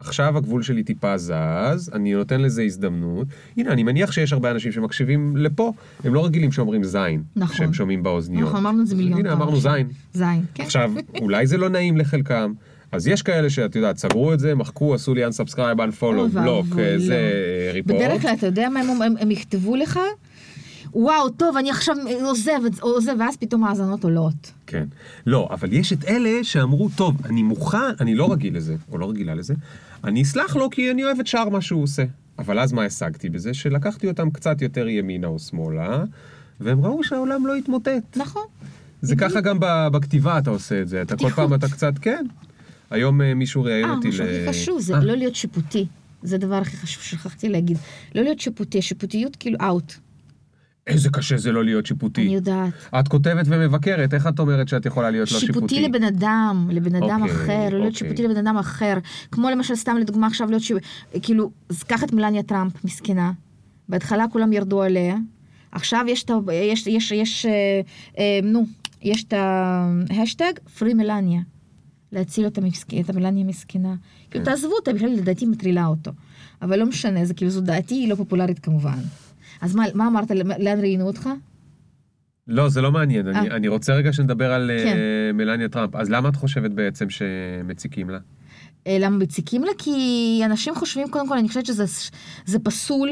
Speaker 2: עכשיו הגבול שלי טיפה זז, אני נותן לזה הזדמנות. הנה, אני מניח שיש הרבה אנשים שמקשיבים לפה, הם לא רגילים שאומרים זין,
Speaker 1: נכון.
Speaker 2: שהם שומעים באוזניות.
Speaker 1: אנחנו אמרנו את זה מיליון
Speaker 2: הנה,
Speaker 1: פעם.
Speaker 2: אמרנו זין.
Speaker 1: זין, כן.
Speaker 2: עכשיו, אולי זה לא נעים לחלקם. אז יש כאלה שאת יודעת, סגרו את זה, מחקו, עשו לי unsubscribe,
Speaker 1: אוי
Speaker 2: unfollow, בלוק,
Speaker 1: ואבוי, לא.
Speaker 2: אה, זה ריפורט.
Speaker 1: בדרך כלל, אתה יודע מה הם אומרים? הם יכתבו לך, וואו, טוב, אני עכשיו עוזב, את זה- עוזב, ואז פתאום האזנות עולות.
Speaker 2: כן. לא, אבל יש את אלה שאמרו, טוב, אני מוכן, אני לא רגיל לזה, או לא רגילה לזה, אני אסלח לו כי אני אוהב את שאר מה שהוא עושה. אבל אז מה השגתי בזה? שלקחתי אותם קצת יותר ימינה או שמאלה, והם ראו שהעולם לא התמוטט.
Speaker 1: נכון.
Speaker 2: זה ככה גם ב- בכתיבה אתה עושה את זה, אתה כל
Speaker 1: פתיחות.
Speaker 2: פעם אתה קצת, כן. היום אה, מישהו ראיין
Speaker 1: אה,
Speaker 2: אותי
Speaker 1: משהו הכי חשוב זה
Speaker 2: אה,
Speaker 1: לא להיות שיפוטי. זה הדבר הכי חשוב ששכחתי להגיד. לא להיות שיפוטי, שיפוטיות כאילו אאוט.
Speaker 2: איזה קשה זה לא להיות שיפוטי.
Speaker 1: אני יודעת.
Speaker 2: את כותבת ומבקרת, איך את אומרת שאת יכולה להיות לא שיפוטי?
Speaker 1: שיפוטי לבן אדם, לבן אדם
Speaker 2: אוקיי,
Speaker 1: אחר, לא
Speaker 2: אוקיי.
Speaker 1: להיות שיפוטי לבן אדם אחר. כמו למשל, סתם לדוגמה עכשיו, להיות ש... כאילו, אז קח את מלניה טראמפ, מסכנה. בהתחלה כולם ירדו עליה, עכשיו יש את ה... יש, יש, יש, אה, אה, נו, יש את ההשטג פרי מלניה. להציל אותה ממסכ- את המלניה המסכנה.
Speaker 2: כן.
Speaker 1: כאילו, תעזבו אותה, בכלל לדעתי מטרילה אותו. אבל לא משנה, זה כאילו, זו דעתי, היא לא פופולרית כמובן. אז מה, מה אמרת, לאן ראיינו אותך?
Speaker 2: לא, זה לא מעניין. אני,
Speaker 1: אה.
Speaker 2: אני רוצה רגע שנדבר על
Speaker 1: כן.
Speaker 2: כן. מלניה טראמפ. אז למה את חושבת בעצם שמציקים לה?
Speaker 1: אה, למה מציקים לה? כי אנשים חושבים, קודם כל, אני חושבת שזה זה פסול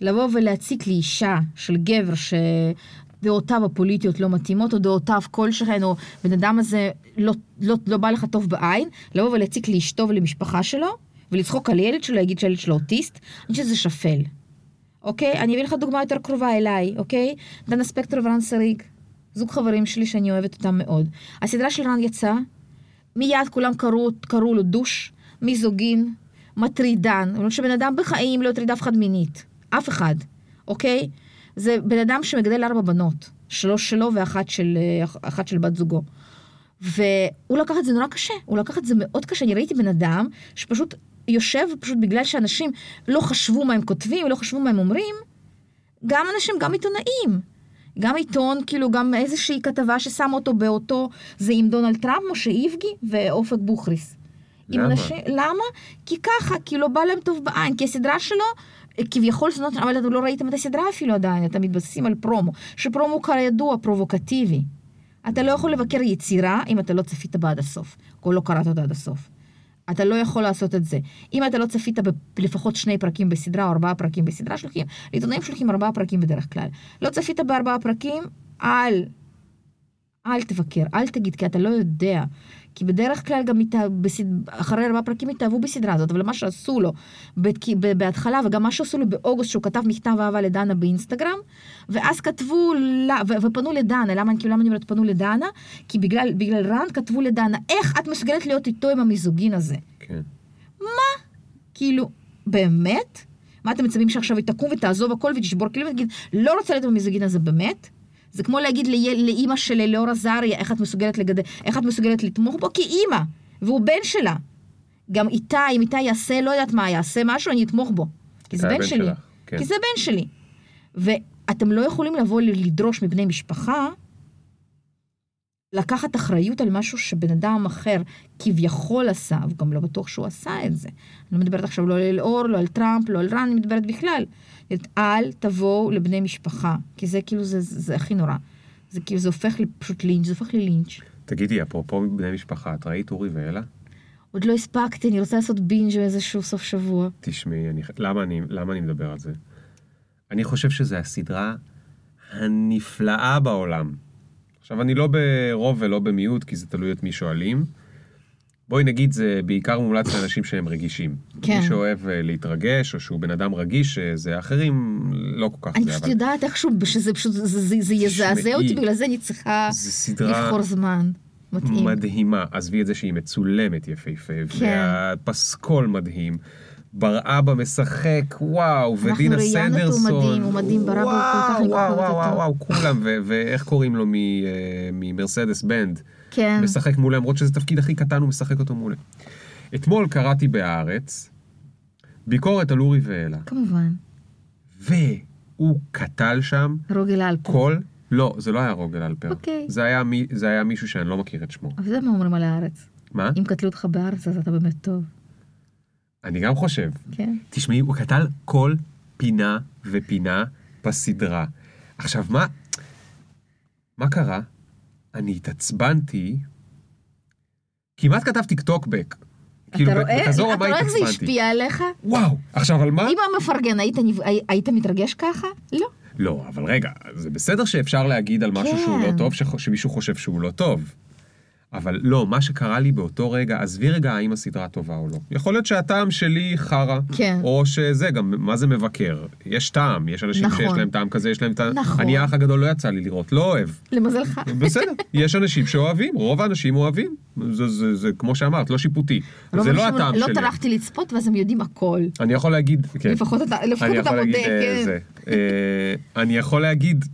Speaker 1: לבוא ולהציק לאישה של גבר שדעותיו הפוליטיות לא מתאימות, או דעותיו כלשהן, או בן אדם הזה לא, לא, לא בא לך טוב בעין, לבוא ולהציק לאשתו ולמשפחה שלו, ולצחוק על ילד שלו, להגיד שהילד שלו אוטיסט, אני חושבת שזה שפל. אוקיי? אני אביא לך דוגמה יותר קרובה אליי, אוקיי? דנה ספקטר ורן סריג, זוג חברים שלי שאני אוהבת אותם מאוד. הסדרה של רן יצאה, מיד כולם קראו, קראו לו דוש, מיזוגין, מטרידן, למרות שבן אדם בחיים לא הטריד אף אחד מינית, אף אחד, אוקיי? זה בן אדם שמגדל ארבע בנות, שלוש שלו ואחת של, אה, אחת של בת זוגו. והוא לקח את זה נורא קשה, הוא לקח את זה מאוד קשה. אני ראיתי בן אדם שפשוט יושב, פשוט בגלל שאנשים לא חשבו מה הם כותבים, לא חשבו מה הם אומרים, גם אנשים, גם עיתונאים. גם עיתון, כאילו, גם איזושהי כתבה ששם אותו באותו, זה עם דונלד טראמפ, משה איבגי ואופק בוכריס. עם
Speaker 2: למה?
Speaker 1: אנשים- למה? כי ככה, כי לא בא להם טוב בעין, כי הסדרה שלו, אה, כביכול זונות, אבל אתם לא ראיתם את הסדרה אפילו עדיין, אתם מתבססים על פרומו, שפרומו כידוע פרובוקטיבי. אתה לא יכול לבקר יצירה אם אתה לא צפית בה עד הסוף, או לא קראת אותה עד הסוף. אתה לא יכול לעשות את זה. אם אתה לא צפית בלפחות שני פרקים בסדרה, או ארבעה פרקים בסדרה, שולחים, לעיתונאים שולחים ארבעה פרקים בדרך כלל. לא צפית בארבעה פרקים, אל אל תבקר, אל תגיד, כי אתה לא יודע. כי בדרך כלל גם התאה- בסד... אחרי ארבעה פרקים התאהבו בסדרה הזאת, אבל מה שעשו לו בת... ב- בהתחלה, וגם מה שעשו לו באוגוסט, שהוא כתב מכתב אהבה לדנה באינסטגרם, ואז כתבו, לה... ו... ופנו לדנה, למה, אני- כאילו, למה אני אומרת פנו לדנה? כי בגלל, בגלל רן כתבו לדנה, איך את מסוגלת להיות איתו עם המיזוגין הזה?
Speaker 2: כן.
Speaker 1: כאילו, באמת? מה אתם מצפים שעכשיו היא תקום ותעזוב הכל ותשבור כלים ותגיד, לא רוצה להיות במיזוגין הזה באמת? זה כמו להגיד לי, לאימא של ליאור עזריה, איך את מסוגלת לגדל, איך את מסוגלת לתמוך בו? כי אימא, והוא בן שלה. גם איתי, אם איתי יעשה, לא יודעת מה, יעשה משהו, אני אתמוך בו. כי זה
Speaker 2: איתי
Speaker 1: בן
Speaker 2: הבן
Speaker 1: שלי.
Speaker 2: שלך, כן.
Speaker 1: כי זה בן שלי. ואתם לא יכולים לבוא ל- לדרוש מבני משפחה לקחת אחריות על משהו שבן אדם אחר כביכול עשה, אבל גם לא בטוח שהוא עשה את זה. אני לא מדברת עכשיו לא על אלאור, לא על טראמפ, לא על רן, אני מדברת בכלל. את אל תבואו לבני משפחה, כי זה כאילו, זה, זה, זה הכי נורא. זה כאילו, זה הופך לפשוט לינץ', זה הופך ללינץ'.
Speaker 2: תגידי, אפרופו בני משפחה, את ראית אורי ואלה?
Speaker 1: עוד לא הספקתי, אני רוצה לעשות בינג' באיזשהו סוף שבוע.
Speaker 2: תשמעי, אני, למה, אני, למה אני מדבר על זה? אני חושב שזו הסדרה הנפלאה בעולם. עכשיו, אני לא ברוב ולא במיעוט, כי זה תלוי את מי שואלים. בואי נגיד, זה בעיקר מומלץ לאנשים שהם רגישים.
Speaker 1: כן.
Speaker 2: מי שאוהב אה, להתרגש, או שהוא בן אדם רגיש, אה, זה אחרים לא כל כך...
Speaker 1: אני
Speaker 2: זה,
Speaker 1: פשוט
Speaker 2: אבל
Speaker 1: יודעת איכשהו, שזה פשוט, זה- זה זה יזעזע
Speaker 2: תשמעי.
Speaker 1: אותי, בגלל זה אני צריכה
Speaker 2: זו סדרה
Speaker 1: לבחור זמן מתאים.
Speaker 2: מדהימה. עזבי את זה שהיא מצולמת יפהפה,
Speaker 1: כן.
Speaker 2: והפסקול מדהים. ברעבה משחק, וואו,
Speaker 1: אנחנו
Speaker 2: ודינה
Speaker 1: ראיינו אותו, הוא
Speaker 2: סנדרסון.
Speaker 1: מדהים, הוא מדהים, ברעבה, הוא כל כך
Speaker 2: וואו,
Speaker 1: אני
Speaker 2: וואו,
Speaker 1: אוהבת
Speaker 2: וואו,
Speaker 1: אותו.
Speaker 2: וואו, וואו, כולם, ו- ואיך קוראים לו מ- אה, ממרסדס בנד?
Speaker 1: כן.
Speaker 2: משחק מולה, למרות שזה תפקיד הכי קטן, הוא משחק אותו מולה. אתמול קראתי בהארץ ביקורת על אורי ואלה,
Speaker 1: כמובן.
Speaker 2: והוא קטל שם
Speaker 1: רוגל אלפר.
Speaker 2: כל... לא, זה לא היה רוגל אלפר.
Speaker 1: אוקיי.
Speaker 2: זה היה מי- זה היה מישהו שאני לא מכיר את שמו.
Speaker 1: אבל אתה יודע מה אומרים על הארץ?
Speaker 2: מה?
Speaker 1: אם קטלו אותך בארץ, אז אתה באמת טוב.
Speaker 2: אני גם חושב.
Speaker 1: כן.
Speaker 2: תשמעי, הוא קטל כל פינה ופינה בסדרה. עכשיו, מה... מה קרה? אני התעצבנתי, כמעט כתבתי טוקבק.
Speaker 1: אתה
Speaker 2: כאילו,
Speaker 1: רואה? אתה רואה איך זה השפיע עליך?
Speaker 2: וואו, עכשיו על מה?
Speaker 1: אם המפרגן, היית נב- הי- היית מתרגש ככה? לא.
Speaker 2: לא, אבל רגע, זה בסדר שאפשר להגיד על משהו
Speaker 1: כן.
Speaker 2: שהוא לא טוב, שח- שמישהו חושב שהוא לא טוב. אבל לא, מה שקרה לי באותו רגע, עזבי רגע האם הסדרה טובה או לא. יכול להיות שהטעם שלי חרא.
Speaker 1: כן.
Speaker 2: או שזה, גם מה זה מבקר? יש טעם, יש אנשים
Speaker 1: נכון.
Speaker 2: שיש להם טעם כזה, יש להם טעם...
Speaker 1: נכון.
Speaker 2: אני האח הגדול לא יצא לי לראות, לא אוהב.
Speaker 1: למזלך.
Speaker 2: בסדר, יש אנשים שאוהבים, רוב האנשים אוהבים. זה, זה, זה כמו שאמרת, לא שיפוטי.
Speaker 1: רוב
Speaker 2: זה לא
Speaker 1: האנשים
Speaker 2: הטעם
Speaker 1: לא
Speaker 2: שלי.
Speaker 1: טרחתי לצפות, ואז הם יודעים הכל.
Speaker 2: אני יכול להגיד... כן.
Speaker 1: לפחות אתה לפחות
Speaker 2: אני
Speaker 1: אתה
Speaker 2: יכול
Speaker 1: מודה,
Speaker 2: להגיד, אה,
Speaker 1: כן.
Speaker 2: זה. אה, אני יכול להגיד,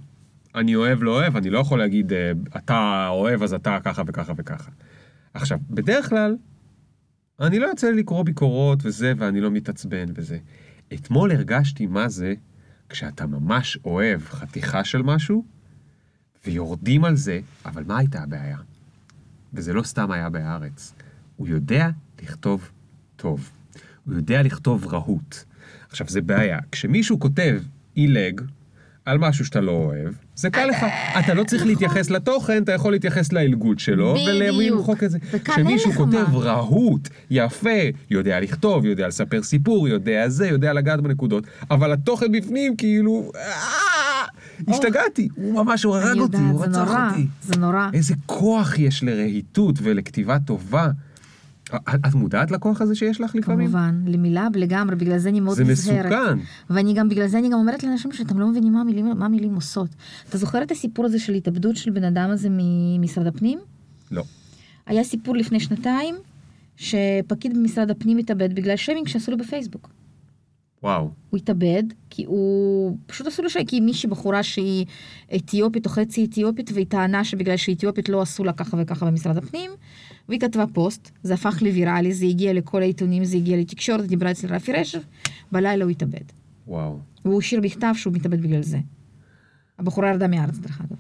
Speaker 2: אני אוהב, לא אוהב, אני לא יכול להגיד, אה, אתה אוהב, אז אתה ככה וככה וככה. עכשיו, בדרך כלל, אני לא יוצא לי לקרוא ביקורות וזה, ואני לא מתעצבן וזה. אתמול הרגשתי מה זה כשאתה ממש אוהב חתיכה של משהו, ויורדים על זה, אבל מה הייתה הבעיה? וזה לא סתם היה בהארץ. הוא יודע לכתוב טוב. הוא יודע לכתוב רהוט. עכשיו, זה בעיה. כשמישהו כותב עילג על משהו שאתה לא אוהב, זה קל לך. אתה לא
Speaker 1: אה,
Speaker 2: צריך להתייחס לתוכן, אתה יכול להתייחס לעילגות שלו,
Speaker 1: נכון. בדיוק.
Speaker 2: ולמחוק את זה.
Speaker 1: וכאן אין
Speaker 2: כשמישהו
Speaker 1: לך
Speaker 2: כותב
Speaker 1: מה.
Speaker 2: רהוט, יפה, יודע לכתוב, יודע לספר סיפור, יודע זה, יודע לגעת בנקודות, אבל התוכן בפנים כאילו... אה, השתגעתי, הוא ממש, הוא הרג
Speaker 1: אני
Speaker 2: אותי,
Speaker 1: יודעת,
Speaker 2: הוא
Speaker 1: זה
Speaker 2: רצח
Speaker 1: נורא,
Speaker 2: אותי.
Speaker 1: זה נורא.
Speaker 2: איזה כוח יש לרהיטות ולכתיבה טובה. אה, את את מודעת לכוח הזה שיש לך לפעמים?
Speaker 1: כמובן, למילה לגמרי, בגלל זה אני מאוד
Speaker 2: זה
Speaker 1: נזהרת.
Speaker 2: מסוכן.
Speaker 1: ואני גם, בגלל זה אני גם אומרת לאנשים שאתם לא מבינים מה המילים, מה המילים עושות. אתה זוכר את הסיפור הזה של התאבדות של בן אדם הזה ממשרד הפנים?
Speaker 2: לא.
Speaker 1: היה סיפור לפני שנתיים, שפקיד במשרד הפנים התאבד בגלל שיימינג שעשו לו בפייסבוק.
Speaker 2: וואו.
Speaker 1: הוא התאבד, כי הוא... פשוט עשו לו שיימינג, כי מישהי בחורה שהיא אתיופית או חצי אתיופית, והיא טענה שבגלל שהיא אתיופית לא עשו לה ככה וככה במשרד הפנים, והיא כתבה פוסט, זה הפך לוויראלי, זה הגיע לכל העיתונים, זה הגיע לתקשורת, דיברה אצל רפי רשף, בלילה הוא התאבד.
Speaker 2: וואו.
Speaker 1: והוא השאיר מכתב שהוא מתאבד בגלל זה. הבחורה ירדה מהארץ, דרך אגב.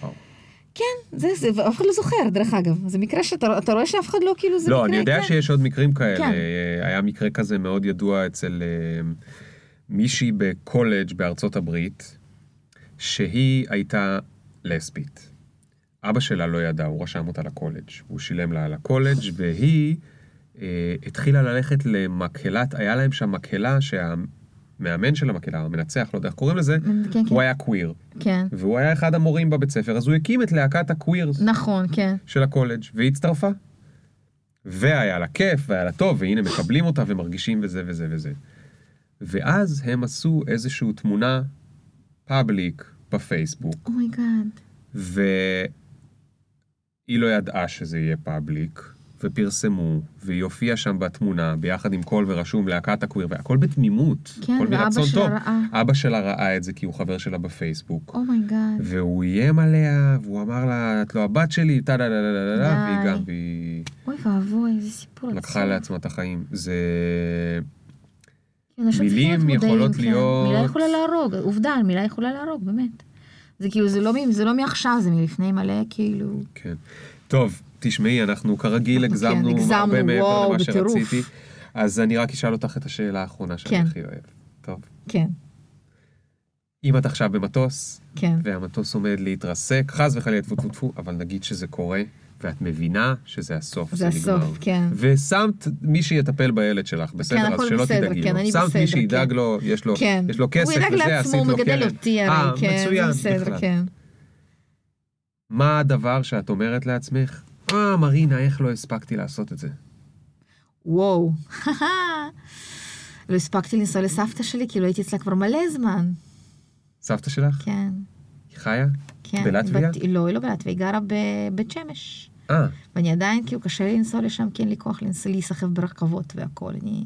Speaker 2: וואו.
Speaker 1: כן, זה, זה, ואף אחד לא זוכר, דרך אגב. זה מקרה שאתה אתה רואה שאף אחד לא, כאילו, זה
Speaker 2: לא,
Speaker 1: מקרה,
Speaker 2: אני יודע
Speaker 1: כן.
Speaker 2: שיש עוד מקרים כאלה.
Speaker 1: כן.
Speaker 2: אה, היה מקרה כזה מאוד ידוע אצל אה, מישהי בקולג' בארצות הברית, שהיא הייתה לסבית. אבא שלה לא ידע, הוא רשם אותה לקולג'. הוא שילם לה על הקולג', והיא אה, התחילה ללכת למקהלת, היה להם שם מקהלה שהמאמן של המקהלה, המנצח, לא יודע איך קוראים לזה,
Speaker 1: כן, כן.
Speaker 2: הוא היה קוויר.
Speaker 1: כן.
Speaker 2: והוא היה אחד המורים בבית ספר, אז הוא הקים את להקת הקווירס.
Speaker 1: נכון, כן.
Speaker 2: של הקולג' והיא הצטרפה. והיה לה כיף והיה לה טוב והנה מקבלים אותה ומרגישים וזה וזה וזה. ואז הם עשו איזושהי תמונה פאבליק בפייסבוק
Speaker 1: אומייגאד.
Speaker 2: והיא לא ידעה שזה יהיה פאבליק ופרסמו והיא הופיעה שם בתמונה ביחד עם קול ורשום להקת הקוויר והכל בתמימות.
Speaker 1: כן,
Speaker 2: הכל
Speaker 1: ואבא
Speaker 2: מרצון
Speaker 1: שלה
Speaker 2: טוב.
Speaker 1: ראה.
Speaker 2: אבא שלה ראה את זה כי הוא חבר שלה בפייסבוק.
Speaker 1: אומייגאד.
Speaker 2: והוא איים עליה, והוא אמר לה, את לא הבת שלי, טה דה דה דה דה דה, והיא
Speaker 1: די.
Speaker 2: גם, והיא
Speaker 1: אוי ואבוי, איזה סיפור.
Speaker 2: לקחה
Speaker 1: עצוב.
Speaker 2: לעצמה את החיים. זה...
Speaker 1: כן, אנשים צריכים להיות
Speaker 2: מילים
Speaker 1: מודעים,
Speaker 2: יכולות
Speaker 1: כן.
Speaker 2: להיות-
Speaker 1: מילה יכולה להרוג, עובדה, מילה יכולה להרוג, באמת. זה כאילו, זה לא, מ- זה לא מעכשיו, זה מלפני מלא, כאילו...
Speaker 2: כן. טוב, תשמעי, אנחנו כרגיל הגזמנו
Speaker 1: כן, הגזמנו,
Speaker 2: הרבה מעבר
Speaker 1: וואו,
Speaker 2: למה
Speaker 1: בטירוף.
Speaker 2: שרציתי, אז אני רק אשאל אותך את השאלה האחרונה שאני
Speaker 1: כן.
Speaker 2: הכי אוהב. טוב.
Speaker 1: כן,
Speaker 2: אם את עכשיו במטוס,
Speaker 1: כן.
Speaker 2: והמטוס עומד להתרסק, חס וחלילה טפו טפו טפו, אבל נגיד שזה קורה, ואת מבינה שזה הסוף,
Speaker 1: זה
Speaker 2: נגמר.
Speaker 1: הסוף, כן.
Speaker 2: ושמת מי שיטפל בילד שלך, בסדר?
Speaker 1: כן,
Speaker 2: אז
Speaker 1: הכל
Speaker 2: שלא
Speaker 1: בסדר,
Speaker 2: תדאגי
Speaker 1: כן,
Speaker 2: לו.
Speaker 1: אני
Speaker 2: שמת
Speaker 1: בסדר,
Speaker 2: מי שידאג
Speaker 1: כן.
Speaker 2: לו, יש לו,
Speaker 1: כן.
Speaker 2: יש לו כסף
Speaker 1: הוא
Speaker 2: וזה,
Speaker 1: ידאג לעצמו,
Speaker 2: עשית
Speaker 1: הוא
Speaker 2: לו
Speaker 1: מגדל
Speaker 2: קרן.
Speaker 1: אותי
Speaker 2: אה,
Speaker 1: הרי, כן,
Speaker 2: מצוין,
Speaker 1: זה בסדר,
Speaker 2: בכלל.
Speaker 1: כן.
Speaker 2: מה הדבר שאת אומרת לעצמך? אה, מרינה, איך לא הספקתי לעשות את זה?
Speaker 1: וואו. לא הספקתי לנסוע לסבתא שלי, כאילו הייתי אצלה כבר מלא זמן.
Speaker 2: סבתא שלך?
Speaker 1: כן,
Speaker 2: היא חיה?
Speaker 1: כן.
Speaker 2: בלטביה?
Speaker 1: בת- לא, היא לא בלטביה, היא גרה בבית שמש.
Speaker 2: אה,
Speaker 1: ואני עדיין, כאילו, קשה לי לנסוע לשם, כי אין לי כוח לנס- להיסחב ברכבות והכול. אני...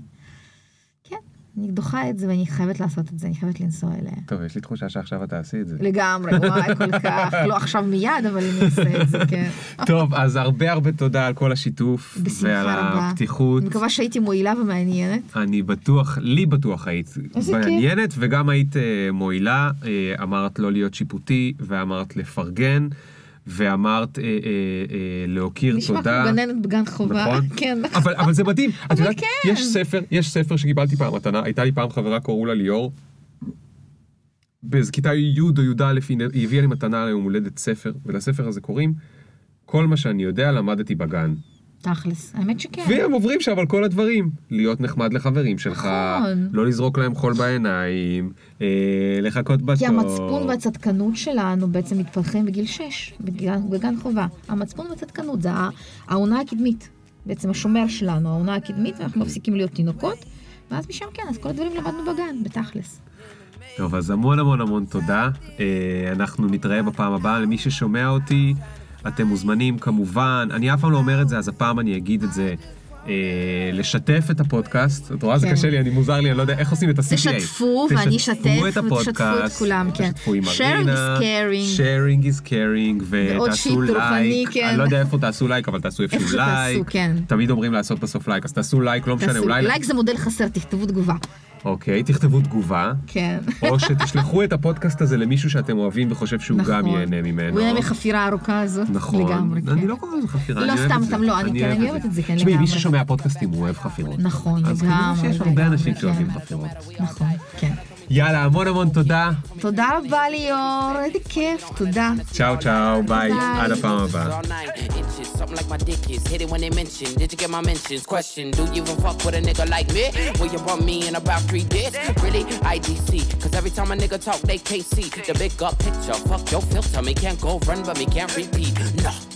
Speaker 1: כן, אני דוחה את זה ואני חייבת לעשות את זה, אני חייבת לנסוע אליה.
Speaker 2: טוב, יש לי תחושה שעכשיו את תעשי את זה.
Speaker 1: לגמרי, וואי, כל כך. לא עכשיו מיד, אבל אני אעשה את זה, כן.
Speaker 2: טוב, אז הרבה הרבה תודה על כל השיתוף.
Speaker 1: בשמחה
Speaker 2: ועל
Speaker 1: רבה.
Speaker 2: הפתיחות.
Speaker 1: אני מקווה שהייתי מועילה ומעניינת.
Speaker 2: אני בטוח, לי בטוח היית
Speaker 1: איזה כיף.
Speaker 2: מעניינת, וגם היית אה, מועילה, אה, אמרת לא להיות שיפוטי, ואמרת לפרגן, ואמרת אה, אה, אה, להוקיר
Speaker 1: נשמע כמו
Speaker 2: תודה.
Speaker 1: גננת בגן חובה.
Speaker 2: נכון?
Speaker 1: כן.
Speaker 2: אבל, אבל זה מדהים, את
Speaker 1: אבל
Speaker 2: יודעת,
Speaker 1: כן.
Speaker 2: יש ספר, יש ספר שקיבלתי פעם מתנה, הייתה לי פעם חברה, קראו לה ליאור, באיזה כיתה י' או י"א, היא נ- היא הביאה לי מתנה ליום הולדת ספר, ולספר הזה קוראים, כל מה שאני יודע למדתי בגן.
Speaker 1: תכלס, האמת שכן.
Speaker 2: והם עוברים שם על כל הדברים. להיות נחמד לחברים שלך,
Speaker 1: נכון.
Speaker 2: לא לזרוק להם חול בעיניים, אה, לחכות בתור.
Speaker 1: כי המצפון והצדקנות שלנו בעצם מתפתחים בגיל 6, בגן חובה. המצפון והצדקנות זה הע- העונה הקדמית. בעצם השומר שלנו, העונה הקדמית, ואנחנו מפסיקים להיות תינוקות. ואז משם כן, אז כל הדברים למדנו בגן, בתכלס.
Speaker 2: טוב, אז המון המון המון תודה. אה, אנחנו נתראה בפעם הבאה. למי ששומע אותי, אתם מוזמנים כמובן. אני אף פעם לא אומר את זה, אז הפעם אני אגיד את זה. אה, לשתף את הפודקאסט, את רואה זה
Speaker 1: כן.
Speaker 2: קשה לי, אני מוזר לי, אני לא יודע איך עושים את ה-CTA.
Speaker 1: תשתפו, ואני אשתף,
Speaker 2: תשתפו את
Speaker 1: ותשתפו את
Speaker 2: הפודקאסט,
Speaker 1: כולם, כן.
Speaker 2: תשתפו עם
Speaker 1: Sharing
Speaker 2: מרינה.
Speaker 1: is caring.
Speaker 2: sharing is caring,
Speaker 1: ועוד
Speaker 2: ותעשו
Speaker 1: שיתוף, אני,
Speaker 2: לייק,
Speaker 1: כן.
Speaker 2: אני לא יודע איפה תעשו לייק, אבל תעשו איפשהו
Speaker 1: איפשהו
Speaker 2: לייק.
Speaker 1: תעשו, כן.
Speaker 2: תמיד אומרים לעשות בסוף לייק, אז תעשו לייק, לא משנה,
Speaker 1: תעשו,
Speaker 2: אולי...
Speaker 1: לייק זה מודל חסר, תכתבו תגובה.
Speaker 2: אוקיי, תכתבו תגובה.
Speaker 1: כן.
Speaker 2: או שתשלחו את הפודקאסט הזה למישהו שאתם אוהבים וחושב שהוא גם ייהנה ממנו.
Speaker 1: נכון. הוא ייהנה מהחפירה הארוכה הזאת.
Speaker 2: נכון.
Speaker 1: לגמרי,
Speaker 2: אני
Speaker 1: כן.
Speaker 2: לא קורא לזה חפירה,
Speaker 1: לא,
Speaker 2: אני אוהב
Speaker 1: סתם,
Speaker 2: את זה.
Speaker 1: סתם, לא, אני- כן, אני אוהבת את זה, כן,
Speaker 2: תשמעי, מי
Speaker 1: לגמרי.
Speaker 2: ששומע פודקאסטים הוא אוהב חפירות.
Speaker 1: נכון,
Speaker 2: אז כנראה
Speaker 1: לגמרי.
Speaker 2: שיש הרבה
Speaker 1: לגמרי,
Speaker 2: אנשים
Speaker 1: כן.
Speaker 2: שאוהבים חפירות.
Speaker 1: נכון, כן.
Speaker 2: יאללה, המון המון תודה.
Speaker 1: תודה רבה ליאור, איזה כיף, תודה.
Speaker 2: צ'או צ'או, ביי.
Speaker 1: ביי.
Speaker 2: עד הפעם הבאה.
Speaker 3: All nine inches, something like my dick is. Hit it when they mention. Did you get my mentions? Question: Do you even fuck with a nigga like me? Will you bump me in about three days? Really? IDC. Cause every time a nigga talk, they can't see the big up picture. Fuck your filter, me can't go run, but me can't repeat. No.